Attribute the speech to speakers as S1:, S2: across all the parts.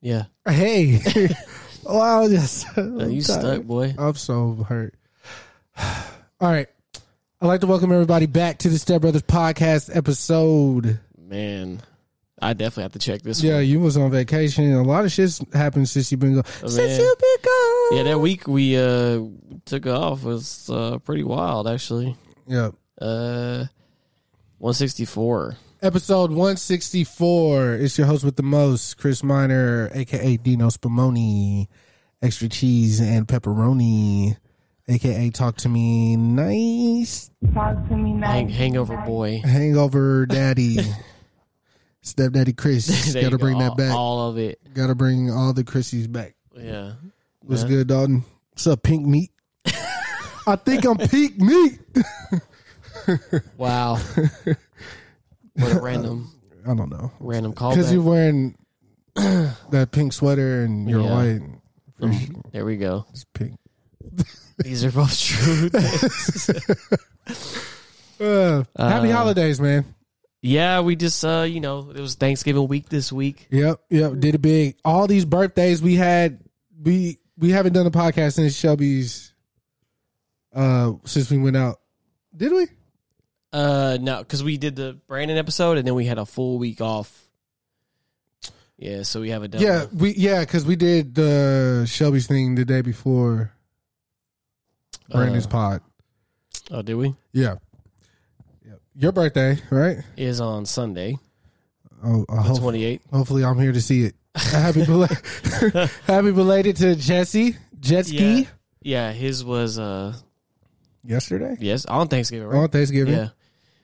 S1: Yeah.
S2: Hey. well, I was just.
S1: Yeah, you stuck, boy.
S2: I'm so hurt. All right. I'd like to welcome everybody back to the Step Brothers podcast episode.
S1: Man. I definitely have to check this
S2: Yeah,
S1: one.
S2: you was on vacation and a lot of shit's happened since you've been gone. since
S1: man.
S2: you've been gone.
S1: Oh, Yeah, that week we uh took off was uh pretty wild actually.
S2: Yep.
S1: Uh 164.
S2: Episode 164. It's your host with the most, Chris Miner, aka Dino Spumoni, extra cheese and pepperoni, aka Talk to Me Nice,
S3: Talk to me now.
S1: Hang, hangover boy.
S2: Hangover Daddy, Stepdaddy Chris.
S1: There you
S2: Got to bring
S1: go.
S2: that back.
S1: All of it.
S2: Got to bring all the Chrissies back.
S1: Yeah.
S2: What's good, Dalton? What's up, Pink Meat? I think I'm Pink Meat.
S1: Wow. what a random
S2: I don't know
S1: random
S2: because you're
S1: callback.
S2: wearing that pink sweater and you're
S1: Yeah.
S2: white.
S1: There we go.
S2: It's pink.
S1: These are both true.
S2: Uh, happy holidays, man.
S1: yeah, we just uh you know, it was Thanksgiving week this week.
S2: Yep, yep. Did it big. All these birthdays we had, we we haven't done a podcast since Shelby's. Uh, since we went out, did we?
S1: Uh no, because we did the Brandon episode and then we had a full week off. Yeah, so we have a double.
S2: Yeah, we yeah, because we did the Shelby's thing the day before Brandon's
S1: Uh.
S2: pod.
S1: Oh, did we?
S2: Yeah, Yep. your birthday, right?
S1: Is on Sunday,
S2: Oh, I
S1: the
S2: hope-
S1: twenty eighth.
S2: hopefully I'm here to see it. happy, bela- happy belated to Jesse Jetski
S1: Yeah. yeah, his was uh
S2: yesterday
S1: yes on Thanksgiving. Right?
S2: on Thanksgiving.
S1: yeah,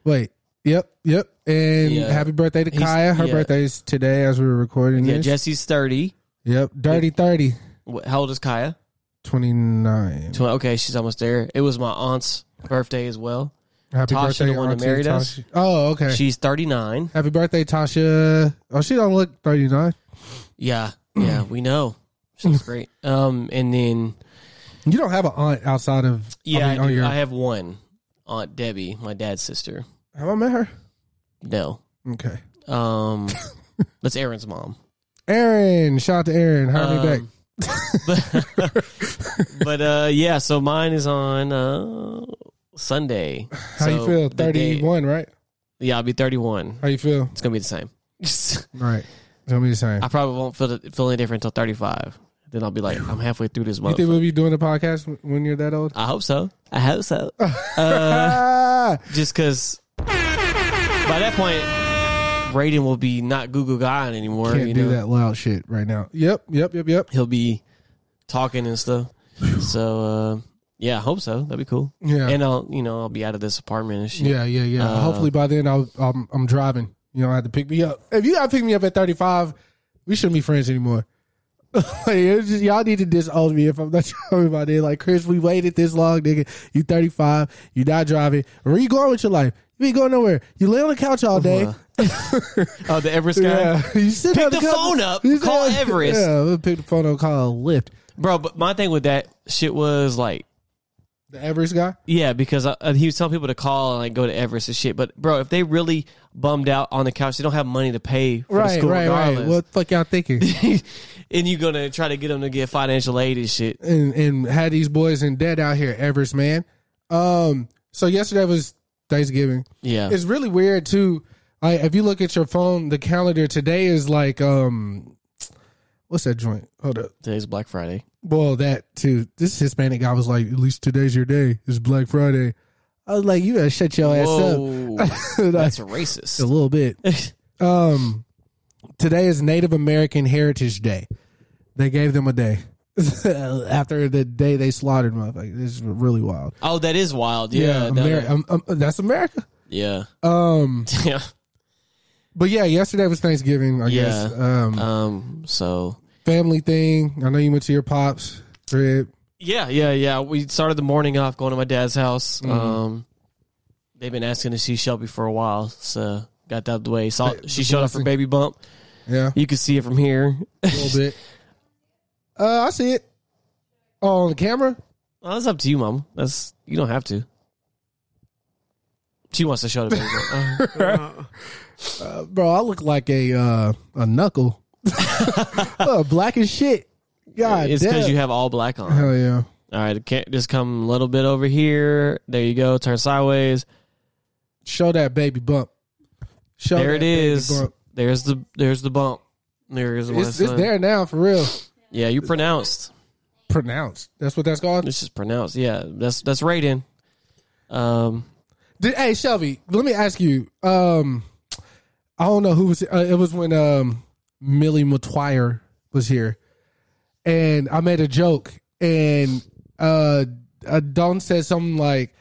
S2: Wait. Yep. Yep. And
S1: Yeah.
S2: happy birthday to
S1: He's-
S2: Kaya. Her
S1: yeah.
S2: birthday's today as we we're recording
S1: yeah.
S2: this.
S1: Jesse's thirty.
S2: yep. Dirty 30.
S1: What, how old is Kaya?
S2: 29.
S1: Twenty. Okay, she's almost there. It was my aunt's birthday as well.
S2: Happy
S1: Tasha,
S2: birthday,
S1: the one that
S2: Auntie
S1: married us?
S2: Tasha. Oh, okay.
S1: She's thirty nine.
S2: happy birthday, Tasha. Oh, she don't look 39.
S1: Yeah, yeah, we know. She's great. Um, and then
S2: You don't have an aunt outside of.
S1: yeah, I,
S2: mean, on
S1: do.
S2: your-
S1: I have one aunt Debbie, my dad's sister.
S2: have I met her?
S1: No,
S2: Okay.
S1: um, that's Aaron's mom.
S2: Aaron. Shout out to Aaron. Hire me back.
S1: Um, but, but, uh, yeah, so mine is on uh, Sunday.
S2: How you
S1: So
S2: feel?
S1: the day-
S2: 31, right?
S1: yeah, I'll be 31.
S2: How you feel?
S1: It's going to be the same.
S2: All right. Tell me the same.
S1: I probably won't feel, feel any different until 35. Then I'll be like, I'm halfway through this
S2: You
S1: month.
S2: think we'll be doing the podcast when you're that old?
S1: I hope so. I hope so. Uh,
S2: Ah,
S1: just because by that point, Raiden will be not Google God anymore.
S2: can't
S1: you
S2: do
S1: know?
S2: that loud shit right now. Yep, yep, yep, yep.
S1: He'll be talking and stuff. So, uh, yeah, I hope so. That'd be cool.
S2: Yeah.
S1: And I'll, you know, I'll be out of this apartment and shit.
S2: Yeah, yeah, yeah.
S1: Uh,
S2: Hopefully by then I'll, I'm I'm driving. You don't have to pick me up. If you got to pick me up at 35, we shouldn't be friends anymore. like, it's just, y'all need to disown me if I'm not driving by then. Like Chris, we waited this long, nigga. You 35, you not driving. Where you going with your life? You ain't going nowhere. You lay on the couch all day.
S1: Oh, the Everest guy,
S2: Yeah, you sit
S1: Pick
S2: on
S1: the
S2: couch.
S1: phone up,
S2: You sit
S1: call
S2: on-
S1: Everest.
S2: Yeah, we'll pick the phone up, call Lyft.
S1: bro. But my thing with that shit was like,
S2: The Everest guy.
S1: yeah, because I, he was telling people to call and like go to Everest and shit. But bro, if they really bummed out on the couch, they don't have money to pay for the
S2: Right,
S1: school
S2: right, right.
S1: regardless.
S2: What the fuck y'all thinking?
S1: and you gonna try to get them to get financial aid and shit.
S2: and and had these boys in debt out here, Everest man. Um, so yesterday was Thanksgiving.
S1: Yeah,
S2: It's really weird too. Like if you look at your phone, the calendar today is like um, What's that joint? Hold up.
S1: Today's Black Friday.
S2: Well, that too. This Hispanic guy was like, at least today's your day. It's Black Friday. I was like, you better shut your
S1: Whoa,
S2: ass up.
S1: Oh, that's
S2: a
S1: racist.
S2: little bit. Um, today is Native American Heritage Day. They gave them a day after the day they slaughtered motherfuckers. It's really wild.
S1: oh, that is wild. Yeah, that-
S2: Ameri- um, um, that's America.
S1: yeah,
S2: Um,
S1: yeah.
S2: but yeah, yesterday was Thanksgiving. I guess.
S1: Yeah.
S2: Um,
S1: Um, so
S2: family thing. I know you went to your pops crib.
S1: Yeah, yeah, yeah. We started the morning off going to my dad's house.
S2: Mm-hmm.
S1: Um, they've been asking to see Shelby for a while, so got that out of the way. Saw
S2: Hey,
S1: she showed up for
S2: blessing.
S1: baby bump.
S2: Yeah,
S1: You can see it from here.
S2: a little bit. Uh, I see it on camera.
S1: well, that's up to you, mom. That's you don't have to. She wants to show the baby bump. Uh,
S2: Bro, I look like a uh, a knuckle. Uh, black as shit. God
S1: it's because
S2: damn.
S1: you have all black on.
S2: Hell yeah.
S1: All right, can't just come a little bit over here. There you go. Turn sideways.
S2: Show that baby bump. Show
S1: there
S2: that
S1: it
S2: baby
S1: is.
S2: bump.
S1: There's the there's the bump. There's the
S2: It's, it's there now for real.
S1: Yeah, you pronounced.
S2: Pronounced. That's what that's called.
S1: It's just pronounced. Yeah, that's that's Raiden. Um,
S2: Did, hey Shelby, let me ask you. Um, I don't know who was. Uh, it was when um Millie McTwire was here, and I made a joke, and uh, uh Don said something like,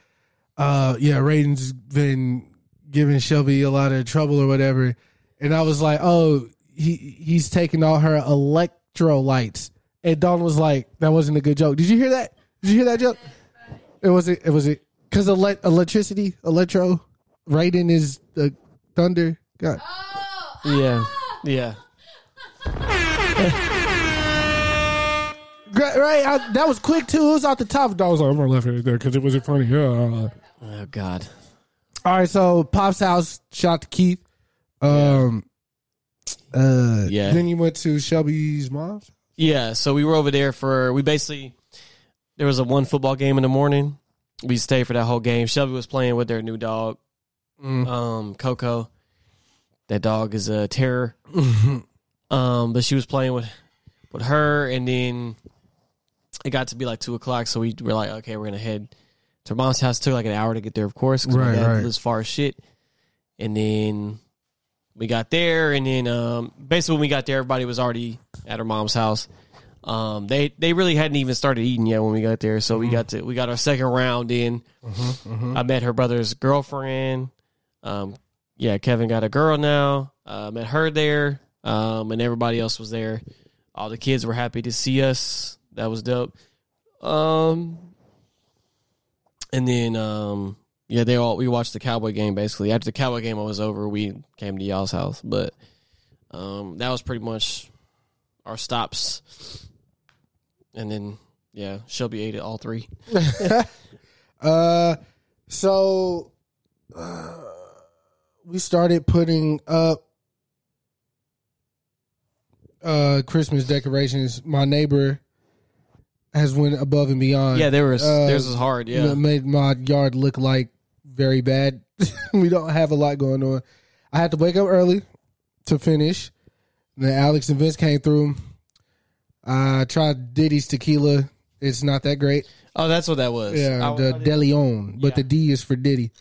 S2: "Uh, yeah, Raiden's been giving Shelby a lot of trouble or whatever," and I was like, "Oh, he he's taking all her electrolytes," and Don was like, "That wasn't a good joke." Did you hear that? Did you hear that joke? It was it. It was it. Because ele- electricity, electro, Raiden is the uh, thunder. God,
S1: yeah, yeah.
S2: Gra- right? I, that was quick too. It was off the top. I was like, I'm gonna left it right there because it wasn't funny. Yeah. uh,
S1: Oh God.
S2: All right, so Pop's house. Shout out to Keith. Um, uh,
S1: Yeah.
S2: Then you went to Shelby's mom's.
S1: Yeah. So we were over there for we basically there was a one football game in the morning. We stayed for that whole game. Shelby was playing with their new dog,
S2: Mm.
S1: um, Coco. That dog is a terror. um, but she was playing with with her, and then it got to be like two o'clock. So we were like, okay, we're gonna head to her mom's house. It took like an hour to get there, of course, because
S2: Right,
S1: my dad
S2: right.
S1: lives far as shit. And then we got there, and then um, basically when we got there, everybody was already at her mom's house. Um, they they really hadn't even started eating yet when we got there, so we
S2: Mm-hmm.
S1: got to we got our second round in. I met her brother's girlfriend. Um, yeah, Kevin got a girl now. Uh, met her there, um, and everybody else was there. All the kids were happy to see us. That was dope. Um, and then um, yeah, they all we watched the Cowboy game basically. After the Cowboy game was over, we came to y'all's house, but um, that was pretty much our stops. And then yeah, Shelby ate it all three.
S2: Uh, so uh, we started putting up uh Christmas decorations. My neighbor has went above and beyond.
S1: Yeah, there was
S2: Uh,
S1: theirs was hard. Yeah,
S2: It made my yard look like very bad. we don't have a lot going on. I had to wake up early to finish. Then Alex and Vince came through. I tried Diddy's tequila. It's not that great.
S1: Oh, that's what that was.
S2: Yeah,
S1: I,
S2: the
S1: I,
S2: De Leon, but
S1: Yeah.
S2: the D is for Diddy.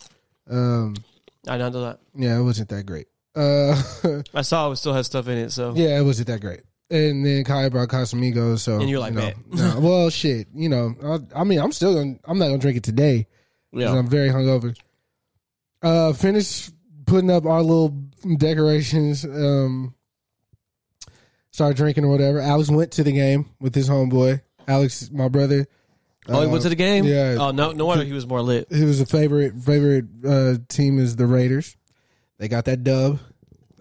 S2: Um,
S1: I don't know that.
S2: yeah, it wasn't that great. Uh,
S1: I saw it still has stuff in it. So
S2: yeah, it wasn't that great. And then Kai brought Casamigos, so
S1: And you're like,
S2: you know,
S1: "Bet."
S2: no, well, shit, you know, I, I mean, I'm still, gonna, I'm not gonna drink it today. 'cause I'm very hungover. Uh, finished putting up our little decorations. Um, started drinking or whatever. Alex went to the game with his homeboy. Alex, my brother,
S1: oh, he
S2: uh,
S1: went to the game.
S2: yeah.
S1: Oh no, no wonder he was more lit.
S2: he was a favorite favorite uh, team is the Raiders. They got that dub.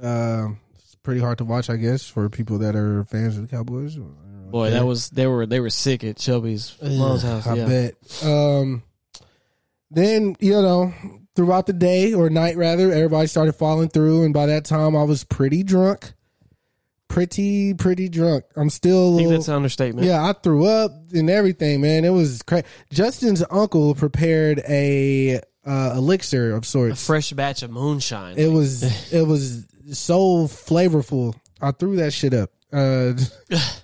S2: Um, it's pretty hard to watch, I guess, for people that are fans of the Cowboys.
S1: Boy, that was they were they were sick at Shelby's mom's house.
S2: I
S1: yeah.
S2: bet. Um, then you know, throughout the day or night rather, everybody started falling through, and by that time, I was pretty drunk, pretty pretty drunk. I'm still. A
S1: I think
S2: little-
S1: that's an understatement.
S2: yeah, I threw up and everything, man. It was crazy. Justin's uncle prepared a uh, elixir of
S1: A
S2: sorts.
S1: fresh batch of moonshine.
S2: It was it was so flavorful. I threw that shit up. Uh,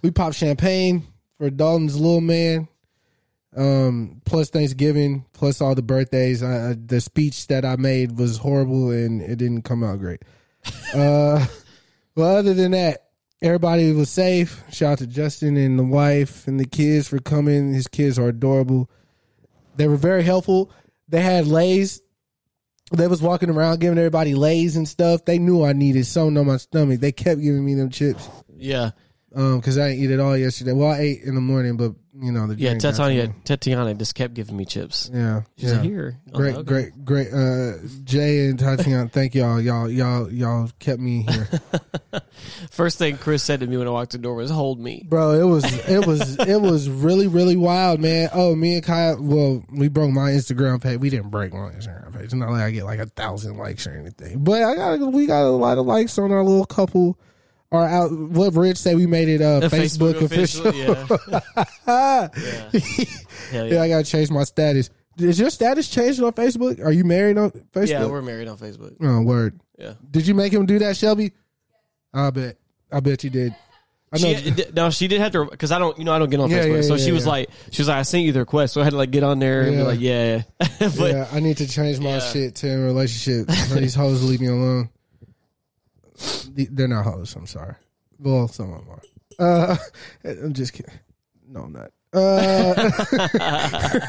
S2: we popped champagne for Dalton's little man. Um, plus Thanksgiving, plus all the birthdays. I, I, the speech that I made was horrible and it didn't come out great. Uh, well, other than that, everybody was safe. Shout out to Justin and the wife and the kids for coming. His kids are adorable. They were very helpful. They had lays. They was walking around giving everybody lays and stuff. They knew I needed something on my stomach. They kept giving me them chips
S1: Yeah.
S2: um because I didn't eat it all yesterday. Well, I ate in the morning, but you know the
S1: Yeah,
S2: drink
S1: Tatiana, Tatiana just kept giving me chips.
S2: after. Yeah,
S1: She's
S2: yeah.
S1: like, here. I'm
S2: Great,
S1: like, okay.
S2: great, great. Uh, Jay and Tatiana, thank y'all, y'all, y'all, y'all kept me here,
S1: First thing Chris said to me when I walked in the door was, hold me.
S2: bro. It was, it was, it was really, really wild, man. Oh, me and Kyle. Well, we broke my Instagram page. We didn't break my Instagram page. It's not like I get like a thousand likes or anything, but I got, we got a lot of likes on our little couple. Our out, what Rich say we made it uh, Facebook, official.
S1: Yeah. yeah. Hell
S2: Yeah,
S1: yeah.
S2: I gotta change my status. Is your status changed on Facebook? Are you married on Facebook?
S1: Yeah, we're married on Facebook.
S2: oh, word.
S1: Yeah.
S2: Did you make him do that, Shelby? I bet. I bet you did. I know.
S1: She, no, she did have to because I don't, you know, I don't get on
S2: Yeah,
S1: Facebook.
S2: yeah,
S1: so
S2: yeah,
S1: she was
S2: yeah.
S1: like, she was like, I sent you the request, so I had to like get on there and be
S2: Yeah.
S1: like, yeah, but
S2: yeah, I need to change my
S1: Yeah.
S2: shit to a relationship. These hoes leave me alone. The- They're not hoes. I'm sorry. Well, some of them are. Uh, I'm just kidding. No, I'm not. Uh,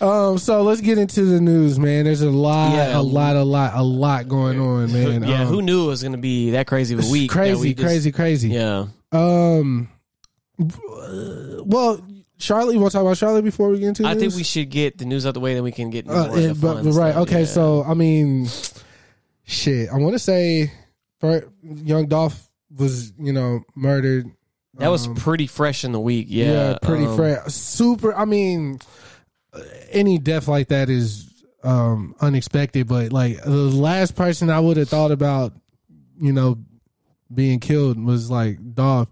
S2: um, so let's get into the news, man. There's a lot,
S1: Yeah.
S2: a lot, a lot, a lot going on, man.
S1: yeah,
S2: Um,
S1: who knew it was gonna be that crazy of a week? that
S2: crazy,
S1: we just-
S2: crazy, crazy.
S1: Yeah,
S2: Um. Well, Charlotte, you want to talk about Charlotte before we get into?
S1: I think
S2: this?
S1: we should get the news out the way, then we can get
S2: Uh,
S1: more into
S2: yeah, but,
S1: fun
S2: but right.
S1: stuff.
S2: Okay.
S1: Yeah.
S2: So I mean, shit. I want to say, for young Dolph was you know murdered.
S1: that was
S2: um,
S1: pretty fresh in the week. Yeah,
S2: pretty
S1: um,
S2: fresh. Super. I mean, any death like that is um unexpected. But like the last person I would have thought about, you know, being killed was like Dolph.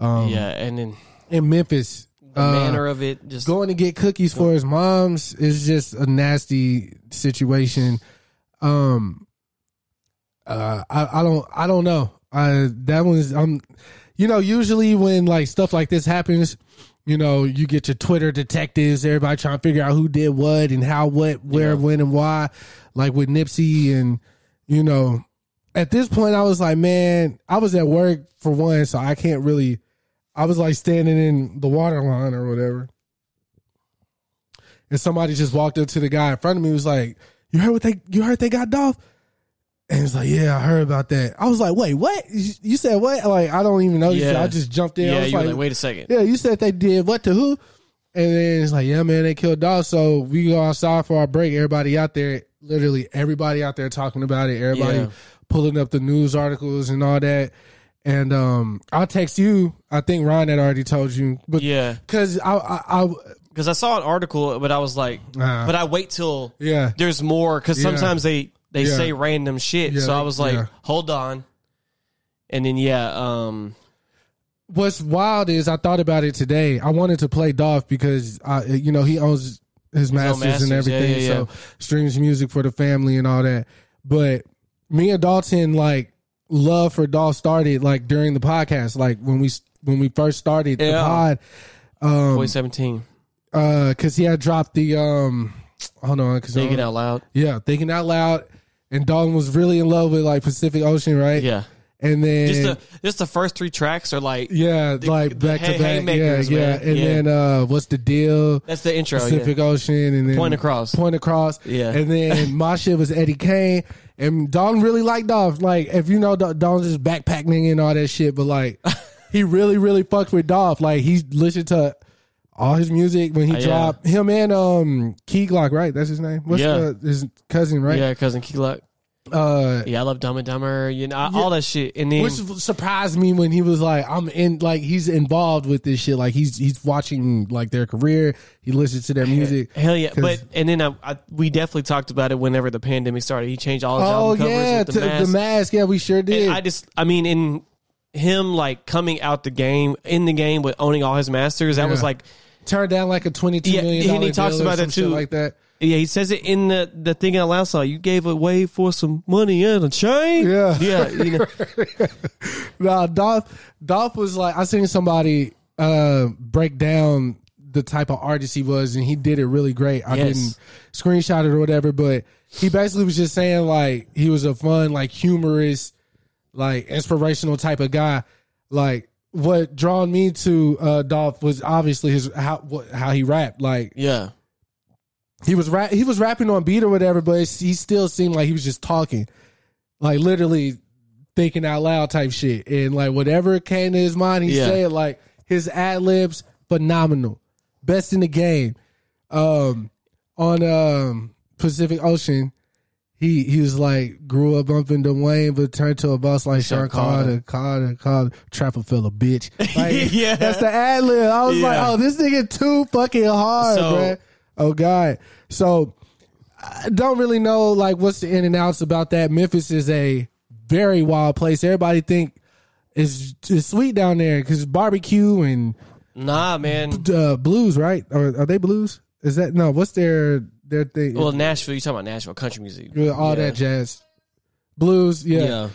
S2: Um,
S1: Yeah, and then
S2: in Memphis.
S1: the
S2: Uh,
S1: manner of it, just
S2: going to get cookies for his mom's is just a nasty situation. Um, uh, I, I don't, I don't know. I that one's um, you know, usually when like stuff like this happens, you know, you get your Twitter detectives, everybody trying to figure out who did what and how, what, where, when, and why. Like with Nipsey and you know, at this point, I was like, man, I was at work for one, so I can't really. I was like standing in the water line or whatever. And somebody just walked up to the guy in front of me was like, You heard what they you heard they got Dolph? And it's like, Yeah, I heard about that. I was like, Wait, what? You you said what? Like, I don't even know. you.
S1: Yeah.
S2: I just jumped in. I
S1: yeah,
S2: was
S1: you were like, wait a second,
S2: yeah, you said they did what to who? And then it's like, yeah, man, they killed Dolph. So we go outside for our break. Everybody out there, literally everybody out there talking about it. Everybody
S1: Yeah.
S2: pulling up the news articles and all that. And um, I'll text you. I think Ron had already told you, but
S1: yeah,
S2: because I, I, I,
S1: because I saw an article, but I was like,
S2: Ah.
S1: but I wait till
S2: yeah,
S1: there's more because
S2: Yeah.
S1: sometimes they they
S2: Yeah.
S1: say random shit.
S2: Yeah,
S1: so I was like,
S2: yeah.
S1: hold on, and then yeah, um,
S2: what's wild is I thought about it today. I wanted to play Dolph because I, you know, he owns his masters,
S1: masters,
S2: and
S1: yeah,
S2: everything,
S1: yeah, yeah.
S2: so streams music for the family and all that. But me and Dalton, like love for Dolph, started like during the podcast, like when we when we first started the
S1: Yeah.
S2: pod, Um,
S1: boy seventeen,
S2: because he had dropped the um, hold on, because
S1: thinking out loud,
S2: yeah, thinking out loud, and Dalton was really in love with like Pacific Ocean, right?
S1: yeah.
S2: and then
S1: Just the just the first three tracks are like
S2: yeah, like
S1: the
S2: back
S1: hay-
S2: to back. Yeah,
S1: haymakers,
S2: yeah.
S1: man.
S2: And
S1: Yeah.
S2: then uh what's the deal?
S1: that's the intro. yeah.
S2: Pacific Ocean and then
S1: Point Across.
S2: Point across.
S1: Yeah.
S2: And then my shit was Eddie Kane. And Don really liked Dolph. Like if you know Dol- Don's just backpack nigga and all that shit, but like he really, really fucked with Dolph. Like he listened to all his music when he
S1: Uh, yeah.
S2: dropped him and um Key Glock, right? That's his name. What's
S1: Yeah.
S2: the, his cousin, right?
S1: Yeah, cousin Keeluk.
S2: Uh
S1: Yeah, I love Dumb and Dumber. You know all that shit. And then
S2: which surprised me when he was like, "I'm in," like he's involved with this shit. Like he's he's watching like their career. He listens to their music.
S1: hell yeah,
S2: 'Cause-
S1: but and then I, I we definitely talked about it whenever the pandemic started. He changed all his
S2: oh
S1: album covers
S2: yeah,
S1: with
S2: to-
S1: the mask.
S2: Yeah, we sure did.
S1: And I just, I mean, in him like coming out the game in the game with owning all his masters, that was
S2: Yeah.
S1: like
S2: Turned down like a twenty two
S1: Yeah,
S2: million
S1: and he
S2: dollar
S1: talks
S2: deal or
S1: about
S2: some
S1: it
S2: shit
S1: too.
S2: like that.
S1: Yeah, he says it in the, the thing out loud. So you gave away for some money and a chain.
S2: Yeah.
S1: yeah, you know,
S2: Nah, Dolph. Dolph was like, I seen somebody uh, break down the type of artist he was, and he did it really great. I
S1: Yes.
S2: didn't screenshot it or whatever, but he basically was just saying like he was a fun, like humorous, like inspirational type of guy. Like what drawn me to uh, Dolph was obviously his how what, how he rapped. Like
S1: yeah,
S2: he was rap- he was rapping on beat or whatever, but it's- he still seemed like he was just talking, like literally thinking out loud type shit, and like whatever came to his mind, he
S1: Yeah.
S2: said. Like his ad libs, phenomenal, best in the game. Um, on um Pacific Ocean, he he was like grew up bumping Dwayne, but turned to a boss like Sean
S1: Sean Carter.
S2: Carter, Carter, Carter, Trapper fella, bitch. Like,
S1: Yeah.
S2: that's the ad lib. I was like,
S1: Yeah.
S2: oh, this nigga too fucking hard,
S1: So-
S2: bruh. Oh God. So I don't really know like what's the in and outs about that. Memphis is a very wild place. Everybody think it's, it's sweet down there because barbecue and
S1: nah, man.
S2: uh, blues, right? Are, are they blues? Is that no? What's their their thing?
S1: Well, Nashville. You talking about Nashville country music?
S2: Yeah, all that jazz, blues. Yeah.
S1: yeah.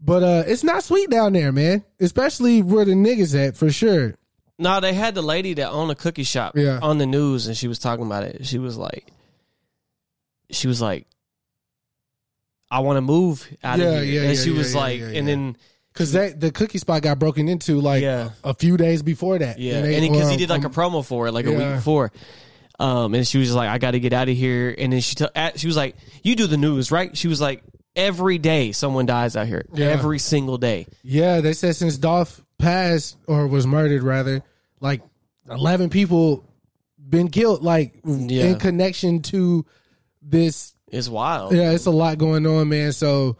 S2: but uh, it's not sweet down there, man. Especially where the niggas at for sure.
S1: No, they had the lady that owned a cookie shop
S2: Yeah.
S1: on the news, and she was talking about it. She was like, she was like, I want to move out
S2: Yeah,
S1: of here,
S2: yeah,
S1: and
S2: yeah,
S1: she
S2: yeah,
S1: was
S2: yeah,
S1: like,
S2: yeah,
S1: and
S2: yeah.
S1: then
S2: Cause that the cookie spot got broken into like
S1: Yeah.
S2: a, a few days before that.
S1: yeah,
S2: they-
S1: and because he
S2: um,
S1: did like a
S2: um,
S1: promo for it, like a
S2: Yeah.
S1: week before, um, and she was just like, I got to get out of here, and then she t- at, she was like, you do the news, right? She was like, every day someone dies out here,
S2: Yeah.
S1: every single day.
S2: Yeah, they said since Dolph passed or was murdered, rather, like eleven people been killed, like
S1: Yeah.
S2: in connection to this.
S1: It's wild.
S2: Yeah, it's a lot going on, man. So,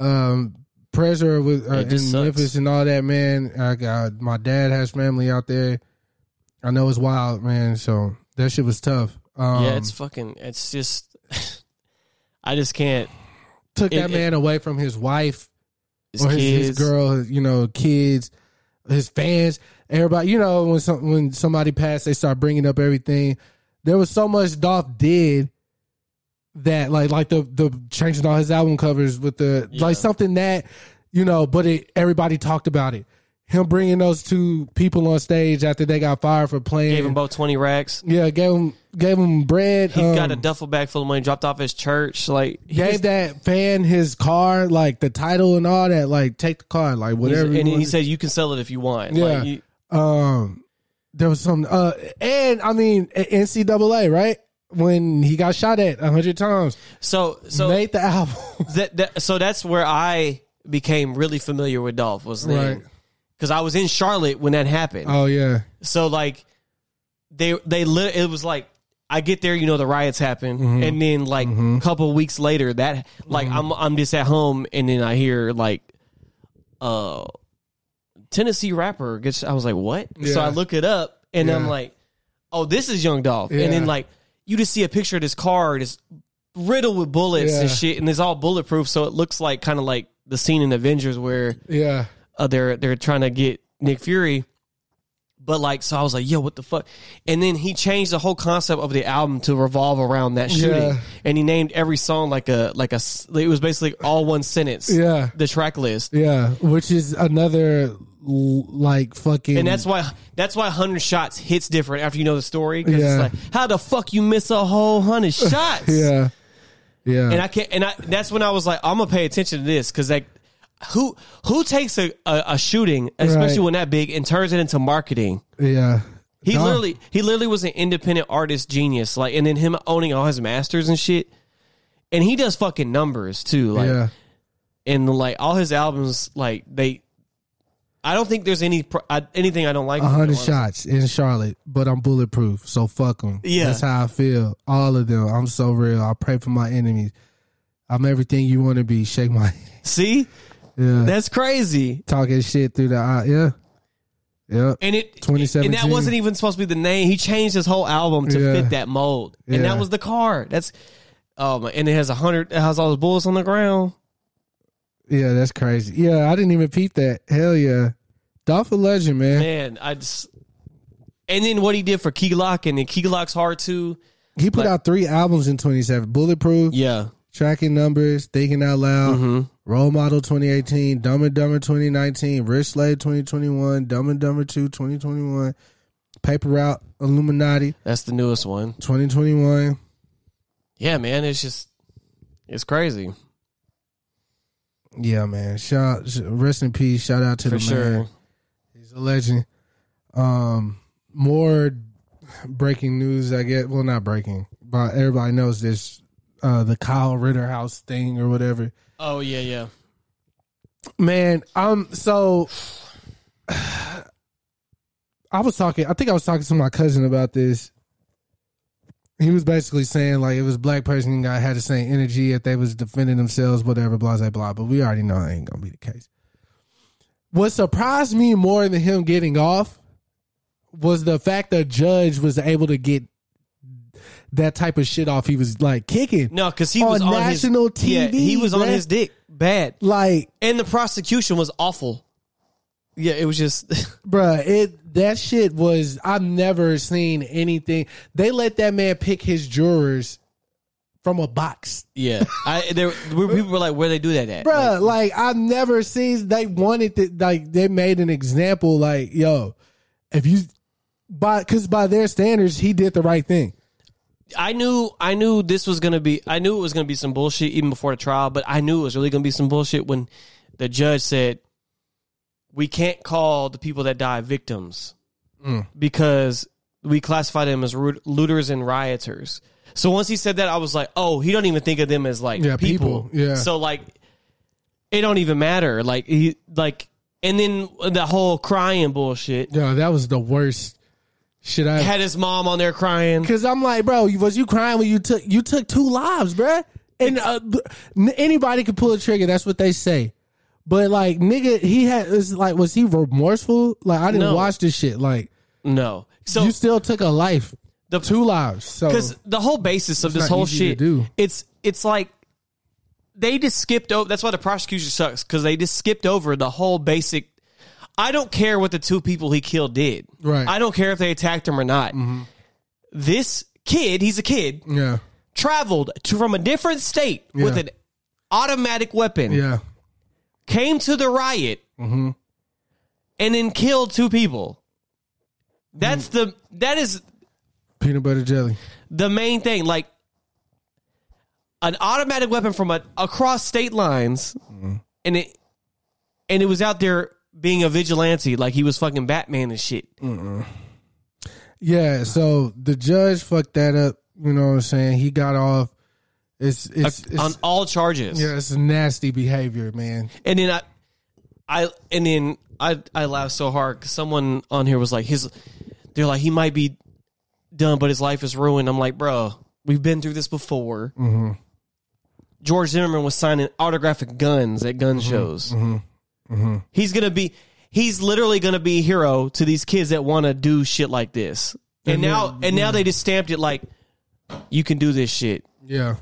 S2: um, prayers are with are
S1: It
S2: in
S1: just sucks.
S2: Memphis and all that, man. I got my dad has family out there. I know it's wild, man. So that shit was tough. Um,
S1: yeah, it's fucking, it's just, I just can't.
S2: took
S1: it-
S2: that
S1: it-
S2: man away from his wife
S1: His
S2: or his,
S1: kids,
S2: his girl, his, you know, kids, his fans, everybody. You know, when some, when somebody passed, they start bringing up everything. There was so much Dolph did that, like like the the changing all his album covers with the
S1: Yeah.
S2: like something that you know, but it everybody talked about it. Him bringing those two people on stage after they got fired for playing.
S1: gave them both twenty racks.
S2: yeah, gave him gave him bread.
S1: He
S2: um,
S1: got a duffel bag full of money, dropped off his church. Like he
S2: gave
S1: just-
S2: that fan his car, like the title and all that. Like take the car, like
S1: he's-
S2: whatever. you
S1: and he
S2: want.
S1: said, "You can sell it if you want."
S2: Yeah.
S1: Like, you-
S2: um there was some uh and i mean ncaa right when he got shot at a 100 times
S1: so so
S2: made the album
S1: that, that so that's where I became really familiar with Dolph was then
S2: Right.
S1: because I was in Charlotte when that happened.
S2: oh yeah
S1: So like they they lit, it was like I get there, you know, the riots happen,
S2: Mm-hmm.
S1: and then like a couple weeks later, that like I'm I'm just at home, and then I hear like, uh, Tennessee rapper gets. I was like, what? So
S2: Yeah.
S1: I look it up, and I'm
S2: Yeah.
S1: like, oh, this is Young Dolph, and
S2: Yeah.
S1: then like you just see a picture of this car, it's riddled with bullets and
S2: Yeah.
S1: shit, and it's all bulletproof, so it looks like kind of like the scene in Avengers where
S2: yeah
S1: uh, they're they're trying to get Nick Fury. But like, so I was like, yo, what the fuck? And then he changed the whole concept of the album to revolve around that shooting,
S2: Yeah.
S1: and he named every song like a like a. s- It was basically all one sentence.
S2: Yeah.
S1: the track list,
S2: yeah which is another l- like fucking
S1: and that's why that's why hundred shots hits different after you know the story. 'cause
S2: Yeah.
S1: it's like, how the fuck you miss a whole hundred shots?
S2: yeah yeah
S1: and I can't. And I that's when I was like, I'm gonna pay attention to this because like, who who takes a a, a shooting, especially
S2: Right.
S1: when that big, and turns it into marketing?
S2: yeah
S1: He
S2: Nah.
S1: literally he literally was an independent artist genius. Like and then him owning all his masters and shit. And he does fucking numbers too. Like
S2: yeah
S1: and like all his albums like they I don't think there's any pro- I, anything I don't like.
S2: a
S1: from him,
S2: hundred
S1: honestly.
S2: shots in Charlotte, but I'm bulletproof, so fuck them.
S1: Yeah.
S2: that's how I feel. All of them. I'm so real. I pray for my enemies. I'm everything you want to be. Shake my
S1: See?
S2: yeah.
S1: That's crazy.
S2: talking shit through the eye. Yeah. Yep.
S1: And it and that
S2: 2017.
S1: wasn't even supposed to be the name. He changed his whole album to
S2: Yeah.
S1: fit that mold. And
S2: Yeah.
S1: that was the car. That's oh my and it has a hundred it has all those bullets on the ground.
S2: Yeah, that's crazy. Yeah, I didn't even peep that. Hell yeah. Dolph a legend, man.
S1: man, I just and then what he did for Key Lock and then Key Lock's hard too.
S2: He put
S1: Like-
S2: out three albums in 27. Bulletproof,
S1: Yeah. Mm-hmm.
S2: Tracking Numbers, Thinking Out Loud, Role Model 2018, Dumb and Dumber 2019, Rich Slave 2021, Dumb and Dumber 2 2021, Paper Route Illuminati
S1: That's the newest one.
S2: 2021.
S1: Yeah, man. It's just, it's crazy.
S2: Yeah, man. Shout rest in peace. Shout out to
S1: For
S2: the
S1: sure.
S2: man. He's a legend. Um, more breaking news, I guess. Well, not breaking, but everybody knows this. Uh, the Kyle Ritterhouse thing or whatever.
S1: Oh, yeah, yeah.
S2: Man, um, so I was talking. I think I was talking to my cousin about this. He was basically saying like it was a black person and guy had the same energy if they was defending themselves, whatever, blah blah blah. But we already know that ain't gonna be the case. What surprised me more than him getting off was the fact that judge was able to get that type of shit off. He was like kicking.
S1: No, because he
S2: On
S1: was on
S2: national
S1: his, Yeah,
S2: TV,
S1: he was on
S2: bruh.
S1: his dick bad,
S2: Like
S1: and the prosecution was awful. Yeah, it was just
S2: Bruh, it that shit was I've never seen anything. They let that man pick his jurors from a box.
S1: yeah. I there we, we were like, where they do that at?
S2: Bruh, like, I've never seen they wanted to like they made an example like, yo, if you by cause by their standards, he did the right thing.
S1: I knew I knew this was gonna be I knew it was gonna be some bullshit even before the trial, but I knew it was really gonna be some bullshit when the judge said we can't call the people that die victims
S2: Mm.
S1: because we classify them as root- looters and rioters. So once he said that, I was like, oh, he don't even think of them as like
S2: Yeah,
S1: people.
S2: people, yeah.
S1: So like, it don't even matter. Like he like, and then the whole crying bullshit
S2: Yo, that was the worst shit I
S1: had his mom on there crying.
S2: Cause I'm like, bro, you- was you crying when you took you took two lives, bruh? And uh, b- n- anybody could pull a trigger. That's what they say. But like, nigga, he had it's like, was he remorseful? Like, I didn't
S1: No.
S2: watch this shit. Like,
S1: No, so
S2: you still took a life,
S1: the
S2: two lives. So
S1: because the whole basis of
S2: Oh. It's
S1: this
S2: not
S1: whole
S2: easy to
S1: shit,
S2: do.
S1: it's it's like they just skipped over. That's why the prosecution sucks because they just skipped over the whole basic. I don't care what the two people he killed did.
S2: Right. Mm-hmm.
S1: I don't care if they attacked him or not. This kid, he's a kid,
S2: yeah,
S1: traveled to from a different state with
S2: Yeah.
S1: an automatic weapon,
S2: yeah, Mm-hmm.
S1: came to the riot, and then killed two people. That's
S2: Mm.
S1: the that is
S2: peanut butter jelly.
S1: the main thing like an automatic weapon from a, across state lines
S2: Mm-hmm.
S1: and it and it was out there being a vigilante like he was fucking batman and shit
S2: Yeah. So the judge fucked that up. You know what I'm saying? He got off. It's it's, it's
S1: on all charges
S2: yeah, it's nasty behavior, man.
S1: and then i i and then i i laughed so hard 'cause someone on here was like his they're like he might be done but his life is ruined i'm like bro we've been through this before george zimmerman was signing autographic guns at gun shows he's gonna be he's literally gonna be a hero to these kids that want to do shit like this and,
S2: And
S1: now and now they just stamped it like you can do this shit
S2: Yeah.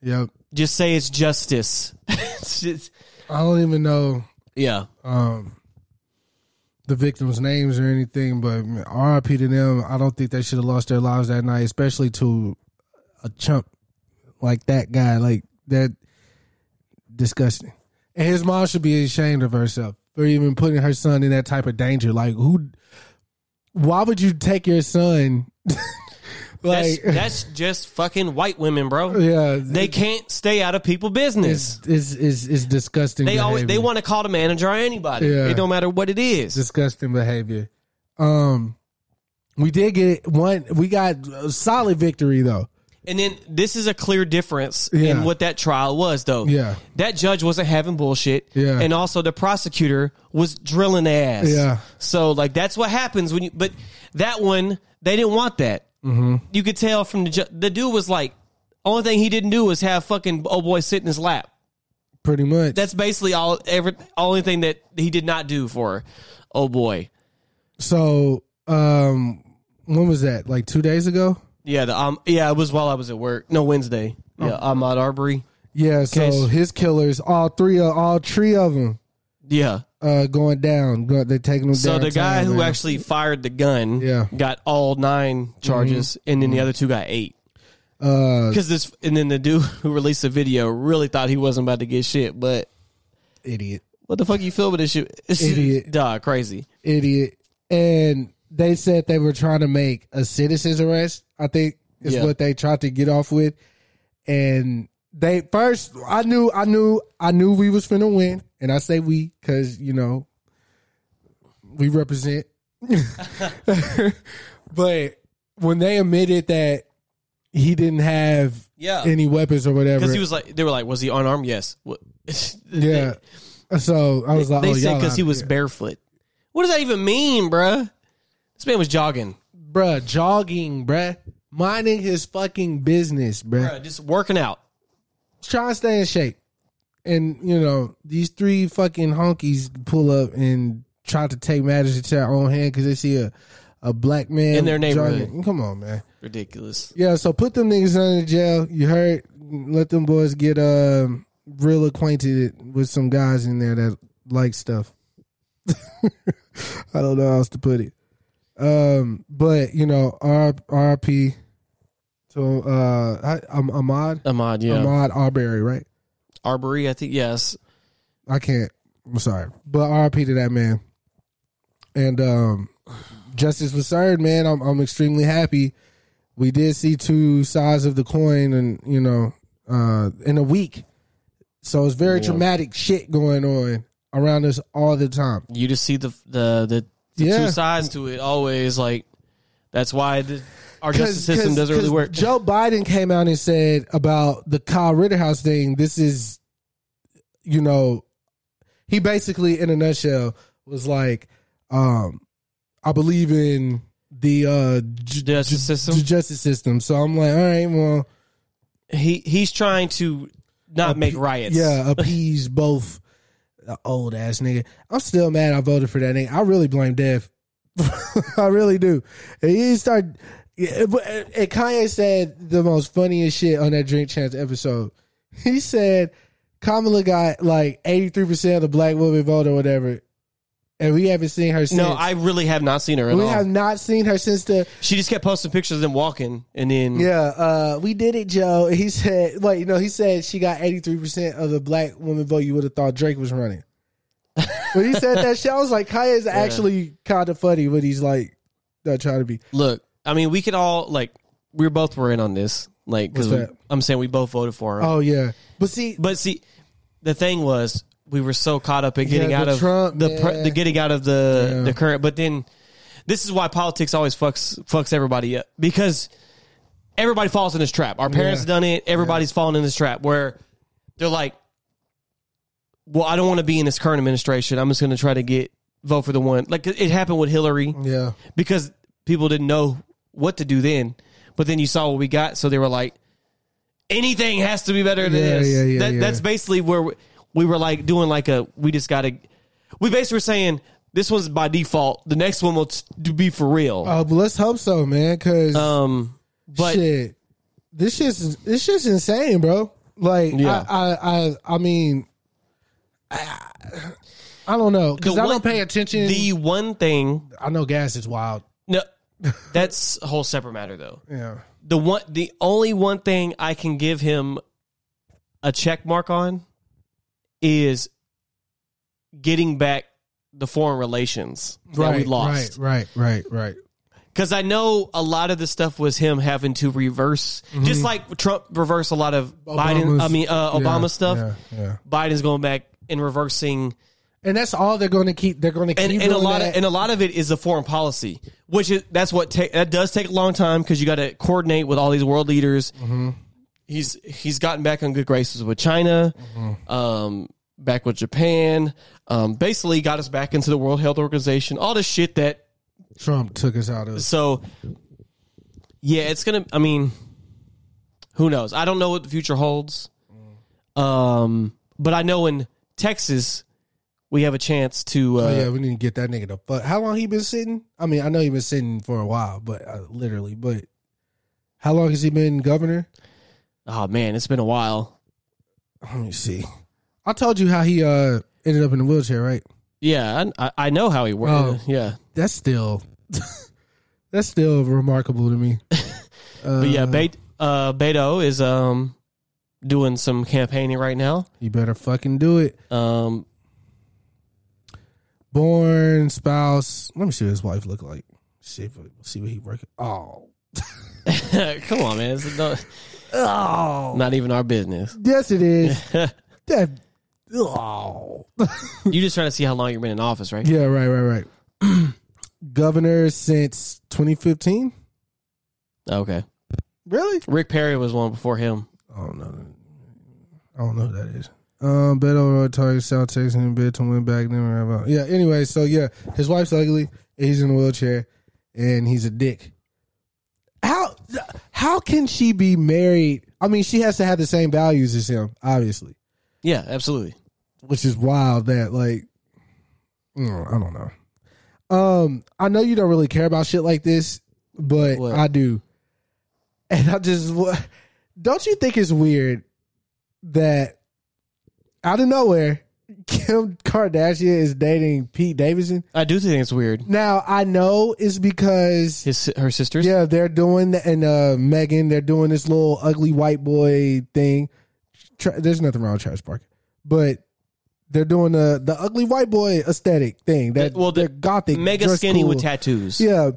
S2: Yep.
S1: just say it's justice It's just-
S2: I don't even know.
S1: yeah
S2: um, the victims' names or anything, but RIP to them. I don't think they should have lost their lives that night, especially to a chump like that guy. Like that, disgusting. And his mom should be ashamed of herself for even putting her son in that type of danger. Like who? Why would you take your son? like
S1: that's, that's just fucking white women, bro.
S2: yeah,
S1: They can't stay out of people business.
S2: it's is is is disgusting.
S1: They always they
S2: behavior.
S1: want to call the manager or anybody.
S2: Yeah.
S1: It don't matter what it is.
S2: disgusting behavior. Um, we did get one. We got a solid victory though.
S1: And then this is a clear difference
S2: Yeah.
S1: in what that trial was, though.
S2: Yeah.
S1: that judge wasn't having bullshit.
S2: Yeah.
S1: and also the prosecutor was drilling the ass.
S2: Yeah.
S1: so like that's what happens when you. But that one they didn't want that. Mm-hmm. You could tell from the ju- the dude was like, only thing he didn't do was have fucking old boy sit in his lap.
S2: Pretty much.
S1: that's basically all every only thing that he did not do for oh boy
S2: so, um, when was that? Like two days ago.
S1: yeah the um yeah it was while i was at work no wednesday
S2: Oh.
S1: yeah ahmad arbery
S2: Yeah. So
S1: Case.
S2: his killers, all three, of all three of them,
S1: Yeah.
S2: uh, going down. Go, they're taking them
S1: So
S2: down.
S1: the guy who actually fired the gun
S2: Yeah. Mm-hmm.
S1: got all nine charges, and then the other two got eight.
S2: uh,
S1: Because this, and then the dude who released the video really thought he wasn't about to get shit. But
S2: idiot,
S1: what the fuck you feel with this shit? It's
S2: Idiot.
S1: dog, crazy.
S2: idiot, and they said they were trying to make a citizen's arrest. I think is
S1: Yeah.
S2: what they tried to get off with, and they first. I knew, I knew, I knew we was finna win, and I say we because you know we represent. but when they admitted that he didn't have
S1: Yeah.
S2: any weapons or whatever,
S1: Because he was like, they were like, was he unarmed? Yes. What-
S2: Yeah. So I was like,
S1: they
S2: oh,
S1: said
S2: y'all
S1: because he
S2: out
S1: was
S2: here.
S1: barefoot. What does that even mean, bruh? This man was jogging,
S2: bruh jogging, bruh, minding his fucking business, bruh.
S1: bruh, just working out.
S2: Trying to stay in shape, and you know these three fucking honkies pull up and try to take matters into their own hand because they see a a black man
S1: In their neighborhood.
S2: jogging. Come on, man.
S1: Ridiculous.
S2: Yeah, so put them niggas under jail. You heard? Let them boys get um real acquainted with some guys in there that like stuff. I don't know how else to put it. Um, but you know, R RP to uh I, am Ahmad
S1: Ahmad, yeah.
S2: Ahmad Arbery, right?
S1: Arbery, I think, yes.
S2: I can't. I'm sorry, but RP to that man. And um, justice was served, man. I'm I'm extremely happy. We did see two sides of the coin, and you know, uh, in a week, so it's very traumatic shit going on around us all the time.
S1: You just see the the the, the
S2: Yeah.
S1: two sides to it always. Like that's why the, our
S2: 'Cause-
S1: justice system
S2: 'cause-
S1: doesn't really
S2: 'cause
S1: work.
S2: Joe Biden came out and said about the Kyle Ritterhouse thing. This is, you know, he basically, in a nutshell, was like, um, I believe in the uh, ju-
S1: Justice
S2: ju-
S1: system?
S2: ju- justice system. So I'm like, all right, well,
S1: he he's trying to not make riots.
S2: Uh, yeah, appease both. The old ass nigga. I'm still mad. I voted for that nigga. I really blame Dev. I really do. And he started. yeah, but- uh, And Kanye said the most funniest shit on that Drink Chance episode. He said Kamala got like 83 percent of the black woman vote or whatever, and we haven't seen her since.
S1: No, I really have not seen her at
S2: we
S1: all.
S2: have not seen her since the
S1: she just kept posting pictures of them walking, and then
S2: yeah, uh, we did it, Joe. He said, wait, no, he said she got 83% of the black woman vote. You would have thought Drake was running. when he said that shit, I was like, Kanye's actually kind of funny, but he's like, not trying to be.
S1: look, I mean, we could all like we are both were in on this, like because
S2: What's that?
S1: I'm saying we both voted for her.
S2: Oh, yeah. But see,
S1: But see, the thing was, we were so caught up in
S2: Yeah,
S1: getting
S2: the
S1: out of
S2: Trump,
S1: the, pr-
S2: yeah.
S1: the getting out of the
S2: Yeah.
S1: the current. But then, this is why politics always fucks fucks everybody up because everybody falls in this trap. Our parents
S2: Yeah.
S1: done it. Everybody's fallen in this trap where they're like, "Well, I don't want to be in this current administration. I'm just going to try to get vote for the one." Like it happened with Hillary
S2: yeah.
S1: because people didn't know what to do then. But then you saw what we got, so they were like, anything has to be better than
S2: Yeah,
S1: this.
S2: yeah, yeah,
S1: that,
S2: yeah.
S1: That's basically where we, we were like doing like a we just got to. We basically were saying this one's by default. The next one will t- be for real.
S2: Oh, but let's hope so, man, because
S1: um, but
S2: shit, this shit's, this shit's insane, bro. Like,
S1: Yeah.
S2: I, I, I, I mean, I, I don't know, because
S1: The
S2: I
S1: one-
S2: don't pay attention.
S1: the one thing,
S2: I know gas is wild.
S1: no, that's a whole separate matter though.
S2: Yeah.
S1: The one, the only one thing I can give him a check mark on is getting back the foreign relations that we lost.
S2: Right, right, right, right.
S1: Because I know a lot of the stuff was him having to reverse, just like Trump reversed a lot of Biden.
S2: Mm-hmm. Obama's-
S1: I mean, uh,
S2: yeah,
S1: Obama stuff.
S2: yeah, yeah.
S1: Biden's going back and reversing,
S2: And that's all they're going to keep. They're going to keep
S1: and, and a
S2: doing
S1: lot
S2: that.
S1: of and a lot of it is the foreign policy, which is that's what ta- that does take a long time because you got to coordinate with all these world leaders.
S2: Mm-hmm.
S1: He's he's gotten back on good graces with China,
S2: Mm-hmm.
S1: um, back with Japan, um, basically got us back into the World Health Organization, all this shit that
S2: Trump took us out of.
S1: So, yeah, it's gonna. I mean, who knows? I don't know what the future holds.
S2: Mm.
S1: Um, but I know in Texas, we have a chance to. Uh,
S2: Oh yeah, we need to get that nigga the fuck. How long he been sitting? I mean, I know he been sitting for a while, but uh, literally, but how long has he been governor?
S1: Oh man, it's been a while.
S2: Let me see. I told you how he uh ended up in a wheelchair, right?
S1: Yeah, I- I, I know how he works.
S2: Oh.
S1: Yeah,
S2: That's still that's still remarkable to me. Uh,
S1: but yeah, Be- uh, Beto is um doing some campaigning right now.
S2: you better fucking do it.
S1: Um,
S2: Born spouse. Let me see what his wife look like. See if see what he working. Oh,
S1: come on, man, it's no,
S2: oh,
S1: not even our business.
S2: yes, it is. that. Oh,
S1: You just trying to see how long you've been in office, right?
S2: yeah, right, right, right. Governor since 2015.
S1: Okay.
S2: Really?
S1: Rick Perry was one before him.
S2: I don't know. I don't know who that is. Um, Beto O'Rourke targeted South Texas in bid to win back. Then whatever. Yeah. Anyway, so yeah, his wife's ugly. He's in a wheelchair, and he's a dick. How how can she be married? I mean, she has to have the same values as him, obviously,
S1: Yeah, absolutely.
S2: which is wild. That like, mm, I don't know. Um, I know you don't really care about shit like this, but
S1: What?
S2: I do, and I just wa- don't you think it's weird that out of nowhere Kim Kardashian is dating Pete Davidson?
S1: I do think it's weird.
S2: Now I know it's because
S1: His her sisters.
S2: yeah they're doing the, and uh Megan they're doing this little ugly white boy thing. Tra- There's nothing wrong with Travis Barker, but they're doing the the ugly white boy aesthetic thing. That
S1: well,
S2: well,
S1: the
S2: they're gothic,
S1: mega
S2: dress
S1: skinny with
S2: cool.
S1: tattoos.
S2: Yeah.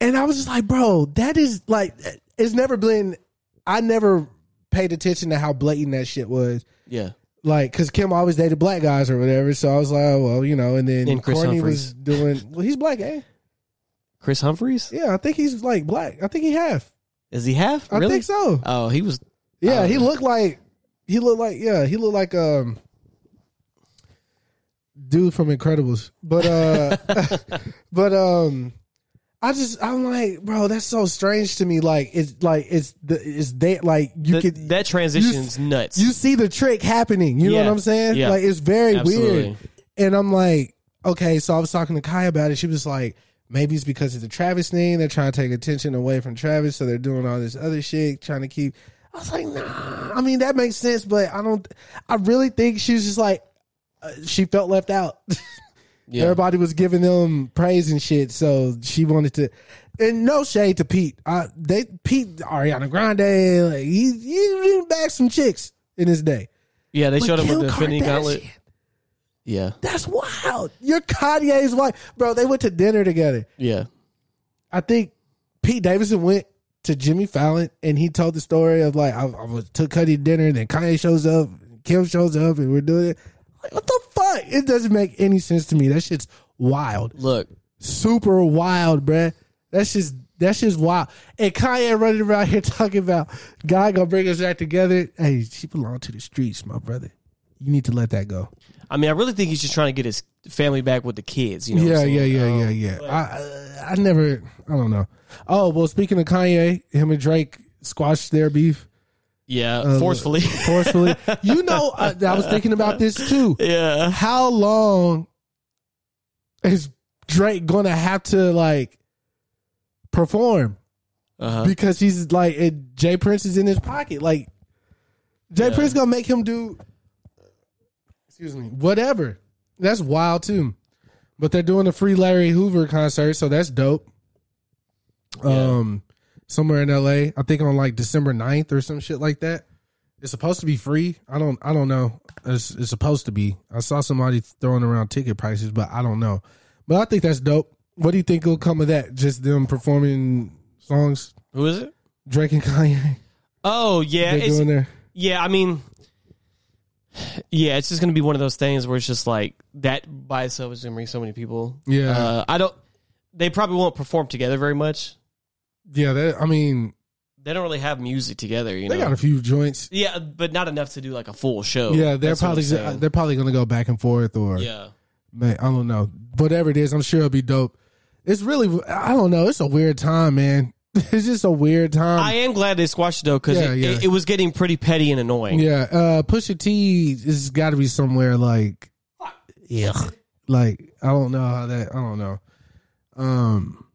S2: And I was just like, bro, that is like, it's never been, I never paid attention to how blatant that shit was.
S1: yeah.
S2: Like, cause Kim always dated black guys or whatever. So I was like, oh, well, you know, and then
S1: And Chris
S2: Courtney was doing, well, he's black, eh?
S1: Chris Humphreys.
S2: Yeah. I think he's like black. I think he half.
S1: Is he half?
S2: I
S1: Really?
S2: think so.
S1: Oh, he was.
S2: Yeah.
S1: Uh,
S2: he looked like, he looked like, yeah, he looked like, um, dude from Incredibles. But, uh, But um, I just I'm like, bro, that's so strange to me. Like it's like it's the it's that like you
S1: Th-
S2: could
S1: that transition's nuts.
S2: you see the trick happening. You
S1: Yeah.
S2: know what I'm saying?
S1: Yeah.
S2: Like it's very
S1: Absolutely.
S2: weird. And I'm like, okay. So I was talking to Kai about it. She was like, maybe it's because of the Travis thing. They're trying to take attention away from Travis, so they're doing all this other shit, trying to keep. I was like, nah. I mean, that makes sense, but I don't. I really think she's just like, uh, she felt left out.
S1: yeah.
S2: Everybody was giving them praise and shit, so she wanted to. And no shade to Pete. I, they Pete Ariana Grande. Like, he he bring back some chicks in his day.
S1: yeah, they
S2: But
S1: showed him with
S2: Kim
S1: the Infinity Gauntlet.
S2: Kardashian,
S1: Yeah.
S2: That's wild. You're Kanye's wife, bro. They went to dinner together.
S1: Yeah.
S2: I think Pete Davidson went to Jimmy Fallon and he told the story of like I, I was, took Cuddy to dinner and then Kanye shows up, Kim shows up, and we're doing it. Like, what the fuck? It doesn't make any sense to me. That shit's wild.
S1: Look,
S2: super wild, bruh. That's just that's just wild. And Kanye running around here talking about God gonna bring us back together. Hey, she belonged to the streets, my brother. You need to let that go.
S1: I mean, I really think he's just trying to get his family back with the kids. You know. what I'm
S2: yeah,
S1: saying?
S2: yeah, yeah,
S1: Um,
S2: yeah, yeah, I I I never. I don't know. Oh well, speaking of Kanye, him and Drake squashed their beef
S1: Yeah.
S2: um,
S1: forcefully.
S2: forcefully. you know, I, I was thinking about this too.
S1: yeah.
S2: How long is Drake gonna have to like perform?
S1: Uh-huh.
S2: because he's like it, Jay Prince is in his pocket. Like Jay
S1: Yeah.
S2: Prince gonna make him do excuse me whatever. That's wild too. But they're doing a free Larry Hoover concert, so that's dope. Um, somewhere in L.A. I think on like December 9th or some shit like that. It's supposed to be free. I don't. I don't know. It's, it's supposed to be. I saw somebody throwing around ticket prices, but I don't know. But I think that's dope. What do you think will come of that? Just them performing songs
S1: Who is it?
S2: Drake and Kanye.
S1: Oh yeah.
S2: They're
S1: It's,
S2: doing their
S1: Yeah, I mean, yeah, it's just gonna be one of those things where it's just like that by itself is gonna bring so many people.
S2: Yeah.
S1: uh, I don't. They probably won't perform together very much.
S2: yeah. That, I mean,
S1: They don't really have music together, you
S2: they
S1: know.
S2: got a few joints.
S1: yeah, but not enough to do like a full show.
S2: yeah, they're
S1: That's what I'm
S2: probably uh,
S1: saying.
S2: they're probably gonna go back and forth or
S1: yeah,
S2: man, I don't know. Whatever it is, I'm sure it'll be dope. It's really I don't know. It's a weird time, man. It's just a weird time.
S1: I am glad they squashed it though because
S2: Yeah,
S1: it,
S2: yeah.
S1: it, it was getting pretty petty and annoying.
S2: yeah, uh, Pusha T has got to be somewhere like yeah, like I don't know how that I don't know. Um,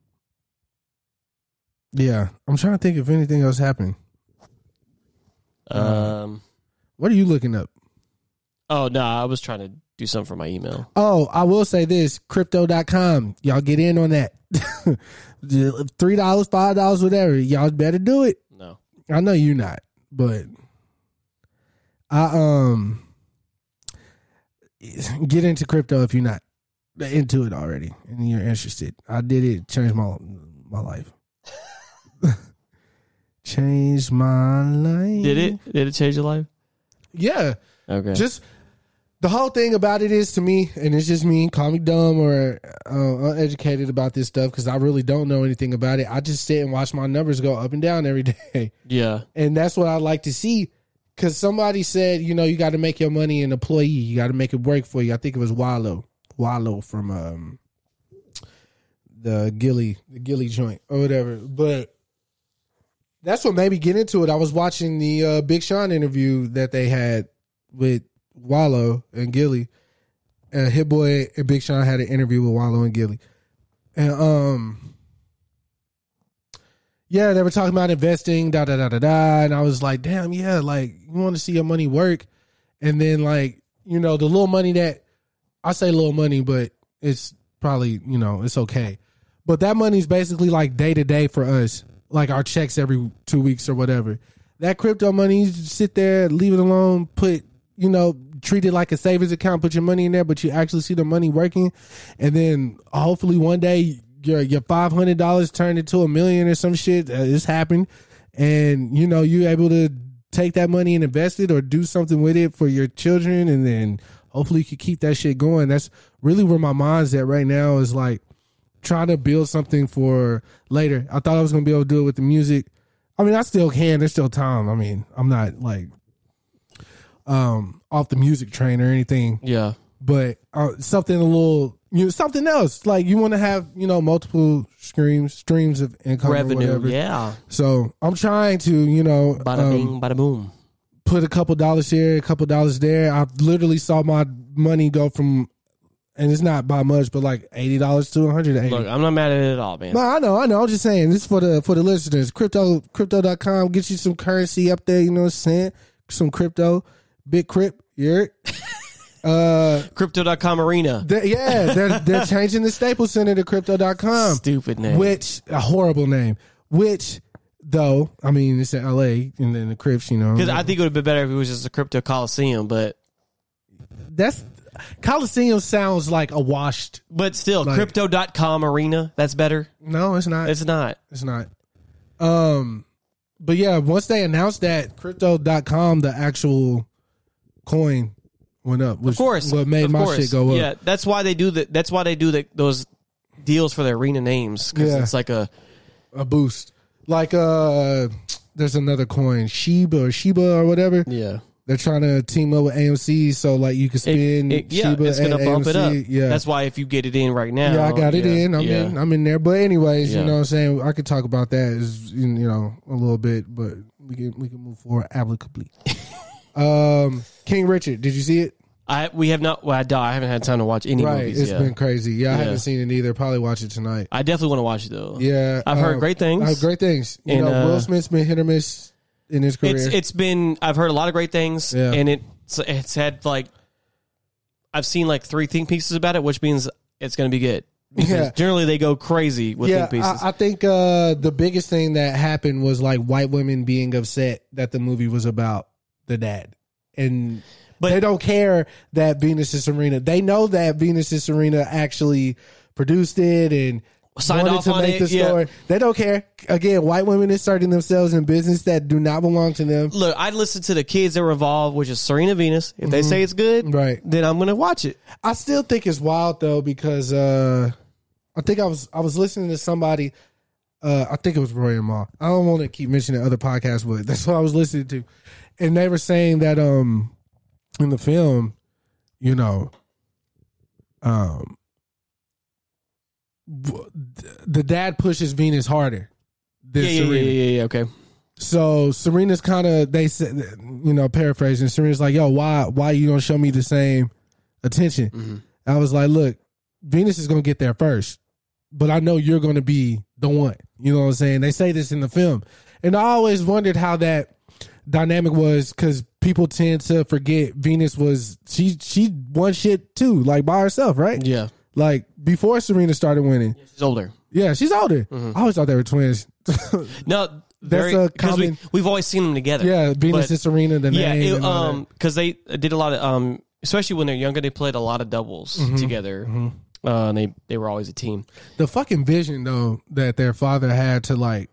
S2: yeah, I'm trying to think if anything else happened.
S1: Um.
S2: What are you looking up?
S1: Oh no, Um, I was trying to do something for my email.
S2: Oh, I will say this crypto.com. Y'all get in on that. $3, $5, whatever. Y'all better do it.
S1: No.
S2: I know you not, but I um get into crypto if you're not into it already and you're interested. I did it, changed my my life. changed my life.
S1: Did it? Did it change your life?
S2: Yeah.
S1: Okay.
S2: Just the whole thing about it is to me, and it's just me, call me dumb or uh, uneducated about this stuff because I really don't know anything about it. I just sit and watch my numbers go up and down every day.
S1: yeah.
S2: and that's what I like to see. Because somebody said, you know, you got to make your money an employee. You got to make it work for you. I think it was Wallow, Wallow from um, the Gilly, the Gilly joint or whatever. But that's what made me get into it. I was watching the uh, Big Sean interview that they had with Wallow and Gilly. Uh, Hit Boy and Big Sean had an interview with Wallow and Gilly, and um. Yeah, they were talking about investing, da da da da da. And I was like, damn, yeah, like you want to see your money work. And then like, you know, the little money that I say little money, but it's probably, you know, it's okay. But that money's basically like day to day for us. Like our checks every two weeks or whatever. That crypto money, you just sit there, leave it alone, put you know, treat it like a savings account, put your money in there, but you actually see the money working. And then hopefully one day your your five hundred dollars turned into a million or some shit. Uh, this happened, and you know you able to take that money and invest it or do something with it for your children, and then hopefully you can keep that shit going. That's really where my mind's at right now. Is like trying to build something for later. I thought I was gonna be able to do it with the music. I mean, I still can. There's still time. I mean, I'm not like um off the music train or anything
S1: Yeah.
S2: but uh, something a little you know, something else like you want to have you know multiple streams streams of income or
S1: Revenue.
S2: whatever.
S1: Yeah.
S2: so i'm trying to you know
S1: Bada
S2: um,
S1: bing, bada boom.
S2: put a couple dollars here a couple dollars there i literally saw my money go from and it's not by much but like $80 to $180
S1: Look, I'm not mad at it at all, man.
S2: no, I know, I know. I'm just saying this is for the for the listeners. Crypto crypto.com get you some currency up there, you know what I'm saying? Some crypto, big crypt, yeah. uh
S1: Crypto.com arena.
S2: They- yeah, they're they're changing the Staples Center to crypto.com.
S1: Stupid name.
S2: Which a horrible name. Which though, I mean it's in LA and then the Crips, you know.
S1: Because I think it would have been better if it was just a crypto coliseum, but
S2: That's Coliseum sounds like a washed
S1: but still,
S2: Like-
S1: crypto.com arena. That's better.
S2: No, it's not.
S1: It's not.
S2: It's not. Um but yeah, once they announced that crypto.com the actual coin went up, which
S1: Of course,
S2: what made
S1: of
S2: my
S1: course.
S2: shit go up.
S1: Yeah, that's why they do that. That's why they do that. Those deals for the arena names because
S2: Yeah.
S1: it's like a
S2: a boost. Like uh there's another coin, Sheba or Sheba or whatever.
S1: yeah.
S2: They're trying to team up with AMC so like you can spin
S1: yeah,
S2: Sheba
S1: it's gonna
S2: and
S1: bump
S2: AMC.
S1: it up.
S2: Yeah.
S1: that's why if you get it in right now,
S2: yeah, I got it
S1: yeah,
S2: in. I'm
S1: yeah.
S2: in. I'm in there. But anyways,
S1: Yeah.
S2: you know what I'm saying? I could talk about that is you know a little bit, but we can we can move forward applicably. um King Richard, did you see it?
S1: I we have not. Well, I, I haven't had time to watch any
S2: right.
S1: movies
S2: it's
S1: yet.
S2: been crazy. Yeah, I
S1: Yeah.
S2: haven't seen it either. Probably watch it tonight.
S1: I definitely want to watch it though.
S2: Yeah. uh, um,
S1: I've heard great things.
S2: I've heard great things. You
S1: And,
S2: know,
S1: uh,
S2: Will Smith's been hit or miss in his career.
S1: It's it's been. I've heard a lot of great things,
S2: Yeah.
S1: and it's it's had like I've seen like three think pieces about it, which means it's going to be good. Because
S2: Yeah.
S1: generally they go crazy with
S2: yeah,
S1: think pieces.
S2: I, I think uh, the biggest thing that happened was like white women being upset that the movie was about the dad, and
S1: But-
S2: they don't care that Venus and Serena. They know that Venus and Serena actually produced it and
S1: Signed
S2: wanted
S1: off
S2: to
S1: on
S2: make
S1: it,
S2: the
S1: yeah.
S2: story. They don't care. Again, white women inserting themselves in business that do not belong to them.
S1: Look, I listen to the kids that were involved, which is Serena Venus. If they say it's good,
S2: Mm-hmm. Right.
S1: then I'm going to watch it.
S2: I still think it's wild though because uh, I think I was I was listening to somebody. Uh, I think it was Roy and Ma. I don't want to keep mentioning other podcasts, but that's what I was listening to, and they were saying that um in the film, you know, um w- the dad pushes Venus harder than
S1: Yeah, yeah,
S2: Serena.
S1: yeah, yeah, yeah. Okay.
S2: So Serena's kind of they said, you know, paraphrasing. Serena's like, "Yo, why, why you don't show me the same attention?" I was like, "Look, Venus is gonna get there first, but I know you're gonna be the one." You know what I'm saying? They say this in the film, and I always wondered how that dynamic was because people tend to forget Venus was she she won shit too, like by herself, right?
S1: Yeah.
S2: Like before Serena started winning.
S1: She's older.
S2: Yeah, she's older. I always thought they were twins.
S1: No,
S2: That's
S1: very,
S2: a
S1: because
S2: common-
S1: we, we've always seen them together.
S2: yeah, Venus
S1: But-
S2: and Serena. The
S1: yeah,
S2: name
S1: it,
S2: and all that.
S1: um, because they did a lot of um, especially when they're younger, they played a lot of doubles
S2: Mm-hmm.
S1: together. Uh, and they they were always a team.
S2: the fucking vision though that their father had to like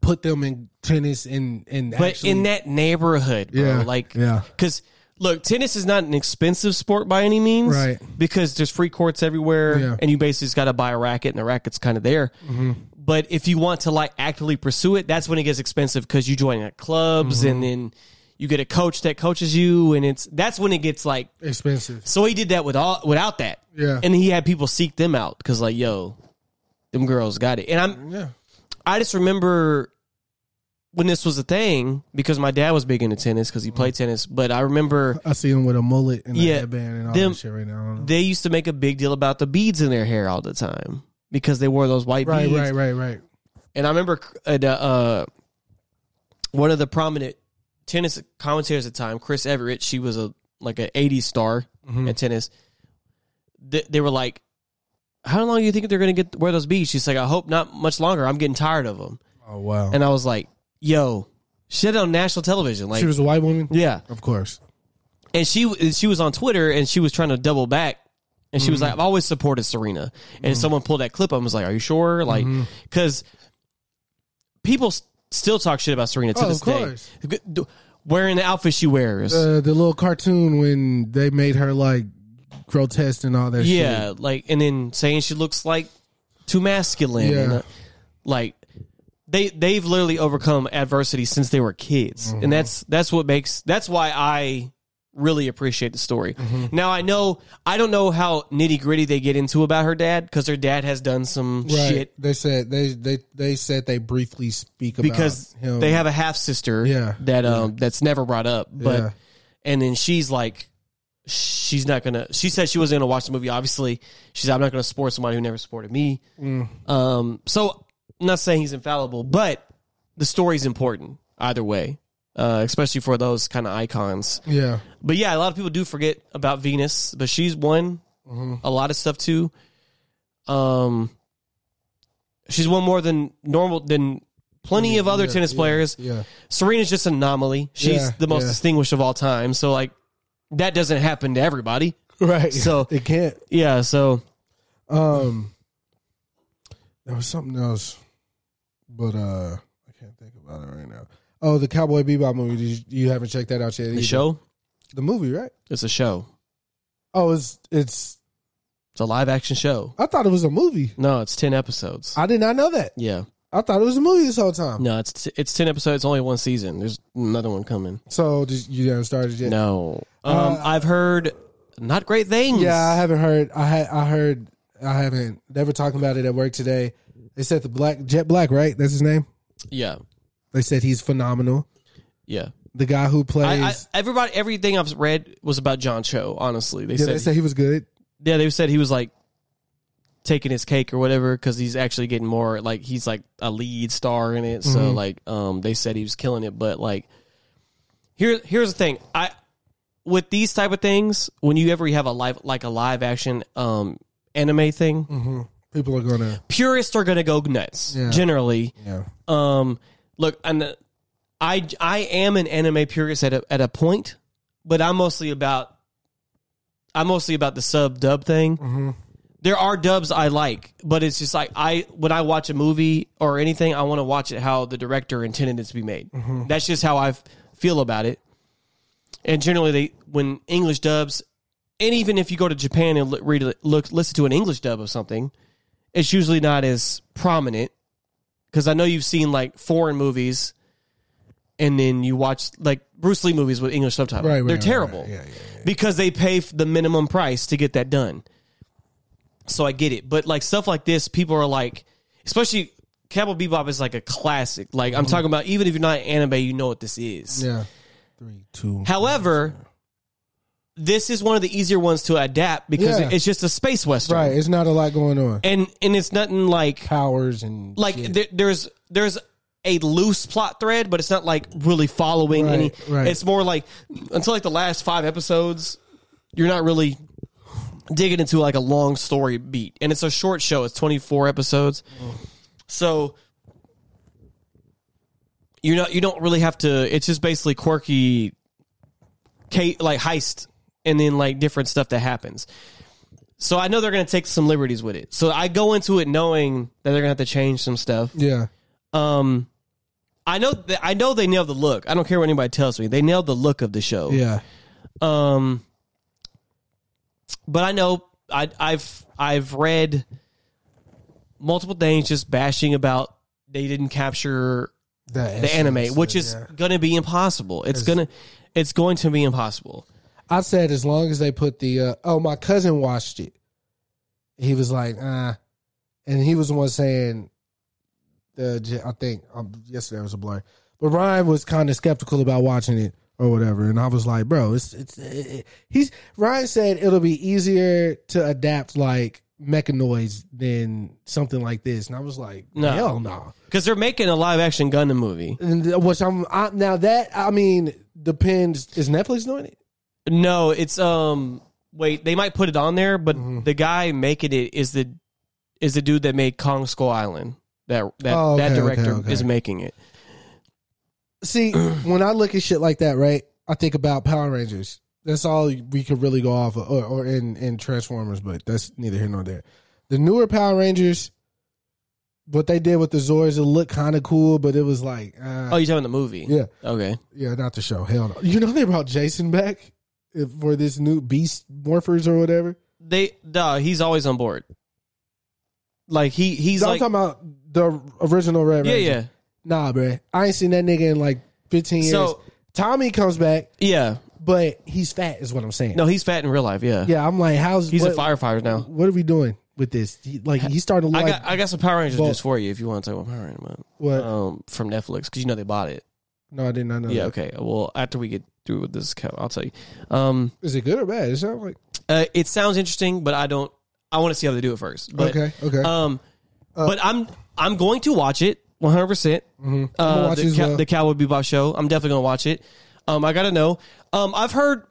S2: put them in tennis and and
S1: But
S2: actually,
S1: in that neighborhood, bro,
S2: Yeah,
S1: like
S2: yeah.
S1: because look, tennis is not an expensive sport by any means,
S2: Right.
S1: Because there's free courts everywhere,
S2: Yeah. Mm-hmm.
S1: and you basically just got to buy a racket, and the racket's kind of there. But if you want to like actively pursue it, that's when it gets expensive because you join like, clubs,
S2: Mm-hmm.
S1: and then you get a coach that coaches you, and it's that's when it gets like
S2: expensive.
S1: So he did that with all without that.
S2: Yeah.
S1: And he had people seek them out because like, yo, them girls got it. And I'm
S2: Yeah,
S1: I just remember when this was a thing because my dad was big into tennis because he played
S2: Mm-hmm.
S1: tennis. But I remember
S2: I see them with a mullet and
S1: Yeah,
S2: a headband and all
S1: them-
S2: that shit right now. I don't know.
S1: they used to make a big deal about the beads in their hair all the time because they wore those white
S2: right,
S1: beads.
S2: right, right, right.
S1: And I remember uh, the, uh, one of the prominent tennis commentators at the time, Chris Everett. She was a like an '80s star
S2: Mm-hmm.
S1: at tennis. They, they were like, "How long do you think they're going to get wear those beads?" She's like, "I hope not much longer. I'm getting tired of them."
S2: Oh wow.
S1: And I was like, "Yo, shit on national television!" Like,
S2: she was a white woman.
S1: yeah.
S2: Of course.
S1: And she w- she was on Twitter and she was trying to double back. And she was like, "I've always supported Serena."
S2: Mm-hmm.
S1: And someone pulled that clip. up and was like, "Are you sure?" Like, because people s- still talk shit about Serena to
S2: Oh,
S1: this
S2: of course.
S1: day. D- Wearing the outfit she wears,
S2: Uh, the little cartoon when they made her like grotesque and all that
S1: yeah,
S2: shit.
S1: like, and then saying she looks like too masculine.
S2: Yeah.
S1: And, uh, like they they've literally overcome adversity since they were kids,
S2: Mm-hmm.
S1: and that's that's what makes that's why I really appreciate the story.
S2: Mm-hmm.
S1: Now I know I don't know how nitty gritty they get into about her dad because her dad has done some
S2: Right.
S1: shit
S2: They said they they they said they briefly speak about
S1: because
S2: him.
S1: they have a half sister
S2: Yeah.
S1: that um that's never brought up but
S2: Yeah.
S1: and then she's like she's not gonna she said she wasn't gonna watch the movie obviously she's i'm not gonna support somebody who never supported me
S2: Mm.
S1: um so I'm not saying he's infallible but the story's important either way uh, especially for those kind of icons
S2: yeah.
S1: but yeah, a lot of people do forget about Venus, but she's won
S2: Mm-hmm.
S1: a lot of stuff too. Um, she's won more than normal than plenty of other tennis players.
S2: Yeah.
S1: Serena's just an anomaly. She's
S2: Yeah,
S1: the most
S2: yeah.
S1: distinguished of all time. So like that doesn't happen to everybody.
S2: Right.
S1: So-
S2: it can't
S1: Yeah. So
S2: Um, there was something else, but uh, I can't think about it right now. Oh, the Cowboy Bebop movie. Did you, you haven't checked that out yet?
S1: the
S2: either.
S1: show,
S2: the movie, right?
S1: it's a show.
S2: Oh, it's it's.
S1: It's a live action show.
S2: I thought it was a movie.
S1: No, it's ten episodes.
S2: I did not know that.
S1: yeah.
S2: I thought it was a movie this whole time.
S1: No, it's t- it's ten episodes. Only one season. There's another one coming.
S2: So did, you haven't started yet?
S1: No. Um,
S2: Uh,
S1: I've heard not great things.
S2: Yeah, I haven't heard. I had. I heard. I haven't. They were talking about it at work today. They said the black Jet Black, right? That's his name.
S1: Yeah.
S2: They said he's phenomenal.
S1: Yeah.
S2: The guy who plays.
S1: I, I, everybody, everything I've read was about John Cho. Honestly, they
S2: yeah,
S1: said
S2: they said he was good.
S1: yeah, they said he was like taking his cake or whatever because he's actually getting more like he's like a lead star in it.
S2: Mm-hmm.
S1: So like, um, they said he was killing it, but like, here, here's the thing. I with these type of things, when you ever have a live like a live action um anime thing,
S2: People are gonna.
S1: purists are gonna go nuts
S2: Mm-hmm. Yeah.
S1: generally.
S2: Yeah.
S1: Um, look, and the- I I am an anime purist at a at a point, but I'm mostly about I'm mostly about the sub dub thing. There are dubs I like, but it's just like I when I watch a movie or anything, I want to watch it how the director intended it to be made.
S2: Mm-hmm.
S1: That's just how I f- feel about it. And generally, they when English dubs, and even if you go to Japan and li- read a- look listen to an English dub of something, it's usually not as prominent because I know you've seen like foreign movies, and then you watch like Bruce Lee movies with English subtitles.
S2: Right, right,
S1: They're
S2: right,
S1: terrible
S2: right. Yeah, yeah,
S1: because they pay f- the minimum price to get that done. So I get it, but like stuff like this, people are like, especially Cowboy Bebop is like a classic. Like I'm talking about, even if you're not anime, you know what this is.
S2: Mm-hmm. Yeah. Three, two.
S1: However, this is one of the easier ones to adapt because
S2: Yeah.
S1: it's just a space western,
S2: right. It's not a lot going on.
S1: and and it's nothing like
S2: Powers and
S1: like
S2: shit.
S1: there, there's there's a loose plot thread, but it's not like really following
S2: Right,
S1: any.
S2: right.
S1: It's more like until like the last five episodes, you're not really digging into like a long story beat, and it's a short show. It's 24 episodes, so you're not you don't really have to. It's just basically quirky, ca- like heist, and then like different stuff that happens. So I know they're going to take some liberties with it. So I go into it knowing that they're going to have to change some stuff.
S2: Yeah.
S1: Um, I know, th- I know they nailed the look. I don't care what anybody tells me. They nailed the look of the show.
S2: Yeah.
S1: Um, but I know I, I've I've read multiple things just bashing about they didn't capture
S2: That
S1: the anime, which is going to be impossible. It's gonna, it's going to be impossible.
S2: I said as long as they put the uh, oh my cousin watched it. He was like ah, and he was the one saying the j- I think um, yesterday was a blur, but Ryan was kind of skeptical about watching it or whatever, and I was like, bro, it's it's it, it- he's Ryan said it'll be easier to adapt like mechanoids than something like this, and I was like,
S1: No.
S2: hell no.
S1: Because they're making a live action Gundam movie.
S2: And th- which I'm I, now that I mean depends. Is Netflix doing it?
S1: No, it's um. Wait, they might put it on there, but
S2: Mm-hmm.
S1: the guy making it is the is the dude that made Kong Skull Island. That that
S2: Oh,
S1: that
S2: okay,
S1: director
S2: okay, okay.
S1: is making it.
S2: See, when I look at shit like that, right? I think about Power Rangers. That's all we could really go off of, or, or in, in Transformers, but that's neither here nor there. The newer Power Rangers, what they did with the Zords, it looked kind of cool, but it was like, uh,
S1: Oh, you're talking the movie?
S2: yeah,
S1: Okay.
S2: yeah, not the show. Hell no. You know they brought Jason back if- for this new Beast Morphers or whatever.
S1: They duh, he's always on board. Like he he's
S2: No,
S1: like
S2: I'm talking about the original Red
S1: yeah
S2: Ranger.
S1: yeah
S2: Nah, bruh. I ain't seen that nigga in like 15 years.
S1: So-
S2: Tommy comes back,
S1: yeah.
S2: but he's fat, is what I'm saying.
S1: No, he's fat in real life. Yeah.
S2: Yeah, I'm like, how's
S1: He's
S2: what,
S1: a firefighter now.
S2: What are we doing with this? He, like, he's starting to
S1: I
S2: like
S1: got I got some Power Rangers
S2: Well-
S1: news for you if you want to talk about Power Rangers
S2: what?
S1: um, from Netflix because you know they bought it.
S2: no, I did not know.
S1: Yeah.
S2: that.
S1: Okay. Well, after we get through with this, I'll tell you. Um.
S2: is it good or bad? It sounds like
S1: Uh, it sounds interesting, but I don't. I want to see how they do it first. But,
S2: okay, Uh, okay.
S1: Um, but I'm I'm going to watch it 100. percent
S2: Mm-hmm. gonna
S1: uh,
S2: watch it
S1: the,
S2: as
S1: Cow-
S2: well.
S1: the Cowboy Bebop show. I'm definitely gonna watch it. Um, I gotta know. Um, I've heard.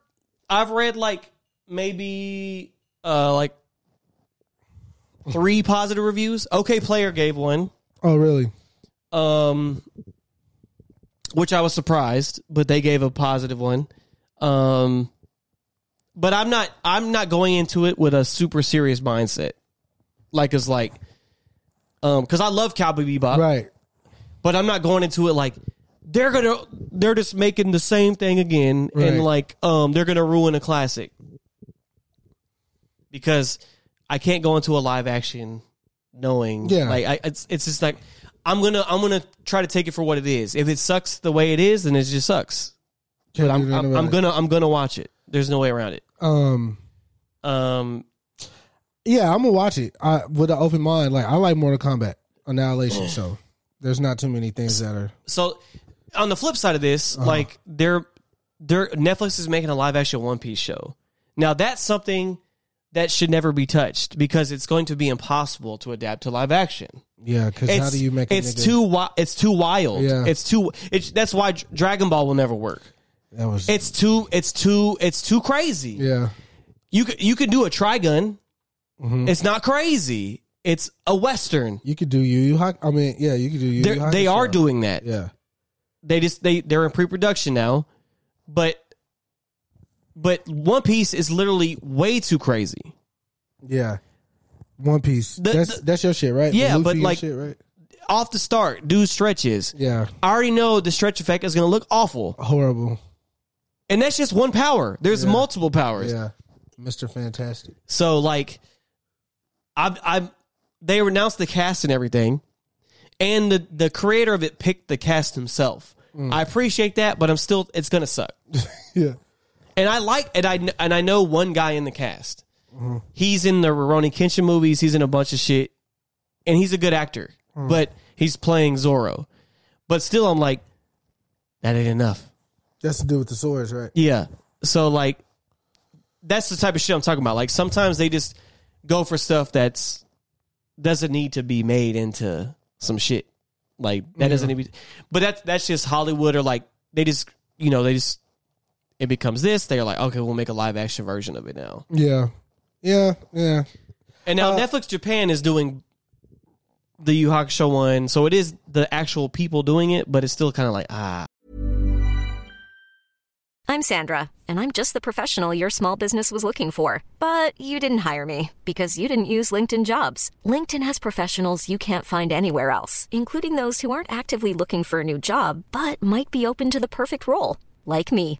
S1: I've read like maybe uh like three positive reviews. Okay, player gave one.
S2: oh, really?
S1: Um, which I was surprised, but they gave a positive one. Um, but I'm not. I'm not going into it with a super serious mindset. Like it's like, um, because I love Cowboy Bebop,
S2: Right.
S1: uh, but I'm not going into it like they're gonna they're just making the same thing again
S2: Right.
S1: and like um they're gonna ruin a classic because I can't go into a live action knowing
S2: Yeah.
S1: like I it's it's just like I'm gonna I'm gonna try to take it for what it is if it sucks the way it is then it just sucks
S2: Can't
S1: but
S2: do
S1: I'm
S2: nothing
S1: I'm,
S2: about
S1: I'm
S2: it.
S1: gonna I'm gonna watch it there's no way around it
S2: Um,
S1: um
S2: yeah, I'm gonna watch it I, with an open mind. Like, I like Mortal Kombat Annihilation, so there's not too many things that are.
S1: so on the flip side of this,
S2: Uh-huh.
S1: like they're they're Netflix is making a live action One Piece show. Now that's something that should never be touched because it's going to be impossible to adapt to live action.
S2: Yeah, because
S1: It's,
S2: how do you make a
S1: it's
S2: nigga-
S1: too wi- it's too wild.
S2: Yeah.
S1: It's too it's that's why Dr- Dragon Ball will never work.
S2: That was
S1: It's too it's too it's too crazy.
S2: yeah,
S1: You could you could do a trigun.
S2: Mm-hmm.
S1: It's not crazy. It's a western.
S2: you could do you. you Hak- I mean, yeah, you could do you.
S1: They're-
S2: you Hak-
S1: they are doing that.
S2: Yeah,
S1: they just they they're in pre-production now but but one piece is literally way too crazy
S2: yeah. One Piece. that's
S1: the-
S2: that's your shit, right?
S1: Yeah,
S2: Luffy
S1: but
S2: and
S1: like-
S2: shit, right?
S1: off the start do stretches
S2: Yeah,
S1: i already know the stretch effect is going to look awful
S2: horrible.
S1: and that's just one power there's
S2: Yeah.
S1: multiple powers
S2: Yeah, Mister Fantastic.
S1: so like i i they announced the cast and everything and the the creator of it picked the cast himself
S2: Mm.
S1: i appreciate that but i'm still it's going to suck
S2: Yeah.
S1: and I like and I and I know one guy in the cast. He's in the Roroni Kenshin movies. He's in a bunch of shit, and he's a good actor. But he's playing Zorro. But still, I'm like, that ain't enough.
S2: That's to do with the swords, right?
S1: Yeah. So like, that's the type of shit I'm talking about. Like sometimes they just go for stuff that's doesn't need to be made into some shit. Like that doesn't even. But that's that's just Hollywood or like they just you know they just it becomes this. They're like okay, we'll make a live action version of it now.
S2: Yeah. Yeah. Yeah.
S1: And now Netflix Japan is doing the Yu Hakusho one, so it is the actual people doing it, but it's still kind of like ah.
S4: I'm Sandra, and I'm just the professional your small business was looking for. But you didn't hire me because you didn't use LinkedIn jobs. LinkedIn has professionals you can't find anywhere else, including those who aren't actively looking for a new job but might be open to the perfect role, like me.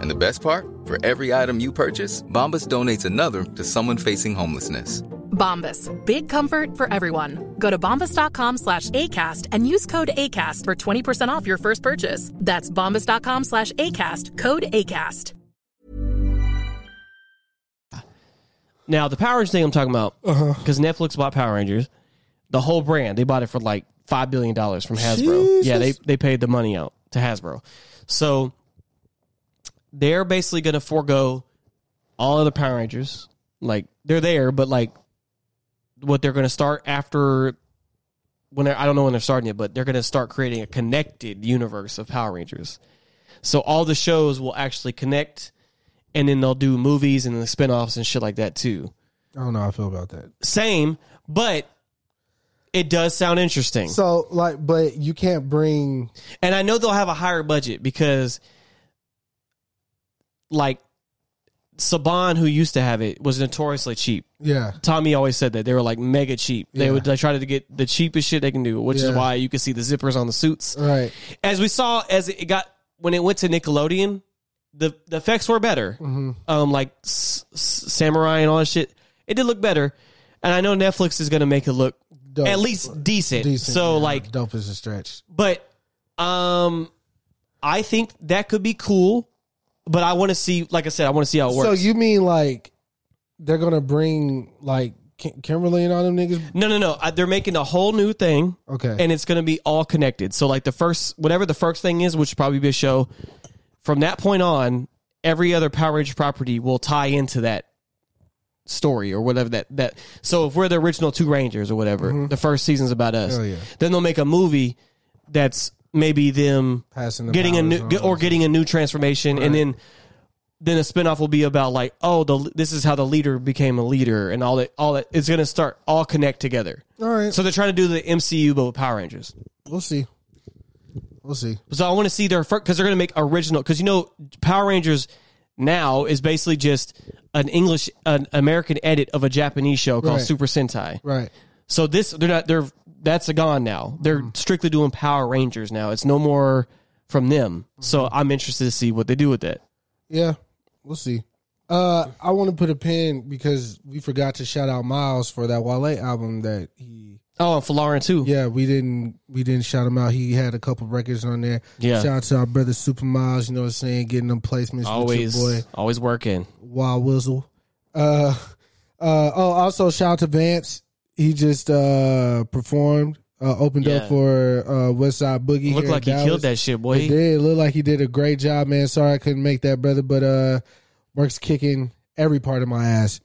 S5: And the best part? For every item you purchase, Bombas donates another to someone facing homelessness.
S6: Bombas. Big comfort for everyone. Go to bombas.com slash ACAST and use code ACAST for 20% off your first purchase. That's bombas.com slash ACAST, code ACAST.
S1: Now the Power Rangers thing I'm talking about
S2: Uh-huh.
S1: because Netflix bought Power Rangers, the whole brand. They bought it for like five billion dollars from Hasbro. Yeah, they they paid the money out to Hasbro. So they're basically going to forego all of the Power Rangers. Like they're there, but like what they're going to start after when they're, I don't know when they're starting it, but they're going to start creating a connected universe of Power Rangers. So all the shows will actually connect, and then they'll do movies and the spinoffs and shit like that too
S2: I don't know how I feel about that.
S1: same, but it does sound interesting.
S2: So like, but you can't bring
S1: and I know they'll have a higher budget because, like, Saban, who used to have it, was notoriously cheap.
S2: yeah.
S1: Tommy always said that they were like mega cheap. They
S2: Yeah.
S1: would like, try to get the cheapest shit they can do, which
S2: Yeah.
S1: is why you can see the zippers on the suits.
S2: Right.
S1: As we saw, as it got when it went to Nickelodeon, the the effects were better.
S2: Mm-hmm.
S1: Um, like s- s- samurai and all that shit, it did look better. And I know Netflix is going to make it look
S2: Dope.
S1: at least decent.
S2: Decent,
S1: So
S2: yeah.
S1: like
S2: dope is a stretch.
S1: but um I think that could be cool, but I want to see like I said, I want to see how it works.
S2: So you mean like they're gonna bring like Kim- Kimberly and all them niggas?
S1: no, no, no. I, they're making a whole new thing
S2: Okay.
S1: and it's going to be all connected. So like the first whatever the first thing is, which will probably be a show, from that point on, every other Power Ranger property will tie into that story or whatever that that so if we're the original two rangers or whatever the first season's about us
S2: Mm-hmm. Hell yeah.
S1: then they'll make a movie that's maybe them
S2: Passing the
S1: getting a
S2: powers
S1: new
S2: on.
S1: get- or getting a new transformation and then then a spinoff will be about like oh the this is how the leader became a leader and all that all that it's going to start all connect together
S2: All right.
S1: so they're trying to do the mcu but with power rangers
S2: we'll see. We'll see.
S1: so i want to see their first because they're going to make original because you know power rangers now is basically just an english an american edit of a japanese show called
S2: Right.
S1: super sentai
S2: Right.
S1: so this they're not they're that's gone now. They're
S2: Mm.
S1: strictly doing Power Rangers now. It's no more from them. So I'm interested to see what they do with that.
S2: Yeah. We'll see. Uh, I want to put a pin because we forgot to shout out Miles for that Wale album that he.
S1: Oh, and Falarin too.
S2: Yeah, we didn't we didn't shout him out. He had a couple records on there.
S1: Yeah.
S2: Shout out to our brother Super Miles. You know what I'm saying? Getting them placements.
S1: always
S2: with your boy.
S1: always working.
S2: Wild Wizzle. Uh, uh, oh, also shout out to Vance. He just uh, performed, uh, opened
S1: Yeah.
S2: up for uh, Westside Boogie.
S1: Looked
S2: here in
S1: like he
S2: Dallas.
S1: killed that shit, boy.
S2: He did. Looked like he did a great job, man. Sorry I couldn't make that, brother, but uh, work's kicking every part of my ass.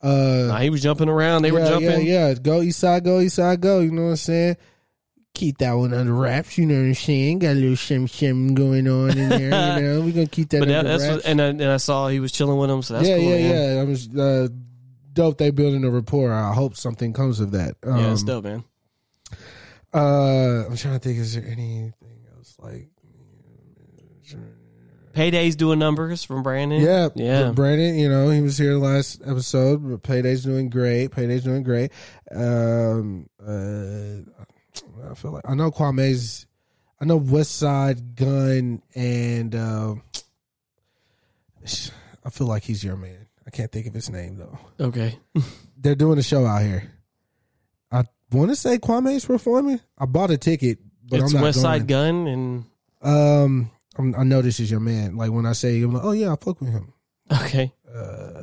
S2: Uh,
S1: Nah, he was jumping around. They were
S2: yeah,
S1: jumping.
S2: Yeah, yeah. Go east side, go east side, go. You know what I'm saying? Keep that one under wraps. You know what I'm saying? Got a little shim shim going on in there. you know, we're gonna keep that
S1: But that,
S2: under
S1: that's
S2: wraps.
S1: what, and I, and I saw he was chilling with him. So that's
S2: yeah,
S1: cool.
S2: yeah,
S1: man.
S2: yeah. I'm just, uh, dope. They building a rapport. I hope something comes of that. Um,
S1: Yeah, it's dope, man.
S2: Uh, I'm trying to think. Is there anything else like?
S1: Payday's doing numbers from Brandon.
S2: Yeah,
S1: yeah.
S2: Brandon, you know, he was here last episode. But Payday's doing great. Payday's doing great. Um, uh, I feel like I know Kwame's. I know West Side Gun and uh, I feel like he's your man. I can't think of his name though.
S1: okay.
S2: They're doing a show out here. I want to say Kwame's performing. I bought a ticket, But
S1: it's
S2: I'm not
S1: West Side
S2: going.
S1: Gun, and
S2: Um, I'm, I know this is your man. Like when I say, I'm like, oh yeah, I fuck with him.
S1: okay,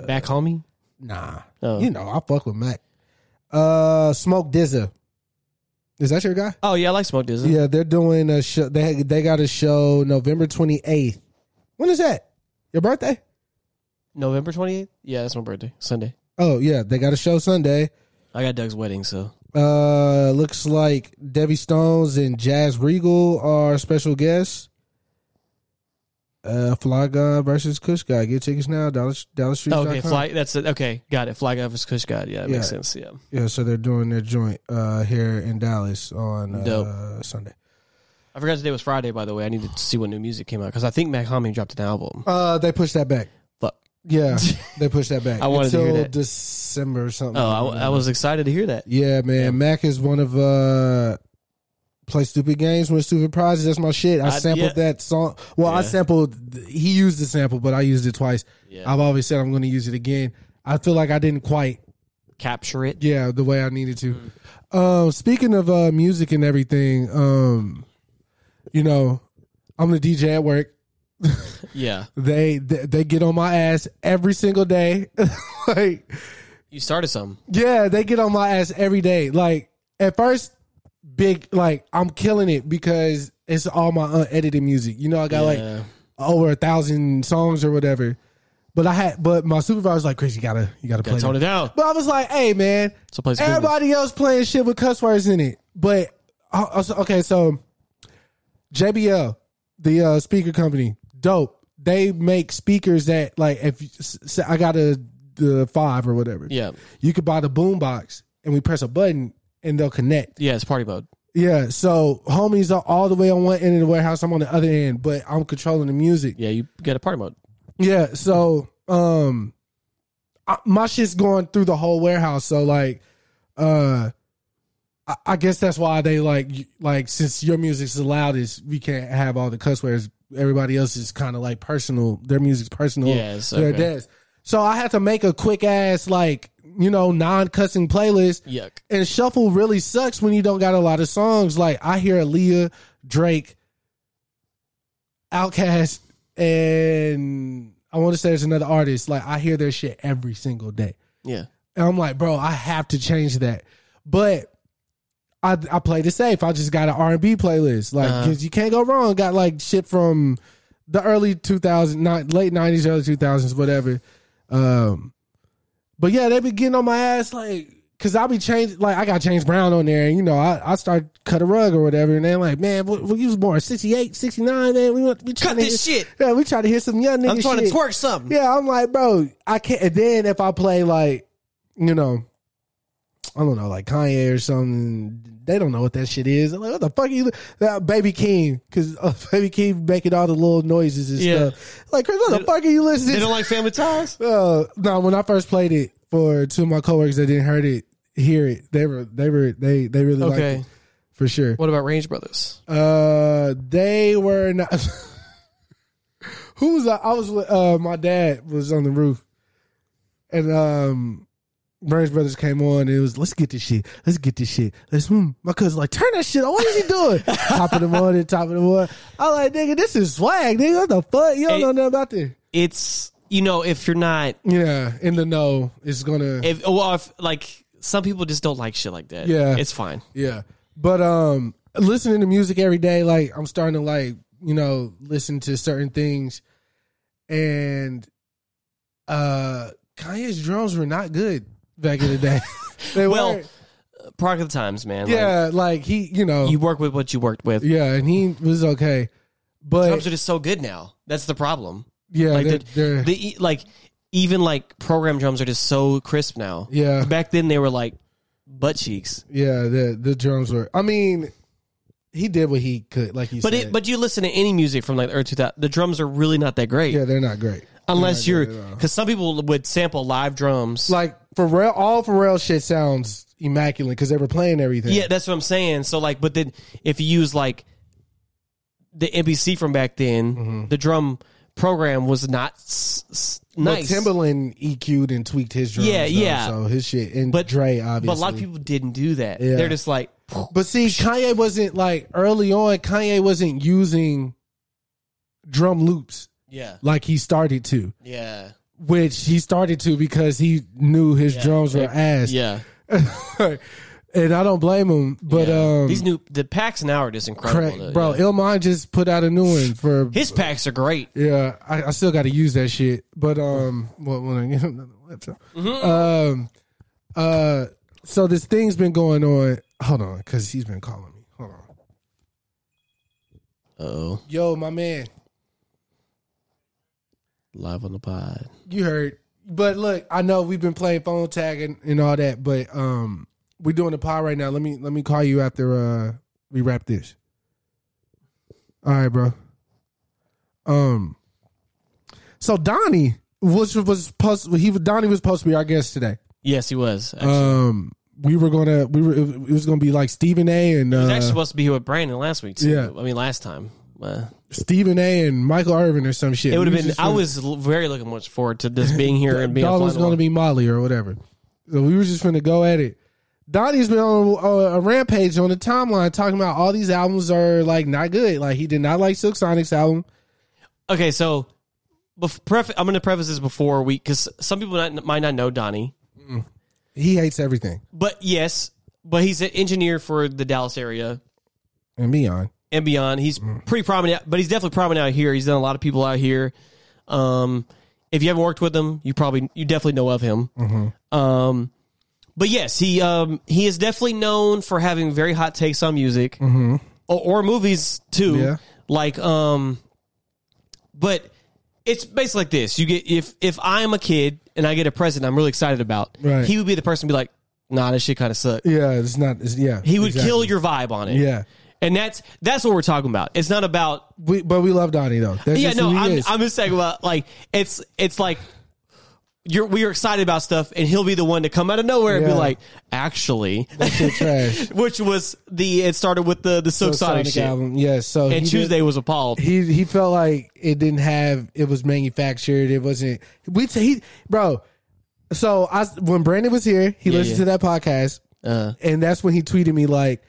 S1: back homie.
S2: Nah,
S1: Oh.
S2: Uh, you know, I fuck with Mac. Uh, Smoke Dizza, is that your guy?
S1: Oh yeah, I like Smoke Dizzy.
S2: Yeah, they're doing a show. They they got a show November 28th. When is that? Your birthday?
S1: November twenty eighth. Yeah, that's my birthday. Sunday.
S2: Oh yeah, they got a show Sunday.
S1: I got Doug's wedding, so
S2: Uh, looks like Debbie Stones and Jazz Regal are special guests. Uh, Fly Guy versus Kush Guy. Get tickets now. Dollar Dollar Street.
S1: okay. Fly. That's it. Okay, got it. Fly guy versus Kush God. Yeah, that makes
S2: Yeah.
S1: sense. Yeah.
S2: Yeah, so they're doing their joint uh here in Dallas on uh,
S1: Dope.
S2: Sunday.
S1: I forgot today was Friday. By the way, I needed to see what new music came out because I think Mac Homie dropped an album.
S2: Uh, they pushed that back.
S1: Fuck.
S2: Yeah, they pushed that back.
S1: I wanted to hear
S2: Until
S1: that.
S2: December or something.
S1: Oh, I, I was excited to hear that.
S2: Yeah, man. Mac is one of uh play stupid games, win stupid prizes. That's my shit. I,
S1: I-
S2: sampled
S1: yeah.
S2: that song. Well, I
S1: Yeah.
S2: sampled. He used the sample, but I used it twice.
S1: Yeah.
S2: I've always said I'm going to use it again. I feel like I didn't quite.
S1: Capture it.
S2: Yeah, the way I needed to.
S1: Mm-hmm.
S2: Um, speaking of uh, music and everything, um, you know, I'm the DJ at work.
S1: Yeah.
S2: They they, they get on my ass every single day. like
S1: You started something.
S2: yeah, they get on my ass every day. Like at first, big like I'm killing it because it's all my unedited music. You know, I got like
S1: Yeah.
S2: over a thousand songs or whatever. But I had, but my supervisor's like, Chris, you gotta, you gotta play.
S1: Gotta tone
S2: them."
S1: it down.
S2: But I was like, hey man,
S1: It's a place of
S2: everybody else playing shit with cuss words in it. But I- I was- okay, so JBL, the uh, speaker company, dope. They make speakers that like if you- s- s- I got a the five or whatever
S1: Yeah.
S2: you could buy the boom box and we press a button and they'll connect.
S1: Yeah. It's party mode.
S2: Yeah. So homies are all the way on one end of the warehouse. I'm on the other end, but I'm controlling the music.
S1: Yeah. You got a party mode.
S2: Yeah. So, um, I, my shit's going through the whole warehouse. So like, uh, I, I guess that's why they like, y- like since your music's the loudest, we can't have all the cuss words. Everybody else is kind of like personal. Their music's personal.
S1: Yeah, it's
S2: Their
S1: okay.
S2: desk. So I had to make a quick ass like you know non cussing playlist.
S1: Yuck.
S2: And shuffle really sucks when you don't got a lot of songs. Like I hear Aaliyah, Drake, Outkast, and I want to say there's another artist. Like I hear their shit every single day,
S1: Yeah.
S2: and I'm like, bro, I have to change that. But I I played it safe. I just got an R and B playlist, like
S1: Uh-huh.
S2: 'cause you can't go wrong. Got like shit from the early 2000s, not late 90s, early 2000s, whatever. Um, but yeah, they be getting on my ass like, cause I be changing, like I got James Brown on there, and you know, I, I start cut a rug or whatever, and they're like, man, we, we was born 68, 69, man, we, want- we trying
S1: Cut
S2: to
S1: this
S2: hear,
S1: shit.
S2: Yeah, we try to hear some young nigga
S1: I'm trying
S2: shit.
S1: to twerk something.
S2: Yeah, I'm like, bro, I can't. And then if I play like, you know, I don't know, like Kanye or something, they don't know what that shit is. I'm like, what the fuck are you? That Baby King, because uh, Baby King making all the little noises and
S1: Yeah.
S2: stuff. Like, Chris, what the fuck are you listening?
S1: They
S2: to?
S1: don't like family ties.
S2: Uh, no, when I first played it for two of my coworkers that didn't heard it, hear it, they were they were they they really liked
S1: Okay.
S2: it for sure.
S1: What about Range Brothers?
S2: Uh, they were not. Who was I? I was with uh, my dad was on the roof, and um, Burns Brothers came on. And it was let's get this shit, let's get this shit. Let's hmm. my cousin's like turn that shit on. What is he doing? top of the morning, top of the morning. I like nigga, this is swag, nigga. What the fuck? You don't
S1: Hey.
S2: know nothing about this.
S1: It's you know if you're not
S2: Yeah, in the know, it's gonna
S1: if well if like some people just don't like shit like that.
S2: Yeah.
S1: It's fine.
S2: Yeah. But um listening to music every day, like I'm starting to like, you know, listen to certain things and uh Kanye's drums were not good back in the day. they
S1: Well,
S2: were
S1: Product of the times, man. Like,
S2: Yeah, like he you know
S1: you work with what you worked with.
S2: Yeah, and he was okay.
S1: Drums
S2: But
S1: are just so good now. That's the problem.
S2: yeah,
S1: like
S2: they're,
S1: the,
S2: they're-
S1: the e- like even like program drums are just so crisp now.
S2: Yeah.
S1: Back then they were like butt cheeks.
S2: yeah, the the drums were I mean he did what he could, like you
S1: But
S2: said.
S1: it but you listen to any music from like the early 2000 the drums are really not that great.
S2: yeah, they're not great.
S1: Unless you're, because some people would sample live drums.
S2: Like Pharrell, all Pharrell shit sounds immaculate because they were playing everything.
S1: Yeah, that's what I'm saying. So like, but then if you use like
S2: Mm-hmm.
S1: the NBC from back then, the drum program was not s- s- nice.
S2: But Timbaland EQ'd and tweaked his drums.
S1: Yeah,
S2: though,
S1: yeah.
S2: So his shit and
S1: But-
S2: Dre obviously.
S1: but a lot of people didn't do that.
S2: Yeah.
S1: They're just like,
S2: But see, Kanye wasn't like early on. Kanye wasn't using drum loops
S1: yeah,
S2: like he started to,
S1: yeah,
S2: which he started to because he knew his drums were ass.
S1: yeah.
S2: and I don't blame him. But
S1: yeah.
S2: um,
S1: these new the packs now are just incredible,
S2: crack,
S1: though,
S2: bro,
S1: yeah.
S2: Illmind just put out a new one for
S1: His packs are great.
S2: Yeah, I, I still got to use that shit. But um, what when I get another laptop? Um, uh, so this thing's been going on. Hold on, because he's been calling me. Hold on.
S1: Oh,
S2: Yo, my man,
S1: live on the pod.
S2: you heard. But look, I know we've been playing phone tag and, and all that, but um, we're doing the pod right now. Let me let me call you after uh we wrap this. All right, bro. Um, so Donnie was was supposed he was Donnie was supposed to be our guest today.
S1: Yes, he was. Actually.
S2: Um, we were gonna we were it was gonna be like Stephen A. and
S1: he was actually
S2: uh,
S1: supposed to be here with Brandon last week. Too.
S2: yeah.
S1: I mean last time. Uh,
S2: Stephen A. and Michael Irvin or some shit.
S1: it would have
S2: We
S1: been.
S2: just
S1: I
S2: gonna-
S1: was l- very looking much forward to this being here and being.
S2: Dog was
S1: going
S2: gonna be Molly or whatever. So we were just gonna go at it. Donnie's been on uh, a, a rampage on the timeline talking about all these albums are like not good. Like he did not like Silk Sonic's album.
S1: Okay, so bef- pref- I'm going to preface this before we because some people not, might not know Donnie,
S2: He hates everything
S1: but yes, but he's an engineer for the Dallas area
S2: and beyond.
S1: and beyond. He's
S2: Mm.
S1: pretty prominent, but he's definitely prominent out here. He's done a lot of people out here. Um, if you haven't worked with him, you probably you definitely know of him.
S2: Mm-hmm.
S1: Um, but yes, he um, he is definitely known for having very hot takes on music or, or movies too.
S2: Mm-hmm. Yeah.
S1: Like um, but it's basically like this: you get if if I'm a kid and I get a present I'm really excited about,
S2: Right.
S1: he would be the person to be like, "Nah, this shit kind of sucks."
S2: Yeah, it's not. It's, yeah,
S1: He would
S2: exactly.
S1: kill your vibe on it.
S2: Yeah,
S1: And that's that's what we're talking about. It's not about
S2: we, but we love Donnie though. That's
S1: yeah,
S2: just
S1: no,
S2: who he
S1: I'm,
S2: is.
S1: I'm just saying about like it's it's like you're we are excited about stuff, and he'll be the one to come out of nowhere and be
S2: Yeah.
S1: like, actually,
S2: Shit trash.
S1: which was the it started with the the Silk
S2: Silk
S1: Sonic, shit,
S2: album. Yeah, so he
S1: and
S2: did-
S1: Tuesday was appalled.
S2: he he felt like it didn't have it was manufactured. It wasn't we t- he bro. So I when Brandon was here, he
S1: Yeah,
S2: listened to that podcast,
S1: Uh,
S2: and that's when he tweeted me like,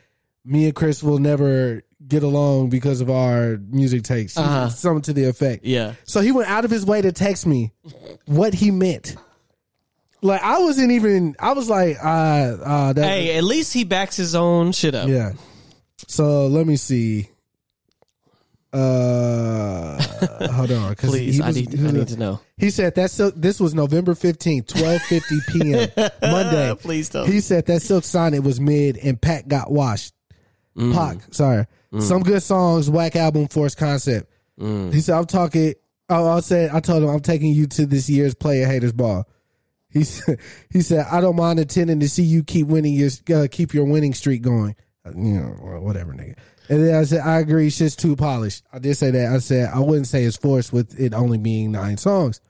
S2: "Me and Chris will never get along because of our music takes."
S1: Uh-huh.
S2: Something to the effect.
S1: yeah,
S2: So he went out of his way to text me what he meant. Like I wasn't even. I was like, uh, uh, that,
S1: hey, at least he backs his own shit up.
S2: yeah. So let me see. Uh, hold on, because
S1: Please, I need I need to know.
S2: He said that silk, this was November fifteenth, twelve fifty p.m. Monday.
S1: Please don't.
S2: He said that Silk Sonic was mid and Pac got washed.
S1: Mm.
S2: Pac, sorry. Some good songs, whack album, forced concept.
S1: Mm.
S2: He said, "I'm talking." Oh, I said, I told him I'm taking you to this year's Player Haters Ball. He said, he said, I don't mind attending to see you keep winning your uh, keep your winning streak going. Uh, You know, or whatever, nigga. And then I said, I agree, shit's too polished. I did say that. I said I wouldn't say it's forced with it only being nine songs.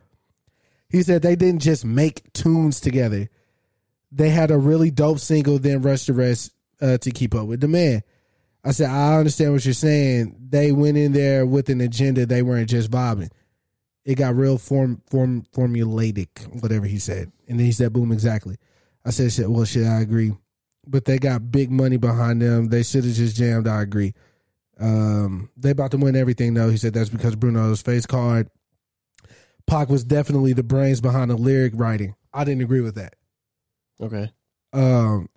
S2: He said they didn't just make tunes together. They had a really dope single, then rushed the rest uh, to keep up with demand. I said, I understand what you're saying. They went in there with an agenda. They weren't just bobbing. It got real form form formulaic, whatever he said. And then he said, boom, exactly. I said, shit, well, shit, I agree. But they got big money behind them. They should have just jammed. I agree. Um, they about to win everything, though. He said that's because Bruno's face card. Pac was definitely the brains behind the lyric writing. I didn't agree with that.
S1: Okay,
S2: Um,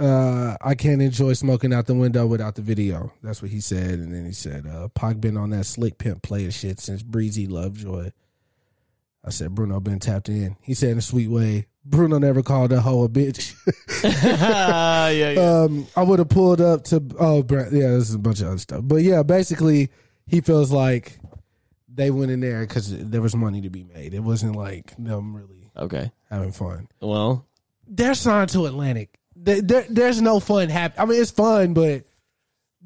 S2: uh, I can't enjoy smoking out the window without the video. That's what he said. And then he said, uh, Pac been on that slick pimp player shit since Breezy Lovejoy. I said, Bruno been tapped in. He said in a sweet way, Bruno never called a hoe a bitch.
S1: yeah, yeah.
S2: um, I would have pulled up to oh Bra- yeah, this is a bunch of other stuff, but yeah, basically he feels like they went in there because there was money to be made. It wasn't like them really
S1: okay.
S2: having fun.
S1: Well,
S2: They're signed to Atlantic. There, there- there's no fun hap I mean, it's fun, but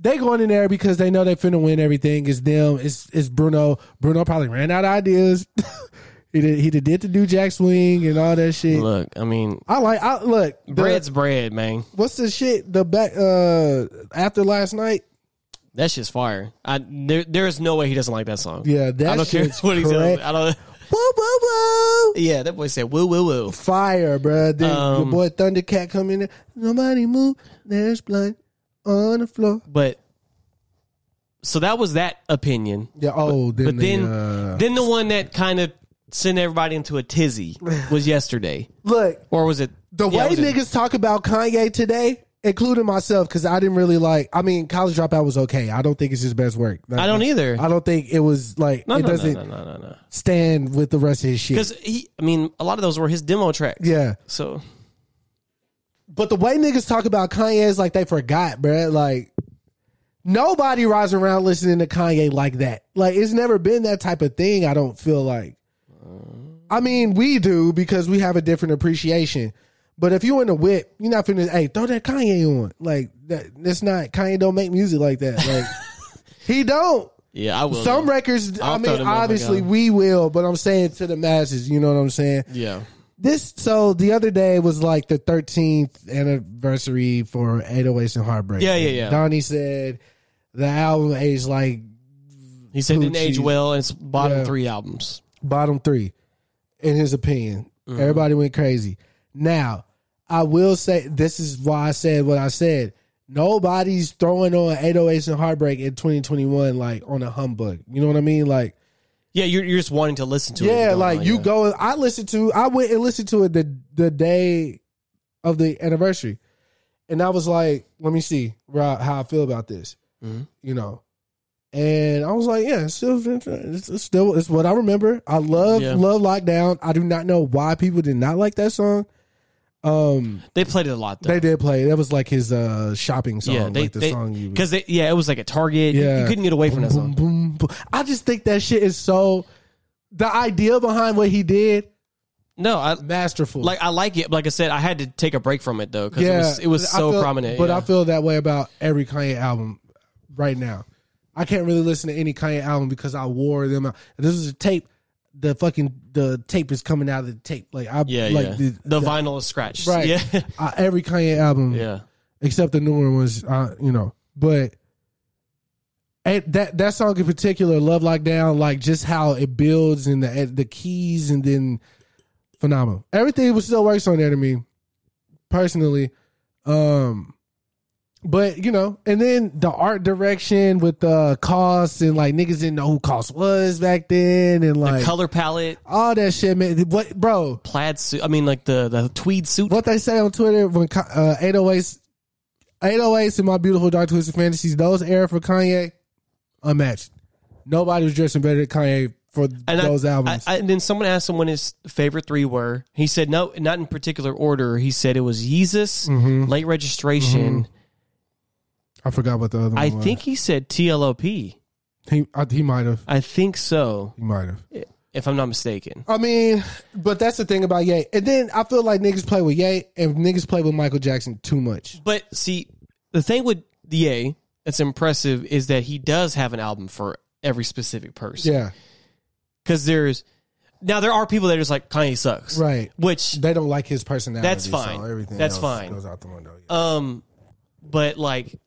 S2: they going in there because they know they finna win everything. It's them. It's it's Bruno. Bruno probably ran out of ideas. he did, he did the New Jack swing and all that shit.
S1: look, I mean,
S2: I like. I look. the-
S1: bread's bread, man.
S2: what's the shit the back uh after last night
S1: That shit's fire. I there there is no way he doesn't like that song.
S2: Yeah, that
S1: I don't care
S2: shit's
S1: what he says.
S2: crack.
S1: I don't.
S2: Woo, woo, woo.
S1: Yeah, that boy said woo woo woo.
S2: Fire, bro. Then your
S1: Um,
S2: boy Thundercat come in there. Nobody move. There's blood on the floor.
S1: But so that was that opinion.
S2: Yeah. Oh, then,
S1: But then
S2: they, uh,
S1: then the one that kind of sent everybody into a tizzy was yesterday,
S2: look
S1: or was it
S2: the
S1: yeah, it
S2: way
S1: was it-
S2: niggas talk about Kanye today, including myself, because I didn't really like. I mean, College Dropout was okay. I don't think it's his best work.
S1: I don't either.
S2: I don't think it was like
S1: No,
S2: it
S1: no, no,
S2: doesn't
S1: no, no, no, no.
S2: stand with the rest of his shit.
S1: Because he, I mean, a lot of those were his demo tracks.
S2: Yeah.
S1: So
S2: But the way niggas talk about Kanye is like they forgot, bruh. Like nobody rides around listening to Kanye like that. Like it's never been that type of thing. I don't feel like. I mean, we do because we have a different appreciation. But if you in the whip, you're not finna. Hey, throw that Kanye on. Like that. That's not Kanye. Don't make music like that. Like he don't.
S1: yeah, I will.
S2: Some records.
S1: I'll
S2: I
S1: throw
S2: mean,
S1: them on my
S2: obviously
S1: God.
S2: we will. But I'm saying to the masses. You know what I'm saying?
S1: yeah.
S2: This so the other day was like the 13th anniversary for 808s and Heartbreak.
S1: Yeah, yeah, yeah.
S2: Donnie said the album aged like
S1: He said it didn't age
S2: Poochie.
S1: well. and It's bottom
S2: Yeah.
S1: three albums.
S2: bottom three, in his opinion.
S1: Mm-hmm.
S2: Everybody went crazy. Now, I will say this is why I said what I said. Nobody's throwing on 808s and Heartbreak in 2021 like on a humbug. You know what I mean? Like
S1: Yeah, you're, you're just wanting to listen to it.
S2: yeah,
S1: Don't
S2: like
S1: know,
S2: you
S1: yeah.
S2: go. I listened to. I went and listened to it the the day of the anniversary, and I was like, "Let me see right, how I feel about this."
S1: Mhm.
S2: You know, and I was like, "Yeah, it's still, it's, it's still, it's what I remember." I love
S1: Yeah.
S2: love lockdown. I do not know why people did not like that song. Um,
S1: They played it a lot though.
S2: they did play. it. That was like his uh shopping song.
S1: yeah, they,
S2: like the
S1: they,
S2: song you
S1: because yeah, it was like a Target. You- You,
S2: Yeah.
S1: couldn't get away from that
S2: Boom,
S1: song.
S2: boom, boom. I just think that shit is so. The idea behind what he did,
S1: No, I
S2: masterful.
S1: like I like it. but Like I said, I had to take a break from it though because it was it was
S2: I
S1: so
S2: feel-
S1: prominent.
S2: But
S1: yeah.
S2: I feel that way about every Kanye album right now. I can't really listen to any Kanye album because I wore them out. This is a tape. The fucking the tape is coming out of the tape. Like I
S1: yeah,
S2: like
S1: yeah. The, vinyl is scratched.
S2: right.
S1: Yeah.
S2: I, every Kanye album,
S1: yeah.
S2: except the newer ones. Uh, you know, but and that that song in particular, "Love Lockdown," like just how it builds and the and the keys, and then phenomenal. Everything was still works on there to me, personally. Um, but you know, and then the art direction with the costs and like niggas didn't know who cost was back then, and
S1: The
S2: like
S1: color palette,
S2: all that shit, man. What, bro?
S1: plaid suit. I mean, like the the tweed suit.
S2: what they say on Twitter when Ka- uh, 808s, 808s and my beautiful dark twisted fantasies, those era for Kanye, unmatched. Nobody was dressing better than Kanye for
S1: And I-
S2: those albums.
S1: I, I, and then someone asked him when his favorite three were. He said no, not in particular order. He said it was Yeezus,
S2: Mm-hmm.
S1: Late Registration.
S2: I, forgot what the other one
S1: I
S2: was.
S1: think he said TLOP.
S2: he I, he might have.
S1: I think so,
S2: He might have.
S1: if I'm not mistaken.
S2: I mean, but that's the thing about Ye. And then I feel like niggas play with Ye and niggas play with Michael Jackson too much.
S1: But see, the thing with DA that's impressive is that he does have an album for every specific person.
S2: Yeah.
S1: Because there's now there are people that are just like Kanye sucks,
S2: Right.
S1: Which
S2: They don't like his personality.
S1: That's
S2: so
S1: fine.
S2: everything
S1: That's
S2: else
S1: fine.
S2: goes out the window. Yeah.
S1: Um, but like,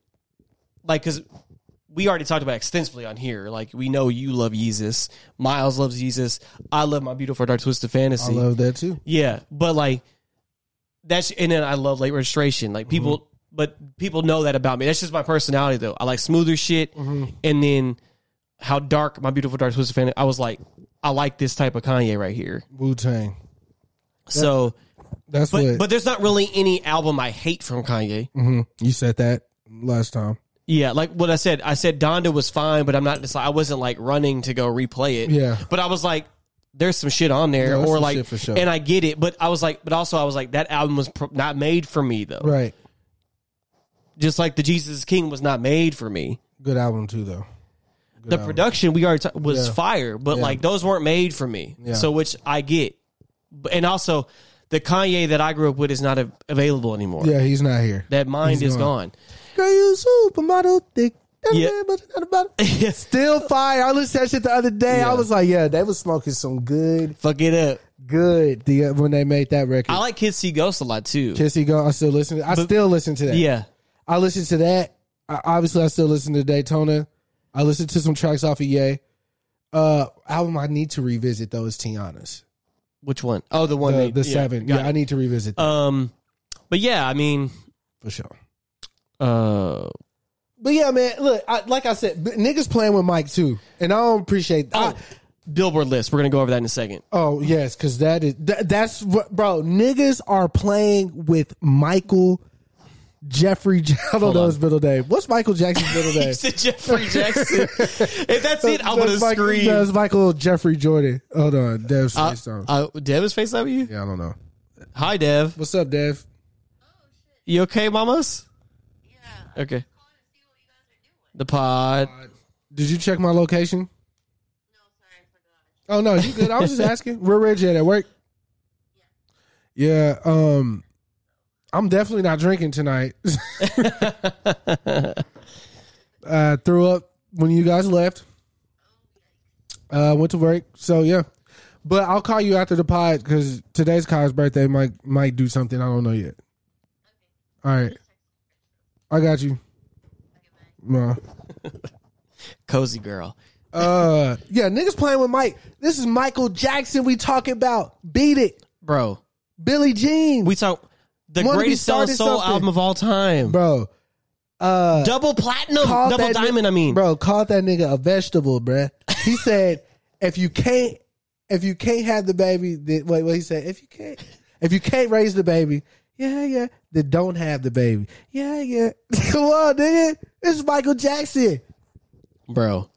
S1: like, cause we already talked about it extensively on here. Like, we know you love Jesus. Miles loves Jesus. I love my beautiful dark twisted
S2: I
S1: fantasy.
S2: love that too.
S1: yeah, but like, that's and then I love late registration.
S2: Mm-hmm.
S1: Like people, but people know that about me. That's just my personality, though. I like smoother shit,
S2: Mm-hmm.
S1: and then how dark my beautiful dark twisted fantasy. I was like, I like this type of Kanye right here.
S2: Wu Tang.
S1: So,
S2: That's
S1: but
S2: what
S1: but there's not really any album I hate from Kanye.
S2: Mhm. you said that last time.
S1: Yeah, like what I said, I said Donda was fine, but I'm not. Just, I wasn't like running to go replay it.
S2: Yeah.
S1: but I was like, there's some shit on there,
S2: No, there's
S1: or
S2: some
S1: like,
S2: shit for sure.
S1: and I get it, but I was like, but also I was like, that album was pr- not made for me though.
S2: Right.
S1: Just like the Jesus is King was not made for me.
S2: Good album too, though.
S1: the production we already talked was
S2: Yeah.
S1: fire, but like those weren't made for me.
S2: Yeah.
S1: So which I get, But- and also the Kanye that I grew up with is not a- available anymore.
S2: Yeah, he's not here.
S1: That mind
S2: He's
S1: is
S2: gone.
S1: gone.
S2: Girl, you supermodel thick.
S1: Yeah.
S2: Still fire. I listened to that shit the other day. I was like, yeah, they was smoking some good,
S1: Fuck it up.
S2: good the uh, when they made that record.
S1: I like Kids See Ghosts a lot too.
S2: Kissy Go. I still listen. To, I still listen to that.
S1: yeah.
S2: I listened to that. I, obviously, I still listen to Daytona. I listened to some tracks off of Ye. Uh, album I need to revisit though is Tiana's.
S1: Which one? Oh, the one
S2: the,
S1: they-
S2: the
S1: yeah,
S2: seven.
S1: got
S2: Yeah, I
S1: it.
S2: need to revisit that
S1: Um, but yeah, I mean,
S2: for sure.
S1: uh,
S2: But yeah, man, look, I, like I said, b- niggas playing with Mike too, and I don't appreciate
S1: Oh.
S2: that. I-
S1: Billboard list. We're gonna go over that in a second.
S2: Oh yes, because that is that, that's what, bro. Niggas are playing with Michael Jeffrey. I don't know his middle name. What's Michael Jackson's middle name?
S1: He said Jeffrey Jackson. if that's it, I'm gonna
S2: That's Michael-
S1: scream.
S2: That's Michael Jeffrey Jordan. Hold on, Dev's
S1: Uh,
S2: face on.
S1: uh, Dev is face up you.
S2: yeah, I don't know.
S1: Hi, Dev.
S2: What's up, Dev?
S1: You okay, mamas? Yeah. Okay. The pod.
S2: Did you check my location? No, sorry, I forgot. Oh no, you good? I was just asking. Where Reg at at work? Yeah. Um, I'm definitely not drinking tonight. I threw up when you guys left. Uh, went to work. So yeah, but I'll call you after the pod because today's Kyle's birthday. Might might do something. I don't know yet. All right. I got you. Nah.
S1: Cozy girl.
S2: Uh, yeah, niggas playing with Mike. This is Michael Jackson we talking about. Beat it,
S1: Bro,
S2: Billy Jean,
S1: we talk the
S2: Wanna be
S1: greatest selling
S2: started
S1: soul
S2: something.
S1: album of all time.
S2: bro. Uh,
S1: Double platinum,
S2: called
S1: double
S2: that ni-
S1: diamond. I mean,
S2: bro, called that nigga a vegetable, bruh. He said, if you can't, if you can't have the baby, then, wait, what he said? If you can't, if you can't raise the baby, yeah, yeah, then don't have the baby, yeah, yeah. Come on, nigga, this is Michael Jackson.
S1: bro.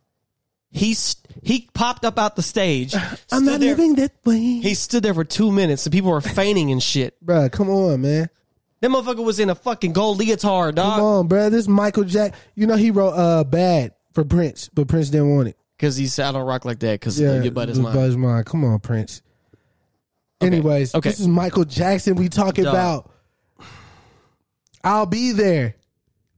S1: He's he popped up out the stage.
S2: I'm
S1: stood
S2: not
S1: there-
S2: living that way,
S1: He stood there for two minutes, and people were fainting and shit.
S2: bruh. Come on, man.
S1: That motherfucker was in a fucking gold leotard,
S2: Come
S1: dog.
S2: on, bro. This Michael Jack. You know he wrote uh "Bad" for Prince, but Prince didn't want it.
S1: Because he said, "I don't rock like that." Because your butt is
S2: the
S1: mine.
S2: butt is mine. Come on, Prince. Anyways,
S1: okay.
S2: this is Michael Jackson. We talking
S1: Dog.
S2: about. I'll be there.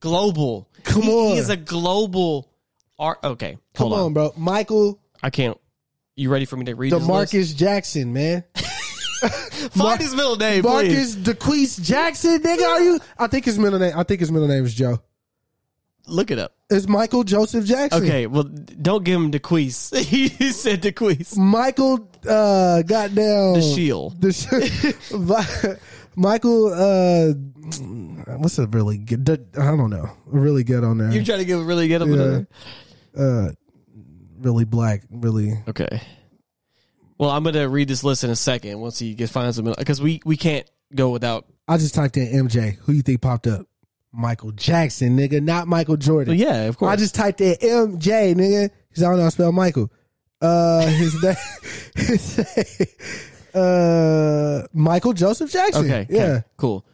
S1: Global.
S2: Come
S1: he,
S2: on.
S1: He is a global art. Okay,
S2: Come
S1: hold
S2: on,
S1: on.
S2: bro. Michael
S1: I can't. You ready for me to read? his list?
S2: Demarcus Jackson, man.
S1: Find his middle name, please.
S2: Marcus DeQueese Jackson, nigga. Are you? I think his middle name. I think his middle name is Joe.
S1: Look it up.
S2: It's Michael Joseph Jackson.
S1: Okay, well, don't give him DeQueese. he said DeQueese.
S2: Michael, uh, goddamn,
S1: The Shield.
S2: The sh- Mi- Michael, uh, what's a really good? I don't know. Really good on there.
S1: You're trying to give a really good
S2: Yeah.
S1: one.
S2: uh, really black. Really.
S1: Okay. Well, I'm gonna read this list in a second once he gets finds him because we we can't go without.
S2: I just typed in MJ. Who you think popped up? Michael Jackson, nigga, not Michael Jordan.
S1: Well, yeah, of course.
S2: I just typed in MJ, nigga, because I don't know how to spell Michael. Uh, his name, his name, uh, Michael Joseph Jackson.
S1: okay.
S2: yeah.
S1: okay, Cool.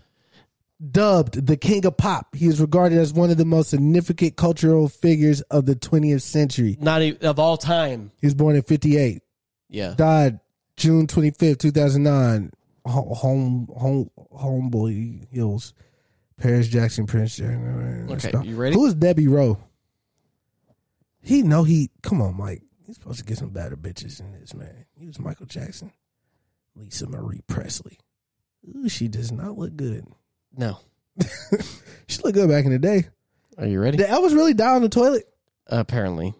S2: Dubbed the King of Pop, he is regarded as one of the most significant cultural figures of the 20th century.
S1: Not even, of all time.
S2: He was born in 58,
S1: Yeah.
S2: died June 25th, 2009, Ho- home, home, homeboy Hills, Paris Jackson, Prince.
S1: Okay, you ready?
S2: Who is Debbie Rowe? He know he. Come on, Mike. He's supposed to get some better bitches than this, man. He was Michael Jackson, Lisa Marie Presley. Ooh, she does not look good.
S1: No.
S2: She looked good back in the day.
S1: Are you ready?
S2: Did Elvis really die on the toilet?
S1: Apparently.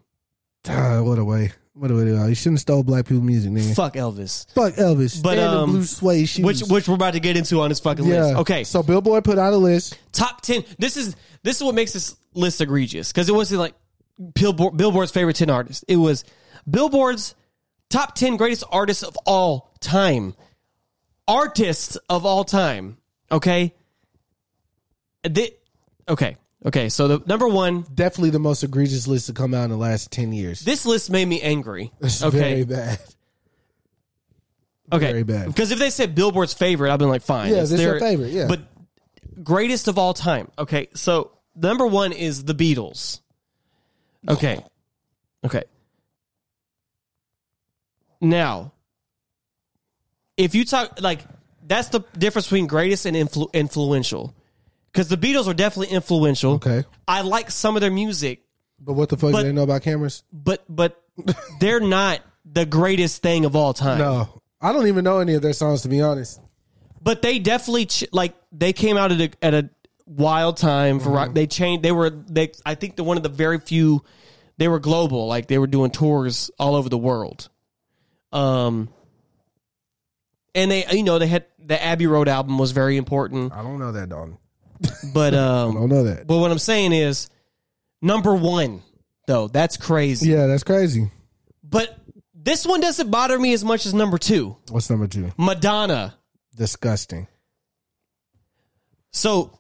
S2: Ah, what a way. What a way to go. You shouldn't stole black people music, nigga.
S1: Fuck Elvis.
S2: Fuck Elvis.
S1: But,
S2: and the
S1: um,
S2: blue suede shoes.
S1: Which which we're about to get into on this fucking list. Okay.
S2: So Billboard put out a list.
S1: top 10 this is this is what makes this list egregious because it wasn't like billboard, billboard's favorite 10 artists it was billboard's top 10 greatest artists of all time artists of all time okay Thi- okay okay so the number one
S2: Definitely the most egregious list to come out in the last 10 years.
S1: this list made me angry
S2: It's very
S1: okay
S2: bad.
S1: okay
S2: very bad.
S1: because if they said billboard's favorite i've been like fine
S2: Yeah,
S1: it's
S2: this
S1: their-
S2: your favorite. Yeah.
S1: but greatest of all time. Okay, so number one is the Beatles. Okay, okay. Now, if you talk like that's the difference between greatest and influ- influential, because the Beatles are definitely influential.
S2: okay.
S1: I like some of their music,
S2: But what the fuck
S1: But-
S2: do they know about cameras?
S1: but but they're not the greatest thing of all time.
S2: No. I don't even know any of their songs to be honest.
S1: but they definitely ch- like they came out at a, at a wild time for rock. They changed. They were they. I think the one of the very few. They were global, like they were doing tours all over the world. Um, and they, you know, they had the Abbey Road album was very important,
S2: I don't know that, Don.
S1: but
S2: I
S1: um,
S2: don't know that.
S1: but what I'm saying is, number one though, that's crazy.
S2: Yeah, that's crazy.
S1: But this one doesn't bother me as much as number two,
S2: What's number two?
S1: Madonna.
S2: Disgusting.
S1: So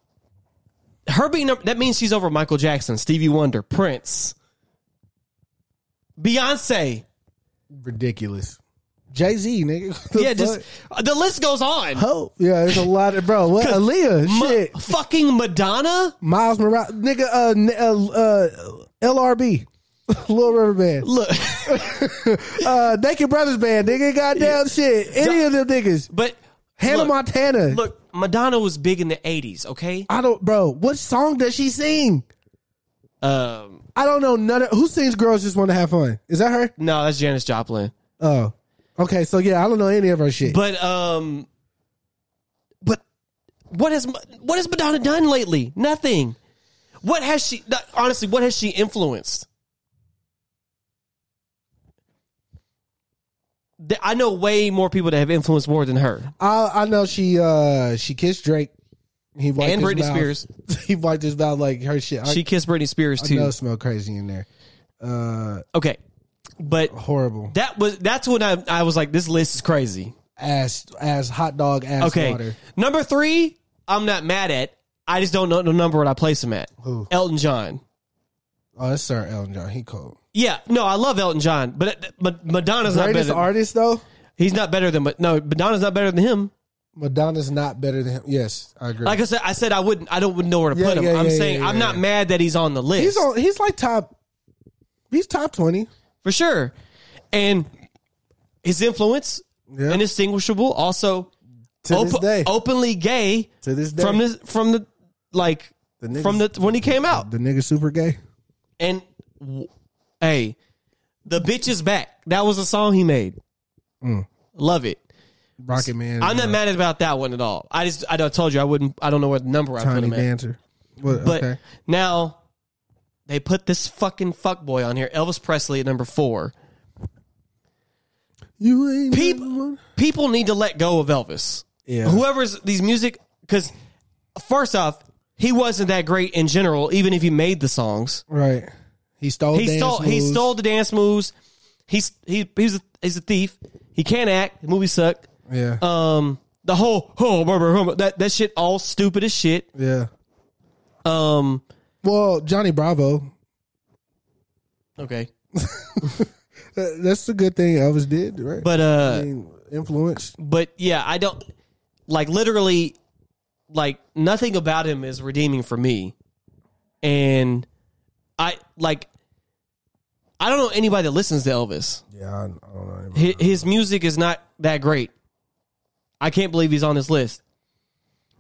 S1: her being up, that means she's over Michael Jackson, Stevie Wonder, Prince, Beyonce.
S2: Ridiculous. Jay Z, nigga. The
S1: Yeah,
S2: fuck?
S1: just the list goes on.
S2: Hope. Yeah, there's a lot of bro. What Aaliyah?
S1: Ma-
S2: shit.
S1: fucking Madonna,
S2: Miles Morales, nigga. Uh, n- uh, uh LRB, Little River Band,
S1: look,
S2: uh, Naked Brothers Band, nigga. Goddamn shit. Any of them niggas.
S1: but
S2: Hannah
S1: look,
S2: Montana.
S1: Look, Madonna was big in the '80s. Okay,
S2: I don't, bro. What song does she sing?
S1: um,
S2: I don't know none of who sings. Girls just want to have fun. Is that her?
S1: no, that's Janis Joplin.
S2: Oh, okay. So yeah, I don't know any of her shit.
S1: But um, but what has Ma- what has Madonna done lately? Nothing. What has she? th- Honestly, what has she influenced? Th- I know way more people that have influenced more than her.
S2: I, I know she uh she kissed Drake. He wiped
S1: And
S2: his
S1: Britney
S2: mouth.
S1: Spears.
S2: he wiped his mouth like her shit. I,
S1: She kissed Britney Spears
S2: I know
S1: too.
S2: it smelled crazy in there. Uh,
S1: Okay, but
S2: horrible.
S1: that was that's when I I was like, this list is crazy.
S2: Ass ass hot dog ass
S1: Okay,
S2: water.
S1: number three, I'm not mad at. I just don't know the number that I place him at.
S2: Who?
S1: Elton John.
S2: Oh, that's Sir Elton John. He cold.
S1: Yeah, no, I love Elton John, but but Madonna's not better.
S2: Greatest
S1: Than,
S2: artist though.
S1: he's not better than, but no, Madonna's not better than him.
S2: Madonna's not better than him. Yes, I agree.
S1: Like I said, I said I wouldn't, I don't wouldn't know where to
S2: Yeah,
S1: put him.
S2: yeah,
S1: I'm
S2: yeah,
S1: saying
S2: yeah,
S1: I'm
S2: yeah,
S1: not
S2: yeah.
S1: mad that he's on the list
S2: he's on. He's like top. He's top twenty.
S1: for sure, and his influence
S2: Yeah.
S1: indistinguishable. Also,
S2: To this
S1: op-
S2: day.
S1: openly gay
S2: To this day.
S1: from the from the like
S2: The niggas-
S1: from the when he came out,
S2: the nigga super gay.
S1: and w- hey, the bitch is back. That was a song he made.
S2: Mm.
S1: Love it.
S2: Rocket Man.
S1: I'm not
S2: uh,
S1: mad about that one at all. I just I done told you I wouldn't. I don't know what number I put
S2: Tiny
S1: him at.
S2: dancer. But,
S1: But
S2: okay.
S1: now they put this fucking fuckboy on here, Elvis Presley at number four.
S2: You ain't
S1: People people need to let go of Elvis.
S2: Yeah.
S1: Whoever's these music because first off, he wasn't that great in general. Even if he made the songs,
S2: right. He stole.
S1: he
S2: dance
S1: stole he
S2: moves.
S1: stole the dance moves. He's he he's a, he's a thief. He can't act. The movie sucked.
S2: Yeah.
S1: Um, the whole oh, blah, blah, blah, that that shit all stupid as shit.
S2: yeah.
S1: Um,
S2: Well, Johnny Bravo. uh,
S1: okay.
S2: That, that's the good thing Elvis did, right?
S1: But uh
S2: I mean, influence.
S1: but yeah, I don't like literally like nothing about him is redeeming for me. And I like I don't know anybody that listens to Elvis.
S2: Yeah, I, I don't know. Anybody.
S1: His, his music is not that great. I can't believe he's on this list.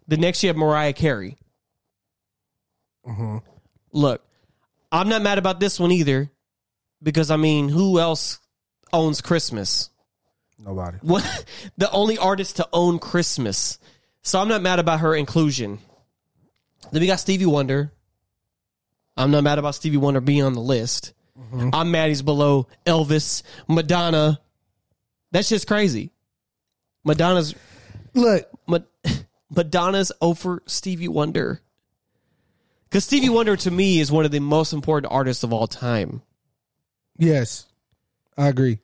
S1: The next you have Mariah Carey. Look, I'm not mad about this one either because I mean, who else owns Christmas?
S2: Nobody.
S1: what the only artist to own Christmas. So I'm not mad about her inclusion. Then we got Stevie Wonder. I'm not mad about Stevie Wonder being on the list. I'm mad he's below Elvis, Madonna. That's just crazy. Madonna's
S2: Look,
S1: Ma- Madonna's over Stevie Wonder. Because Stevie Wonder to me is one of the most important artists of all time.
S2: yes, I agree.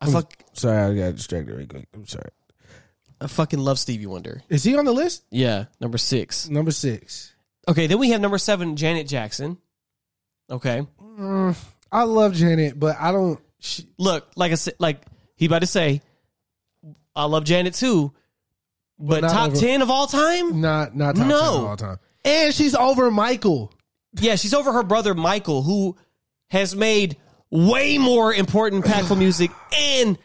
S1: I fuck,
S2: Sorry, I got distracted really quick. I'm sorry.
S1: I fucking love Stevie Wonder.
S2: Is he on the list?
S1: Yeah, number six.
S2: Number six.
S1: Okay, then we have number seven, Janet Jackson. Okay,
S2: Mm, I love Janet, but I don't. She,
S1: look, like I said, like he about to say, I love Janet too, but
S2: not
S1: top
S2: over-
S1: ten of all time?
S2: not not top
S1: No.
S2: ten of all time. And she's over Michael.
S1: Yeah, she's over her brother Michael, who has made way more important, impactful music and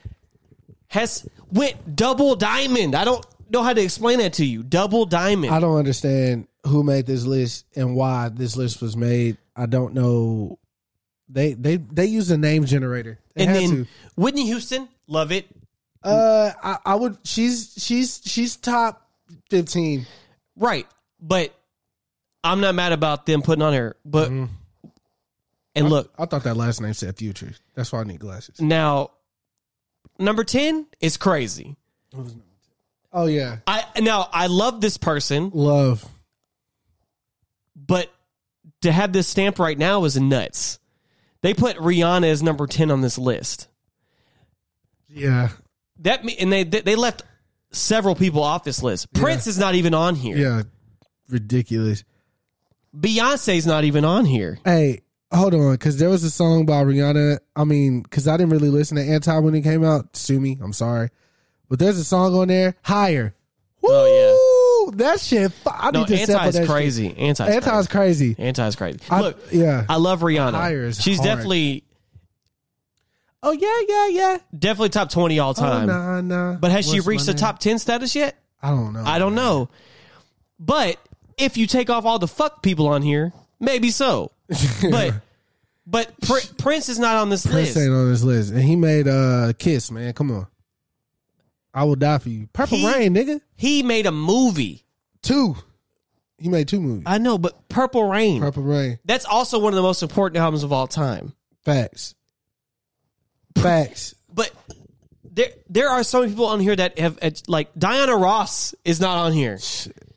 S1: has went double diamond. I don't know how to explain that to you. Double diamond.
S2: I don't understand who made this list and why this list was made. I don't know. They they they use a name generator. They
S1: and
S2: had
S1: then
S2: to.
S1: Whitney Houston, love it.
S2: Uh, I, I would. She's she's she's top fifteen.
S1: Right. But I'm not mad about them putting on here, but
S2: Mm-hmm.
S1: and look
S2: I thought that last name said future. That's why I need glasses.
S1: now, number ten is crazy.
S2: Oh yeah,
S1: I now I love this person,
S2: love.
S1: but to have this stamp right now is nuts. They put Rihanna as number ten on this list.
S2: Yeah,
S1: That me- and they they left several people off this list. Prince is not even on here.
S2: yeah, ridiculous.
S1: Beyonce's not even on here.
S2: Hey, hold on, because there was a song by Rihanna. I mean, because I didn't really listen to Anti when it came out. Sue me, I'm sorry, but there's a song on there, Higher. Woo!
S1: Oh,
S2: that shit. fu- I
S1: No,
S2: need to sample
S1: anti
S2: that
S1: is
S2: shit.
S1: crazy. Anti is
S2: Anti's
S1: crazy.
S2: crazy.
S1: Anti is crazy.
S2: I-
S1: Look,
S2: yeah.
S1: I love
S2: Higher
S1: Rihanna.
S2: is
S1: She's
S2: hard.
S1: definitely
S2: Oh yeah, yeah, yeah.
S1: definitely top twenty all time.
S2: Oh, nah, nah.
S1: But has she
S2: What's my
S1: reached the
S2: name? Oh,
S1: top ten status yet?
S2: I don't know.
S1: I don't know. But if you take off all the fuck people on here, maybe so. But but Pr- Prince is not on this
S2: Prince
S1: list.
S2: ain't on this list, and he made uh Kiss. Man, come on. I will die for you. Purple
S1: He-
S2: Rain, nigga.
S1: He made a movie.
S2: Two. He made two movies.
S1: I know, but Purple Rain.
S2: Purple Rain.
S1: That's also one of the most important albums of all time.
S2: Facts. Facts.
S1: But there there are so many people on here that have uh, like Diana Ross is not on here.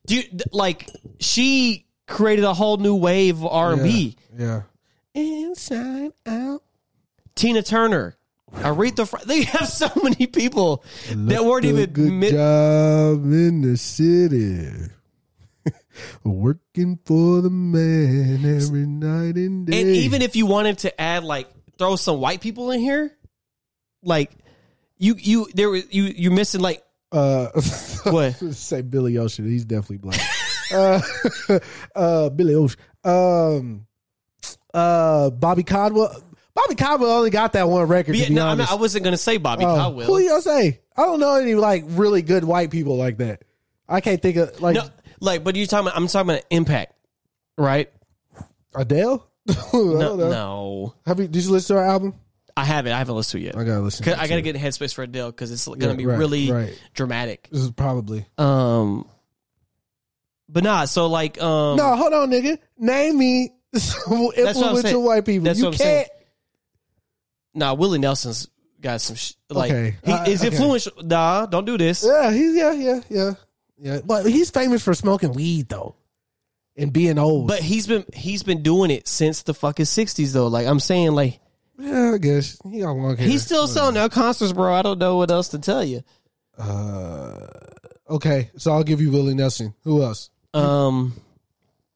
S1: Do you, like she created a whole new wave of R and B.
S2: Yeah. Inside out.
S1: Tina Turner, Aretha. Fra- they have so many people that weren't
S2: Looked a good
S1: even mi-
S2: job in the city. Working for the man every night and day.
S1: And even if you wanted to add like throw some white people in here, like you you there was you you missing like
S2: uh,
S1: What?
S2: say Billy Ocean. He's definitely black. uh, uh, Billy Ocean. Um, uh, Bobby Codwell. Bobby Codwell only got that one record.
S1: yeah,
S2: to be
S1: no, I'm not-
S2: honest.
S1: I wasn't gonna say Bobby
S2: Oh,
S1: Caldwell.
S2: Who y'all say? I don't know any like really good white people like that. I can't think of like
S1: No, like but you talking about I'm talking about impact, right?
S2: Adele. I don't
S1: No,
S2: know.
S1: no,
S2: Have you? Did you listen to her album?
S1: I haven't. I haven't listened to it yet.
S2: I gotta listen.
S1: 'Cause
S2: to it
S1: I gotta
S2: too.
S1: get in headspace for Adele because it's gonna
S2: Yeah,
S1: be
S2: right,
S1: really
S2: right.
S1: dramatic.
S2: This is probably.
S1: Um, but nah. So like, um,
S2: no, hold on, nigga. Name me some
S1: That's what I'm
S2: influential
S1: saying.
S2: white people.
S1: That's
S2: you
S1: what I'm saying.
S2: can't.
S1: nah. Willie Nelson's got some sh- like
S2: Okay.
S1: he
S2: Uh,
S1: is
S2: okay.
S1: influential. Nah, don't do this.
S2: Yeah, he's yeah, yeah, yeah, yeah. But he's famous for smoking weed though, and being old.
S1: But he's been he's been doing it since the fucking sixties though. Like I'm saying, like
S2: yeah, I guess he got long hair.
S1: he's still selling out concerts, bro. I don't know what else to tell you.
S2: Uh, okay, so I'll give you Willie Nelson. Who else?
S1: Um,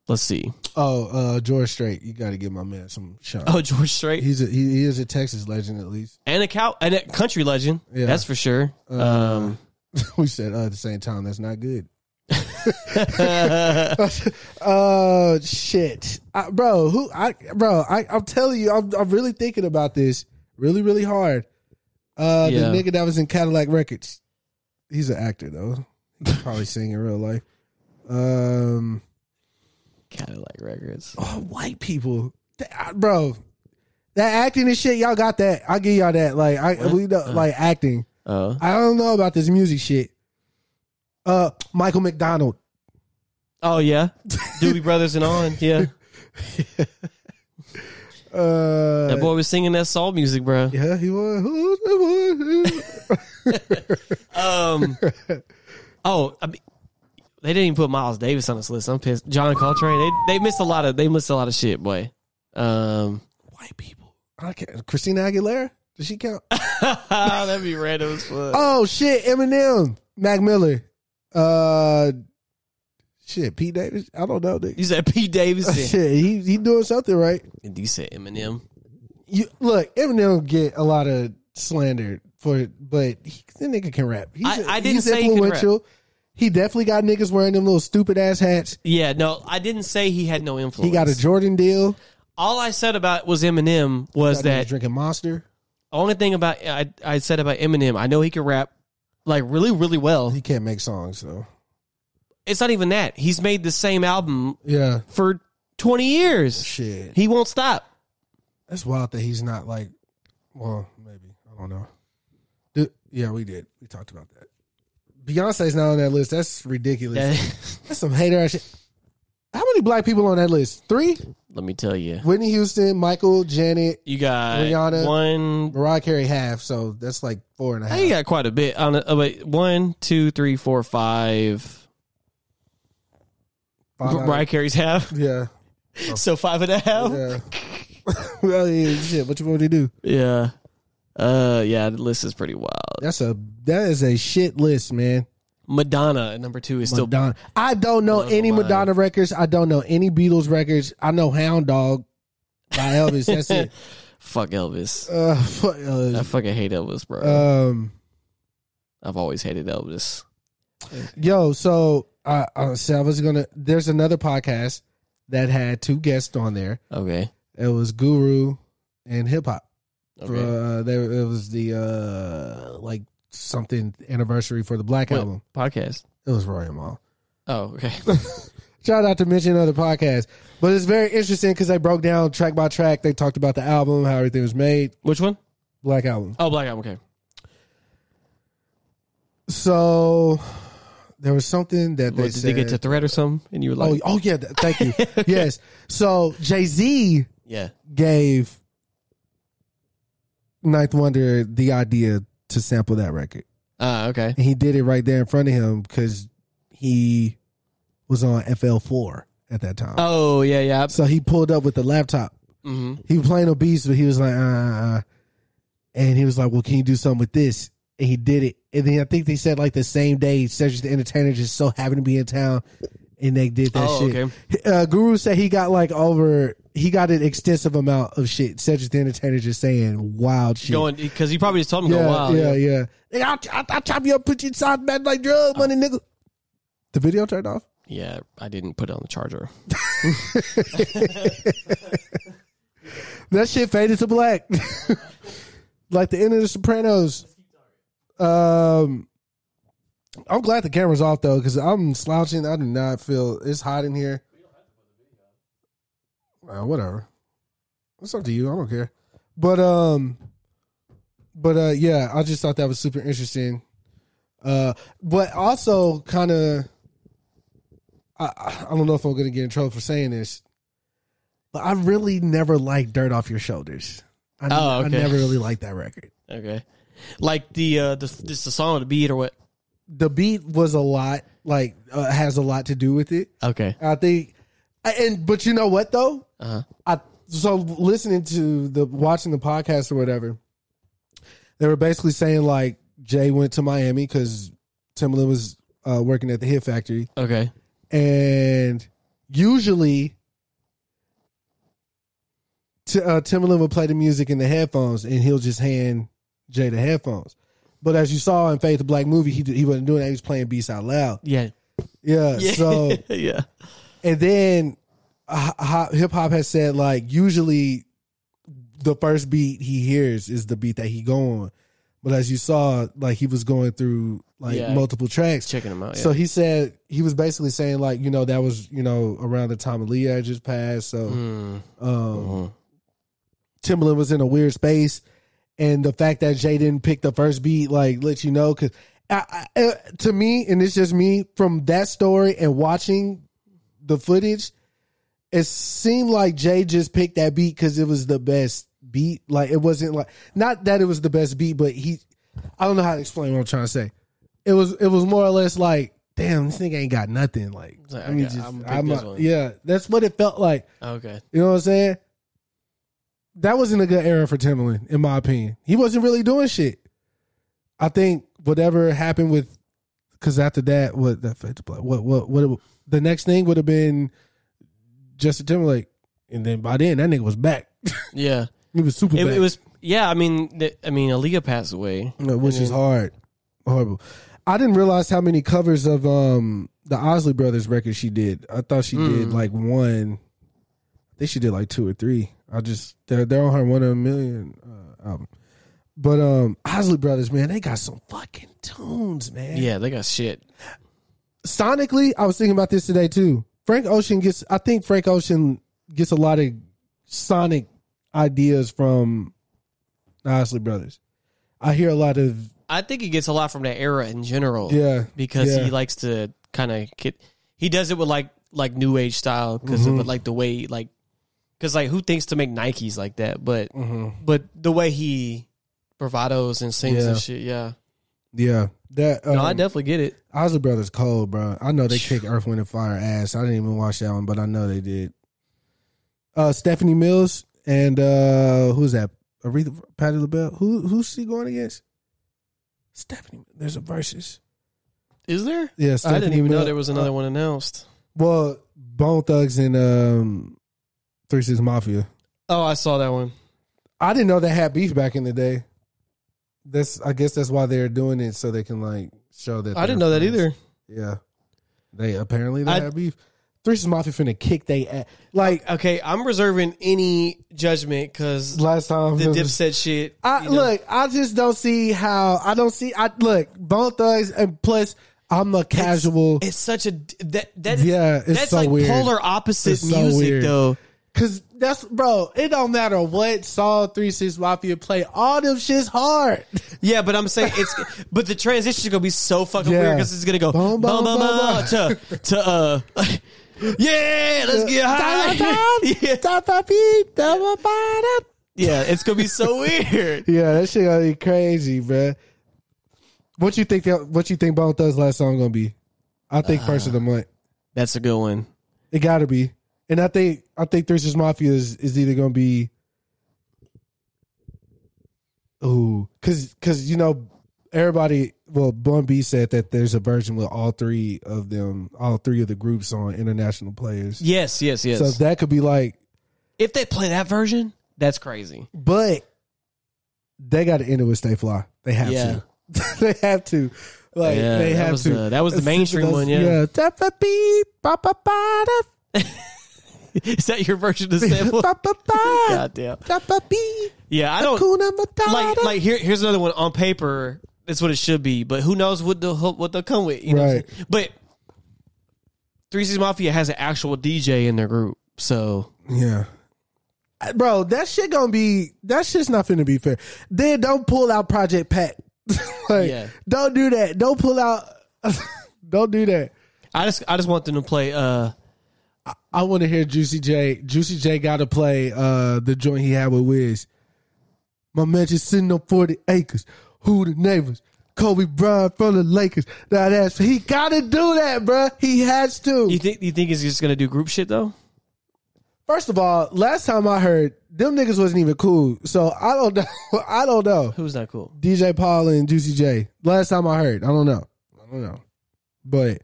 S1: let's see.
S2: Oh, uh, George Strait. You got to give my man some shine.
S1: Oh, George Strait
S2: he's a, he, he is a Texas legend at least.
S1: and a cow and a country legend.
S2: Yeah.
S1: That's for sure. Um,
S2: we said uh, at the same time. That's not good.
S1: I
S2: Uh, shit, I, bro. Who I, bro? I, I'm telling you, I'm, I'm really thinking about this really, really hard. Uh,
S1: Yeah.
S2: the nigga that was in Cadillac Records, he's an actor though. He could probably sing in real life. Um,
S1: like records.
S2: oh, white people, Th- I- bro. That acting and shit, y'all got that. I give y'all that. Like, I we
S1: Uh.
S2: know, like acting.
S1: Oh,
S2: I don't know about this music shit. Uh, Michael McDonald.
S1: oh yeah, Doobie Brothers and on. Yeah,
S2: Uh,
S1: that boy was singing that soul music, bro.
S2: Yeah, he was. Who's the one?
S1: Um, oh, I mean, they didn't even put Miles Davis on this list. I'm pissed. John Coltrane. They they missed a lot of they missed a lot of shit, boy. Um,
S2: White people. I can't. Christina Aguilera? Does she count?
S1: that'd be random as fuck.
S2: oh shit! Eminem, Mac Miller, uh, shit, Pete Davis. I don't know. Nigga.
S1: You said Pete Davidson.
S2: Oh, Shit, he he doing something right.
S1: and you said Eminem.
S2: You look, Eminem get a lot of slander for, it, but he, the nigga can rap. He's,
S1: I- I didn't say he could rap.
S2: He definitely got niggas wearing them little stupid ass hats.
S1: Yeah, no, I didn't say he had no influence.
S2: He got a Jordan deal.
S1: All I said about was Eminem was
S2: Got niggas
S1: that
S2: drinking Monster?
S1: only thing about I I said about Eminem. I know he could rap like really really well.
S2: He can't make songs though.
S1: It's not even that he's made the same album
S2: Yeah,
S1: for twenty years.
S2: Shit.
S1: he won't stop.
S2: That's wild that he's not like. Well, maybe I don't know. Dude, yeah, we did. We talked about that. Beyonce's not on that list. That's ridiculous.
S1: That-
S2: That's some hater ass shit. How many black people on that list? Three?
S1: Let me tell you.
S2: Whitney Houston, Michael, Janet,
S1: You got
S2: Rihanna.
S1: one.
S2: Mariah Carey, half. So that's like four and a
S1: I
S2: half.
S1: think you got quite a bit. On a, oh, wait, one, two, three, four, five.
S2: Five out of-
S1: Mariah Oh. Carey's half,
S2: Yeah.
S1: so five and a half. Yeah.
S2: Yeah. well, yeah, shit. What you want me to do?
S1: Uh, yeah. The list is pretty wild.
S2: That's a that is a shit list, man.
S1: Madonna at number two is still
S2: Madonna. I don't know
S1: Blows
S2: any
S1: my mind.
S2: Madonna records. I don't know any Beatles records. I know Hound Dog by Elvis. That's it.
S1: fuck Elvis.
S2: Uh, fuck, uh,
S1: I fucking hate Elvis, bro.
S2: um,
S1: I've always hated Elvis.
S2: yo, so uh, uh, so I was gonna. There's another podcast that had two guests on there.
S1: Okay.
S2: It was Guru and Hip Hop.
S1: Okay.
S2: Uh, there it was the uh like something anniversary for the Black
S1: What
S2: album.
S1: podcast.
S2: It was Royal Mall.
S1: Oh, okay.
S2: Shout out to mention another podcast, but it's very interesting because they broke down track by track. They talked about the album, how everything was made,
S1: Which one?
S2: Black Album.
S1: Oh, Black Album. Okay.
S2: So there was something that they
S1: What, did
S2: said.
S1: they get to thread or something? And you were like,
S2: oh, oh yeah, th- thank you. Yes. So Jay Z
S1: yeah.
S2: gave Ninth Wonder the idea to sample that record.
S1: Ah, okay.
S2: and he did it right there in front of him because he was on FL4 at that time.
S1: Oh, yeah, yeah.
S2: So he pulled up with the laptop.
S1: hmm
S2: He was playing obese, but he was like, uh, uh, uh. and he was like, "Well, can you do something with this?" And he did it. And then I think they said like the same day, Cedric the Entertainer just so happened to be in town, and they did that
S1: Oh,
S2: shit.
S1: okay.
S2: Uh, Guru said he got like over. He got an extensive amount of shit. Cedric the Entertainer just saying wild shit.
S1: Going because he probably just told him to
S2: Yeah,
S1: go wild.
S2: yeah, yeah. Nigga, I'll, I'll, I'll chop you up, put you inside, man, like
S1: Oh.
S2: drug money, nigga. The video turned off.
S1: Yeah, I didn't put it on the charger.
S2: That shit faded to black, like the end of The Sopranos. Um, I'm glad the camera's off though, because I'm slouching. I do not feel it's hot in here. Uh, whatever. It's up to you. I don't care. But um, but uh, yeah, I just thought that was super interesting. Uh, but also kind of, I I I don't know if I'm gonna get in trouble for saying this, but I really never liked "Dirt Off Your Shoulders." I,
S1: Oh, okay.
S2: I never really liked that record.
S1: Okay, like the uh, the just the song or the beat or what?
S2: The beat was a lot like uh, has a lot to do with it.
S1: Okay,
S2: I think, I- and but you know what though,
S1: uh-huh.
S2: I so listening to the watching the podcast or whatever, they were basically saying like Jay went to Miami because Timbaland was uh, working at the Hit Factory,
S1: okay,
S2: and usually. T- uh, Timbaland would play the music in the headphones, and he'll just hand Jay the headphones. But as you saw in Faith the Black movie, he he wasn't doing that. He was playing beats out loud.
S1: yeah,
S2: yeah. so
S1: yeah,
S2: and then hip hop has said like usually the first beat he hears is the beat that he go on, but as you saw, like he was going through like
S1: Yeah.
S2: multiple tracks.
S1: checking them out. Yeah.
S2: So he said he was basically saying like you know that was you know around the time Leah had just passed, so
S1: Mm,
S2: um,
S1: mhm.
S2: Timbaland was in a weird space, and the fact that Jay didn't pick the first beat like let you know because I, I, uh, to me, and it's just me from that story and watching the footage, it seemed like Jay just picked that beat because it was the best beat. Like it wasn't like not that it was the best beat, but he, I don't know how to explain what I'm trying to say. It was it was more or less like. Damn, this nigga ain't got nothing. Like,
S1: It's like,
S2: I mean,
S1: okay,
S2: just,
S1: I'ma pick
S2: I'm
S1: this
S2: a-
S1: one.
S2: yeah, that's what it felt like.
S1: Okay,
S2: You know what I'm saying? That wasn't a good era for Timberland, in my opinion. He wasn't really doing shit. I think whatever happened with, because after that, what that fade to black, what what what the next thing would have been Justin Timberlake, and then by then that nigga was back.
S1: yeah.
S2: he was super.
S1: It,
S2: back,
S1: it was yeah. I mean, th- I mean, Aaliyah passed away.
S2: No, which is hard, horrible. I didn't realize how many covers of um the Osley Brothers record she did. I thought she did like one. I think she did like two or three. I just they're they're on her one in a million uh, album. But um Osley Brothers, man, they got some fucking tunes, man.
S1: Yeah, they got shit.
S2: Sonically, I was thinking about this today too. Frank Ocean gets I think Frank Ocean gets a lot of sonic ideas from the Osley Brothers. I hear a lot of
S1: I think he gets a lot from that era in general.
S2: Yeah,
S1: because
S2: yeah.
S1: he likes to kind of get. He does it with like like new age style because
S2: Mm-hmm.
S1: of like the way like because like who thinks to make Nikes like that? But but the way he bravados and sings and
S2: Mm-hmm. Yeah.
S1: shit, yeah.
S2: Yeah, that.
S1: No, I
S2: um,
S1: definitely get it.
S2: Osley Brothers cold, bro. I know they kicked Earth, Wind, and Fire ass. I didn't even watch that one, but I know they did. Uh, Stephanie Mills and uh, who's that? Aretha Patty LaBelle. Who who's she going against? Stephanie. There's a versus.
S1: Is there? I
S2: Yeah,
S1: didn't
S2: Stephanie uh,
S1: even know
S2: Mil-
S1: there was another one announced.
S2: Well, Bone Thugs and um, Three Six Mafia.
S1: Oh, I saw that one.
S2: I didn't know they had beef back in the day. That's I guess that's why they're doing it so they can like show that.
S1: I didn't
S2: they're
S1: know that
S2: friends.
S1: either.
S2: Yeah. They apparently they
S1: I-
S2: have beef. Three's Mafia finna kick they ass. Like uh,
S1: Okay, I'm reserving any judgment because the
S2: last time. it was-
S1: Dipset shit.
S2: I
S1: you know.
S2: look, I just don't see how I don't see I look, Bone Thugs and plus I'm a casual
S1: It's such a that that
S2: Yeah, it's
S1: that's
S2: so
S1: like
S2: weird.
S1: polar opposite
S2: It's so
S1: music
S2: weird.
S1: though.
S2: cause that's bro, it don't matter what Saw Three Six Mafia play, all them shit's hard.
S1: Yeah, but I'm saying it's but the transition is gonna be so fucking
S2: Yeah.
S1: weird because it's gonna go
S2: Bum,
S1: bum bum
S2: bum, bum,
S1: bum
S2: bum.
S1: to to uh yeah let's get high yeah. yeah it's gonna be so weird.
S2: Yeah, that shit gonna be crazy, bruh. What you think that, what you think Bone Thugs last song gonna be? I think first of the month.
S1: That's a good one.
S2: It gotta be. And I think I think Three Six Mafia is, is either gonna be Ooh. Cause cause you know, everybody well, Bun B said that there's a version with all three of them, all three of the groups on international players.
S1: Yes, yes, yes.
S2: So that could be like
S1: if they play that version, that's crazy.
S2: but they gotta end it with Stay Fly. They have
S1: Yeah.
S2: to. they have to. Like
S1: Yeah,
S2: they
S1: that
S2: have
S1: was
S2: to.
S1: the- that was the mainstream one, yeah.
S2: Tap a beep, ba ba ba da,
S1: Is that your version of the sample?
S2: ba ba ba,
S1: Goddamn.
S2: tap a beep.
S1: Yeah, I don't
S2: Hakuna Matata.
S1: like like here here's another one on paper that's what it should be but who knows what they'll what they'll come with you know what I'm
S2: Right.
S1: saying? but three Six mafia has an actual dj in their group so
S2: yeah. Bro, that shit gonna be that shit's not finna be fair. Then don't pull out Project Pat. like,
S1: Yeah.
S2: don't do that. Don't pull out don't do that.
S1: i just i just want them to play uh
S2: I wanna hear Juicy J. Juicy J gotta play uh the joint he had with Wiz. My man just sitting on 40 acres. Who the neighbors? Kobe Bryant from the Lakers. Now that's he gotta do that, bruh. He has to.
S1: you think you think he's just gonna do group shit though
S2: First of all, last time I heard, them niggas wasn't even cool. So I don't know. I don't know.
S1: who's not cool
S2: DJ Paul and Juicy J. Last time I heard, I don't know. I don't know. But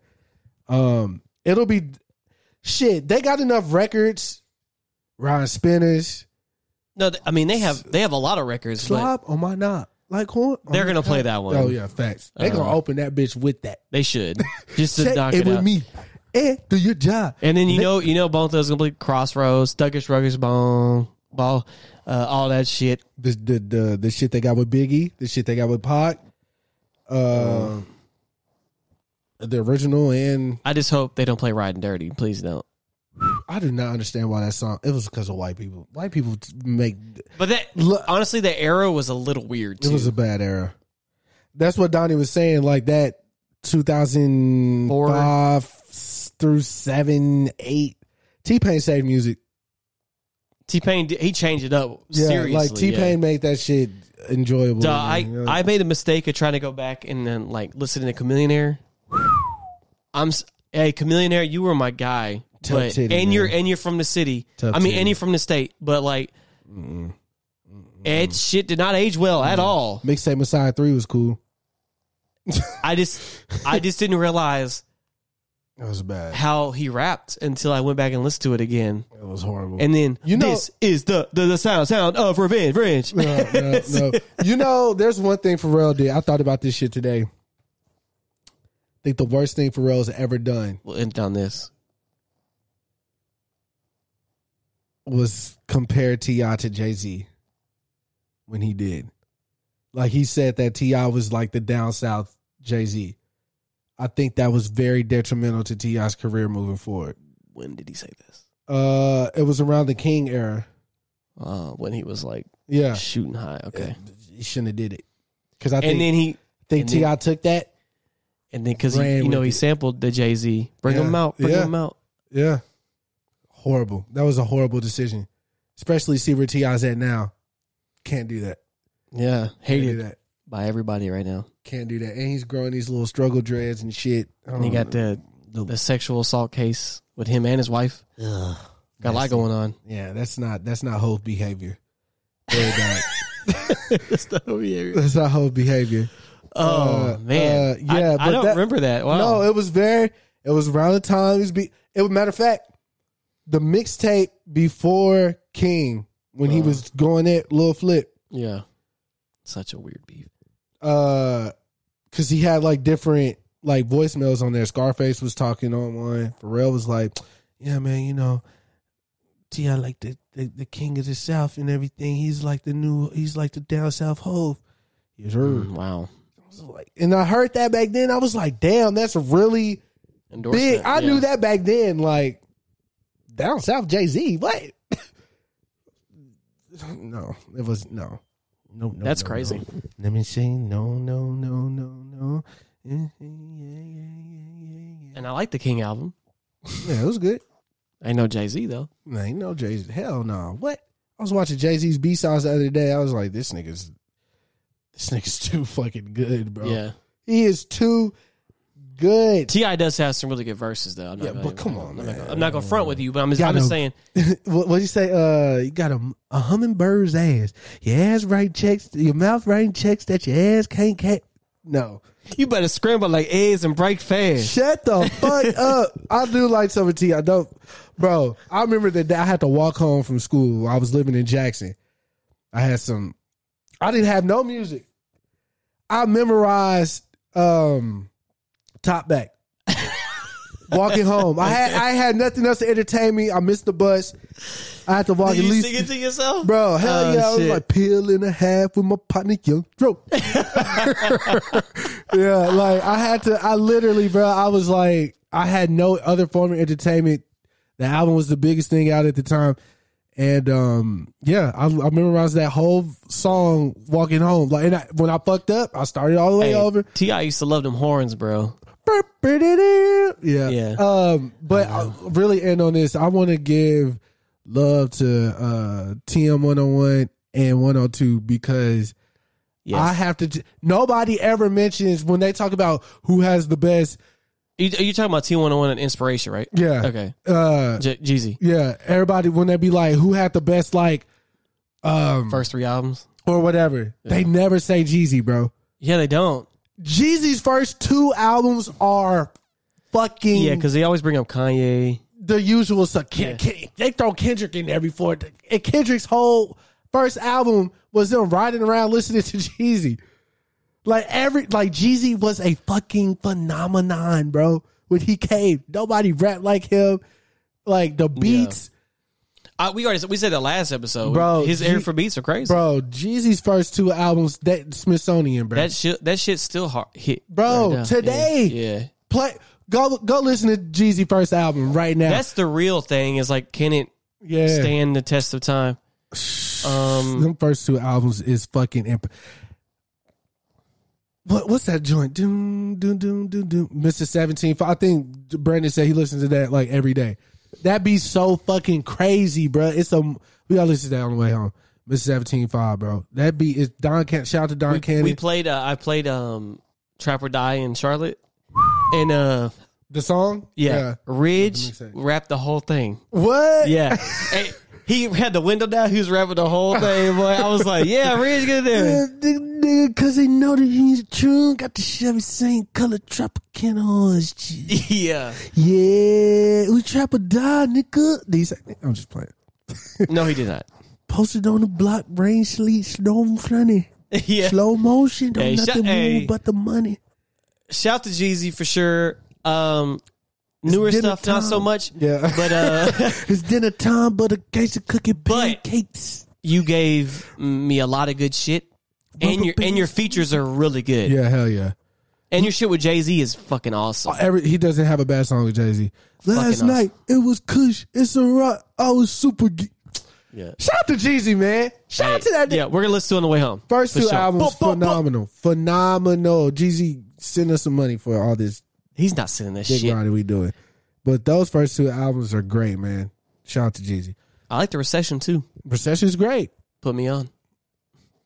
S2: um it'll be shit. They got enough records. Ryan Spinners.
S1: no th- i mean they have they have a lot of records but
S2: Slop on my knob. Like who?
S1: They're gonna play that one.
S2: Oh yeah, facts. They gonna
S1: Uh,
S2: open that bitch with that.
S1: they should just to
S2: Check
S1: knock
S2: it,
S1: it
S2: with
S1: out
S2: me. And do your job.
S1: and then you know you know bone thugs gonna play crossroads thuggish ruggish bone ball uh, all that shit
S2: the the the, the shit they got with Biggie, the shit they got with Pac, uh,
S1: Uh-huh.
S2: the original, and
S1: i just hope they don't play riding dirty please don't
S2: I do not understand why that song. It was because of white people. White people t- make
S1: But that
S2: Look-
S1: honestly, the era was a little weird
S2: it
S1: too.
S2: was a bad era. That's what Donnie was saying. Like that, two thousand five through seven, eight. T Pain saved music.
S1: T Pain he changed it up
S2: Yeah,
S1: seriously.
S2: like T Pain made that shit enjoyable.
S1: Duh, I
S2: man.
S1: I made a mistake of trying to go back and then like listening to Chameleonaire. I'm s- hey Chameleonaire, you were my guy,
S2: Tough
S1: but
S2: titty,
S1: and you're
S2: man.
S1: and you're from the city.
S2: Tough
S1: I mean,
S2: titty.
S1: and you're from the state, but like. It shit did not age well
S2: Mm.
S1: at all.
S2: mixtape Messiah three was cool.
S1: I just, I just didn't realize
S2: It was bad.
S1: how he rapped until I went back and listened to it again.
S2: It was horrible.
S1: And then
S2: You know-
S1: this is the, the the sound sound of revenge. Revenge.
S2: no, no, no. You know, there's one thing Pharrell did. I thought about this shit today. I think the worst thing Pharrell's ever done
S1: We'll end on this.
S2: was compare T.I. to Jay Z when he did. Like he said that T.I. was like the down south Jay Z. I think that was very detrimental to T.I.'s career moving forward.
S1: When did he say this?
S2: Uh, it was around the King era.
S1: Uh, when he was like
S2: Yeah,
S1: shooting high. Okay.
S2: he shouldn't have did it because I
S1: and
S2: think,
S1: then he
S2: think
S1: and then-
S2: T.I. took that.
S1: and then because
S2: Ran
S1: you know
S2: with
S1: he
S2: it.
S1: sampled the Jay Z. Bring
S2: Yeah.
S1: him out. Bring
S2: Yeah.
S1: him out.
S2: Yeah. Horrible. That was a horrible decision. Especially see where T.I.'s at now. Can't do that.
S1: Yeah,
S2: Can't do
S1: hated
S2: that.
S1: by everybody right now.
S2: Can't do that. And he's growing these little struggle dreads and shit. Um, I
S1: And he
S2: don't
S1: got
S2: know.
S1: the the sexual assault case with him and his wife. Got a lot going on.
S2: Yeah, that's not that's not whole behavior. Very bad.
S1: That's the whole behavior.
S2: that's not whole behavior.
S1: Oh
S2: Uh,
S1: man,
S2: uh, yeah,
S1: I, I
S2: but
S1: don't
S2: that-
S1: remember that. Wow.
S2: No, it was very. It was around the time. It was be. It was matter of fact, the mixtape before King when he
S1: Uh.
S2: was going at Lil Flip,
S1: yeah, such a weird beef.
S2: uh, because he had like different like voicemails on there. Scarface was talking on one. Pharrell was like, "Yeah, man, you know, T. I like the, the the king of the South and everything. He's like the new. He's like the down South Hove." Yes, sir.
S1: Wow.
S2: Like, and I heard that back then. I was like, "Damn, that's really." big.
S1: yeah.
S2: I knew that back then. Like down south, Jay Z. What? no, it was no, no. no
S1: That's
S2: no,
S1: crazy.
S2: no. Let me see. No, no, no, no, no. Yeah, yeah, yeah, yeah, yeah,
S1: And I like the King album.
S2: yeah. Yeah, it was good.
S1: Ain't no Jay Z though.
S2: Man, you know Jay Z. Hell no. What? I was watching Jay Z's B sides the other day. I was like, this nigga's, this nigga's too fucking good, bro.
S1: Yeah.
S2: he is too good.
S1: Ti does have some really good verses though. I'm not
S2: Yeah,
S1: gonna-
S2: but come on,
S1: I'm not, gonna,
S2: man.
S1: I'm not gonna front with you, but I'm just,
S2: Y'all
S1: I'm just
S2: know-
S1: saying.
S2: what what you say? Uh, you got a, a hummingbird's ass. Your ass writing checks. Your mouth writing checks that your ass can't get. No,
S1: You better scramble like eggs and break fast.
S2: shut the fuck up. I do like summer tea. I don't, bro. I remember that day I had to walk home from school. I was living in Jackson. I had some. I didn't have no music. I memorized um, top back. Walking home, I had I had nothing else to entertain me. I missed the bus. I had to walk
S1: Did
S2: at
S1: you
S2: least
S1: sing it to yourself,
S2: Bro, hell
S1: Oh,
S2: yeah. I was
S1: shit.
S2: like peel and a half with my partner young bro. yeah, like I had to I literally, bro, I was like I had no other form of entertainment. The album was the biggest thing out at the time. And um yeah, I, I memorized that whole song walking home. Like and I, when I fucked up, I started all the way
S1: Hey,
S2: over.
S1: Ti used to love them horns, bro.
S2: Yeah.
S1: Yeah.
S2: Um, but I really end on this. I want to give love to uh TM 101 and 102 because
S1: Yes.
S2: I have to. T- nobody ever mentions when they talk about who has the best.
S1: You, are you talking about T101 and Inspiration, right?
S2: Yeah.
S1: Okay.
S2: Uh,
S1: J- Jeezy.
S2: yeah. Everybody when they be like, who had the best like, um,
S1: First three albums.
S2: or whatever. They never say Jeezy, bro.
S1: Yeah, they don't.
S2: Jeezy's first two albums are fucking
S1: Yeah, because they always bring up Kanye.
S2: the usual stuff. Ken, Ken- they throw Kendrick in there before. And Kendrick's whole first album was them riding around listening to Jeezy. Like every like Jeezy was a fucking phenomenon, bro. When he came, nobody rapped like him. Like the beats,
S1: I, we already we said that last episode,
S2: Bro,
S1: His
S2: Jee-
S1: air for beats are crazy,
S2: bro. Jeezy's first two albums, that Smithsonian, bro.
S1: That shit, that shit still hard, hit,
S2: Bro,
S1: now.
S2: today.
S1: Yeah, yeah.
S2: Play go go listen to Jeezy first album right now.
S1: that's the real thing. Is like, can it
S2: yeah.
S1: stand the test of time? Um,
S2: them first two albums is fucking imp- what what's that joint? Doom doom doom doom doom. Mr. Seventeen. I think Brandon said he listens to that like every day. That be so fucking crazy, bro. It's a we all listen to that on the way home. Mr. Seventeen Five, bro. That beat is Don Can shout out to Don Cannon.
S1: we played. Uh, I played um, Trap or Die in Charlotte, and uh,
S2: the song?
S1: yeah, Ridge
S2: mixtape.
S1: rapped the whole thing.
S2: What?
S1: Yeah. Hey, he had the window down. He was rapping the whole thing, boy. I was like, yeah, Ridge, get in there.
S2: Cause they know that he's true. Got the Chevy same color Tropicana orange juice.
S1: yeah.
S2: Yeah, we trap or die, nigga. These, I'm just playing.
S1: No, he did not.
S2: Posted on the block, rain, sleet, snow, plenty.
S1: Yeah.
S2: Slow motion, don't
S1: Hey,
S2: nothing
S1: shut-
S2: move
S1: hey.
S2: but the money.
S1: Shout to Jeezy for sure. Um, newer
S2: dinner
S1: stuff, not so
S2: time.
S1: much.
S2: Yeah.
S1: But uh,
S2: It's dinner time, but a case of cookie
S1: But-
S2: pancakes.
S1: you gave me a lot of good shit. And
S2: Rubber
S1: your and your features are really good.
S2: Yeah, hell yeah.
S1: And your shit with Jay Z is fucking awesome.
S2: Every he doesn't have a bad song with Jay Z. Last
S1: awesome.
S2: night it was Kush. It's a rock. I was super. Ge-
S1: Yeah.
S2: Shout out to Jeezy, man. Shout out to that. nigga.
S1: Yeah, we're gonna listen to it on the way home.
S2: First
S1: For
S2: two
S1: sure.
S2: albums,
S1: Bup, bup, bup.
S2: phenomenal, phenomenal. Jeezy, send us some money for all this
S1: He's not sending this
S2: big
S1: shit.
S2: ride that we doing. But those first two albums are great, man. Shout out to Jeezy.
S1: I like the recession too.
S2: Recession's great.
S1: Put me on.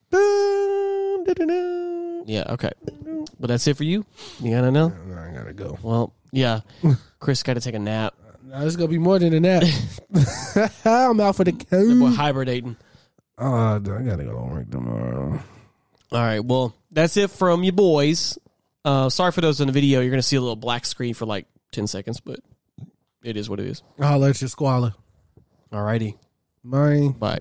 S2: Boom, da-da-da.
S1: Yeah, okay. But that's it for you. You gotta know.
S2: I gotta go.
S1: Well, yeah. Chris got to take a nap.
S2: Now, it's gonna be more than a nap. I'm out for the
S1: That boy
S2: count.
S1: hibernating.
S2: Oh, I gotta go to work tomorrow.
S1: All right. Well, that's it from you boys. Uh, sorry for those in the video. You're gonna see a little black screen for like ten seconds, but it is what it is.
S2: I'll let you squalor.
S1: All righty.
S2: Mine.
S1: Bye.